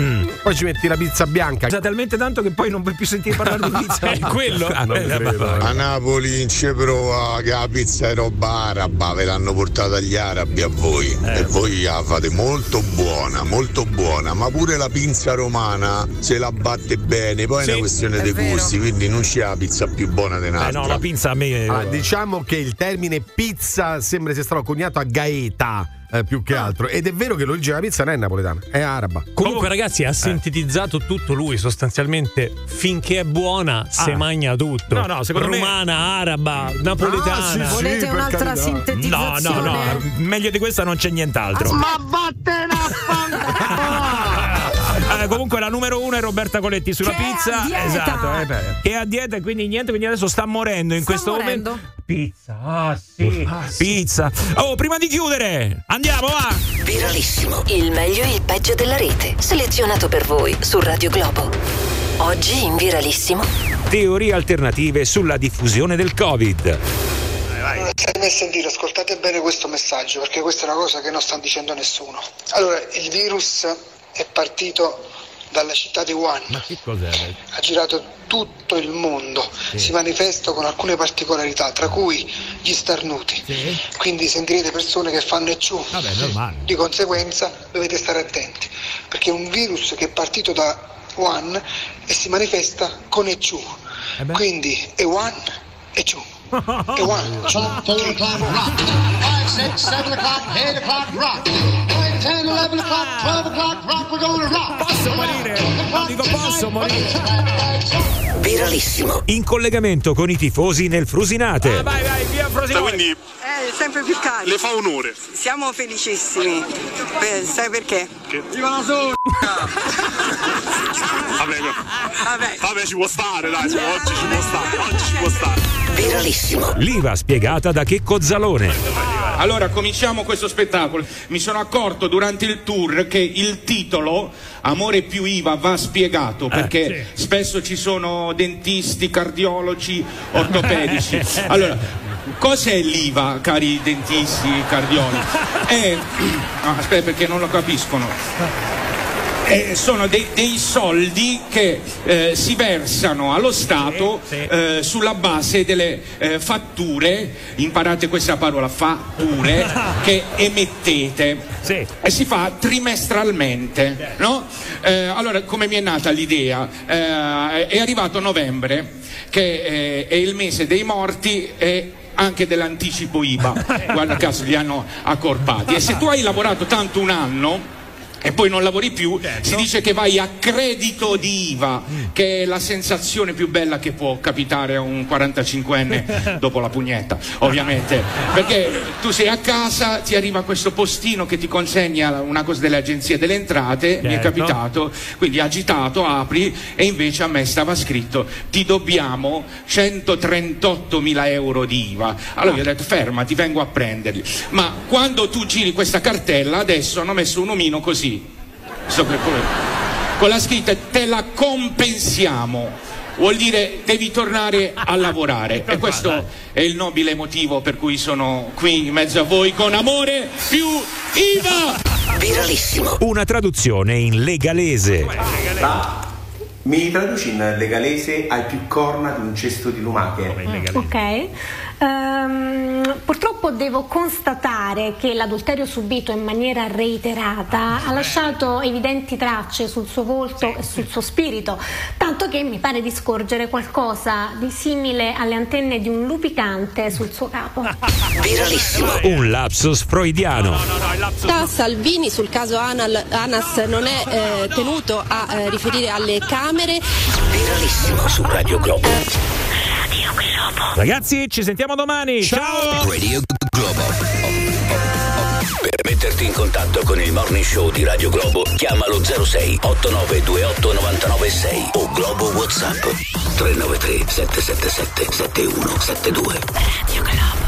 S4: Poi ci metti la pizza bianca. Già
S1: talmente tanto che poi non puoi più sentire
S4: parlare di
S1: pizza. È quello?
S4: Ah,
S6: Eh,
S1: Eh,
S4: Non credo. eh.
S18: A
S30: Napoli ci prova che la pizza è roba araba, ve l'hanno portata gli arabi a voi e Eh, voi la fate molto buona, molto buona, ma pure la pinza romana se la batte bene, poi è una questione di gusti, quindi non c'è la pizza più buona di
S1: Eh,
S30: un'altra.
S1: no, la pinza a me.
S4: Ah, diciamo che il termine pizza sembra sia stato coniato a gaeta eh, più
S1: Ah.
S4: che altro. Ed è vero che l'origine della pizza non è napoletana, è araba.
S6: Comunque, Eh. ragazzi, ha sintetizzato tutto lui sostanzialmente. Finché è buona, se magna tutto.
S1: No, no, secondo me-
S6: Romana, araba,
S31: Ah,
S6: napoletana.
S3: Volete un'altra
S1: No,
S3: sintetizzazione?
S1: no, no, meglio di questa non c'è nient'altro.
S35: Ma vattene a
S1: Eh, comunque la numero uno è Roberta Coletti sulla pizza. Esatto, eh, beh. che è a dieta e quindi niente, quindi adesso sta morendo in questo
S3: morendo.
S1: momento. Pizza, ah sì, pizza. Oh, prima di chiudere, andiamo, va!
S32: Viralissimo. Il meglio e il peggio della rete. Selezionato per voi su Radio Globo. Oggi in viralissimo.
S1: Teorie alternative sulla diffusione del Covid.
S33: Stai a sentire, ascoltate bene questo messaggio perché questa è una cosa che non sta dicendo nessuno. Allora, il virus è partito dalla città di Wuhan,
S1: Ma che cos'è?
S33: ha girato tutto il mondo,
S1: Sì.
S33: si manifesta con alcune particolarità, tra cui gli starnuti. Quindi sentirete persone che fanno ecciù.
S1: Vabbè, normale.
S33: Di conseguenza dovete stare attenti, perché è un virus che è partito da Wuhan e si manifesta con ecciù.
S1: Eh
S33: Quindi è Wuhan e Chu. E Wuhan, Chu, three, four.
S35: 6, 7 o'clock, 8 o'clock, rock. 9, 10, 11 o'clock, 12 o'clock, rock, we're going to rock. Posso morire? No, dico posso morire.
S1: Viralissimo. In collegamento con i tifosi nel Frusinate.
S9: Quindi
S19: È Eh, sempre più caro.
S9: le fa onore.
S19: Siamo felicissimi. Beh, sai perché?
S9: Viva la sola! Vabbè, vabbè. vabbè, ci può stare, dai, cioè, oggi ci può stare, oggi ci può stare.
S1: Viralissimo. L'IVA spiegata da Checco Zalone.
S49: Allora cominciamo questo spettacolo. Mi sono accorto durante il tour che il titolo Amore più IVA va
S1: Eh,
S49: spiegato perché spesso ci sono dentisti, cardiologi, ortopedici. Allora, cos'è l'IVA, cari dentisti, cardiologi? È... no, aspetta perché non lo capiscono. Eh, sono dei, dei soldi che eh, si versano allo Stato eh, sulla base delle eh, fatture, imparate questa parola, fatture, che emettete e si fa trimestralmente. no? Eh, allora come mi è nata l'idea? Eh, è arrivato novembre, che eh, è il mese dei morti e anche dell'anticipo IVA, guarda caso li hanno accorpati. E se tu hai lavorato tanto un anno, e poi non lavori più, si dice che vai a credito di IVA, che è la sensazione più bella che può capitare a un 45enne dopo la pugnetta, ovviamente. Perché tu sei a casa, ti arriva questo postino che ti consegna una cosa delle agenzie delle entrate, mi
S50: Certo.
S49: è capitato, quindi agitato, apri e invece a me stava scritto ti dobbiamo 138 mila euro di IVA. Allora io ho detto ferma, ti vengo a prenderli. Ma quando tu giri questa cartella, adesso hanno messo un omino così, sopra il collo, con la scritta te la compensiamo. Vuol dire devi tornare a lavorare e questo è il nobile motivo per cui sono qui in mezzo a voi con amore più IVA!
S1: Una traduzione in legalese.
S49: La
S9: Mi traduci in legalese hai più corna di un cesto di lumache.
S5: Ok, Ehm, purtroppo devo constatare che l'adulterio subito in maniera reiterata ha lasciato evidenti tracce sul suo volto e sul suo spirito, tanto che mi pare di scorgere qualcosa di simile alle antenne di un lupicante sul suo capo.
S1: Un lapsus freudiano.
S3: realtà Salvini sul caso Anal- Anas non è eh, tenuto a eh, riferire alle Camere.
S8: su Radio Globo.
S1: Ragazzi, ci sentiamo domani. Ciao.
S8: Radio Globo. Per metterti in contatto con il morning show di Radio Globo, chiamalo 06 8928 996 o Globo WhatsApp 393 777 7172. Radio Globo.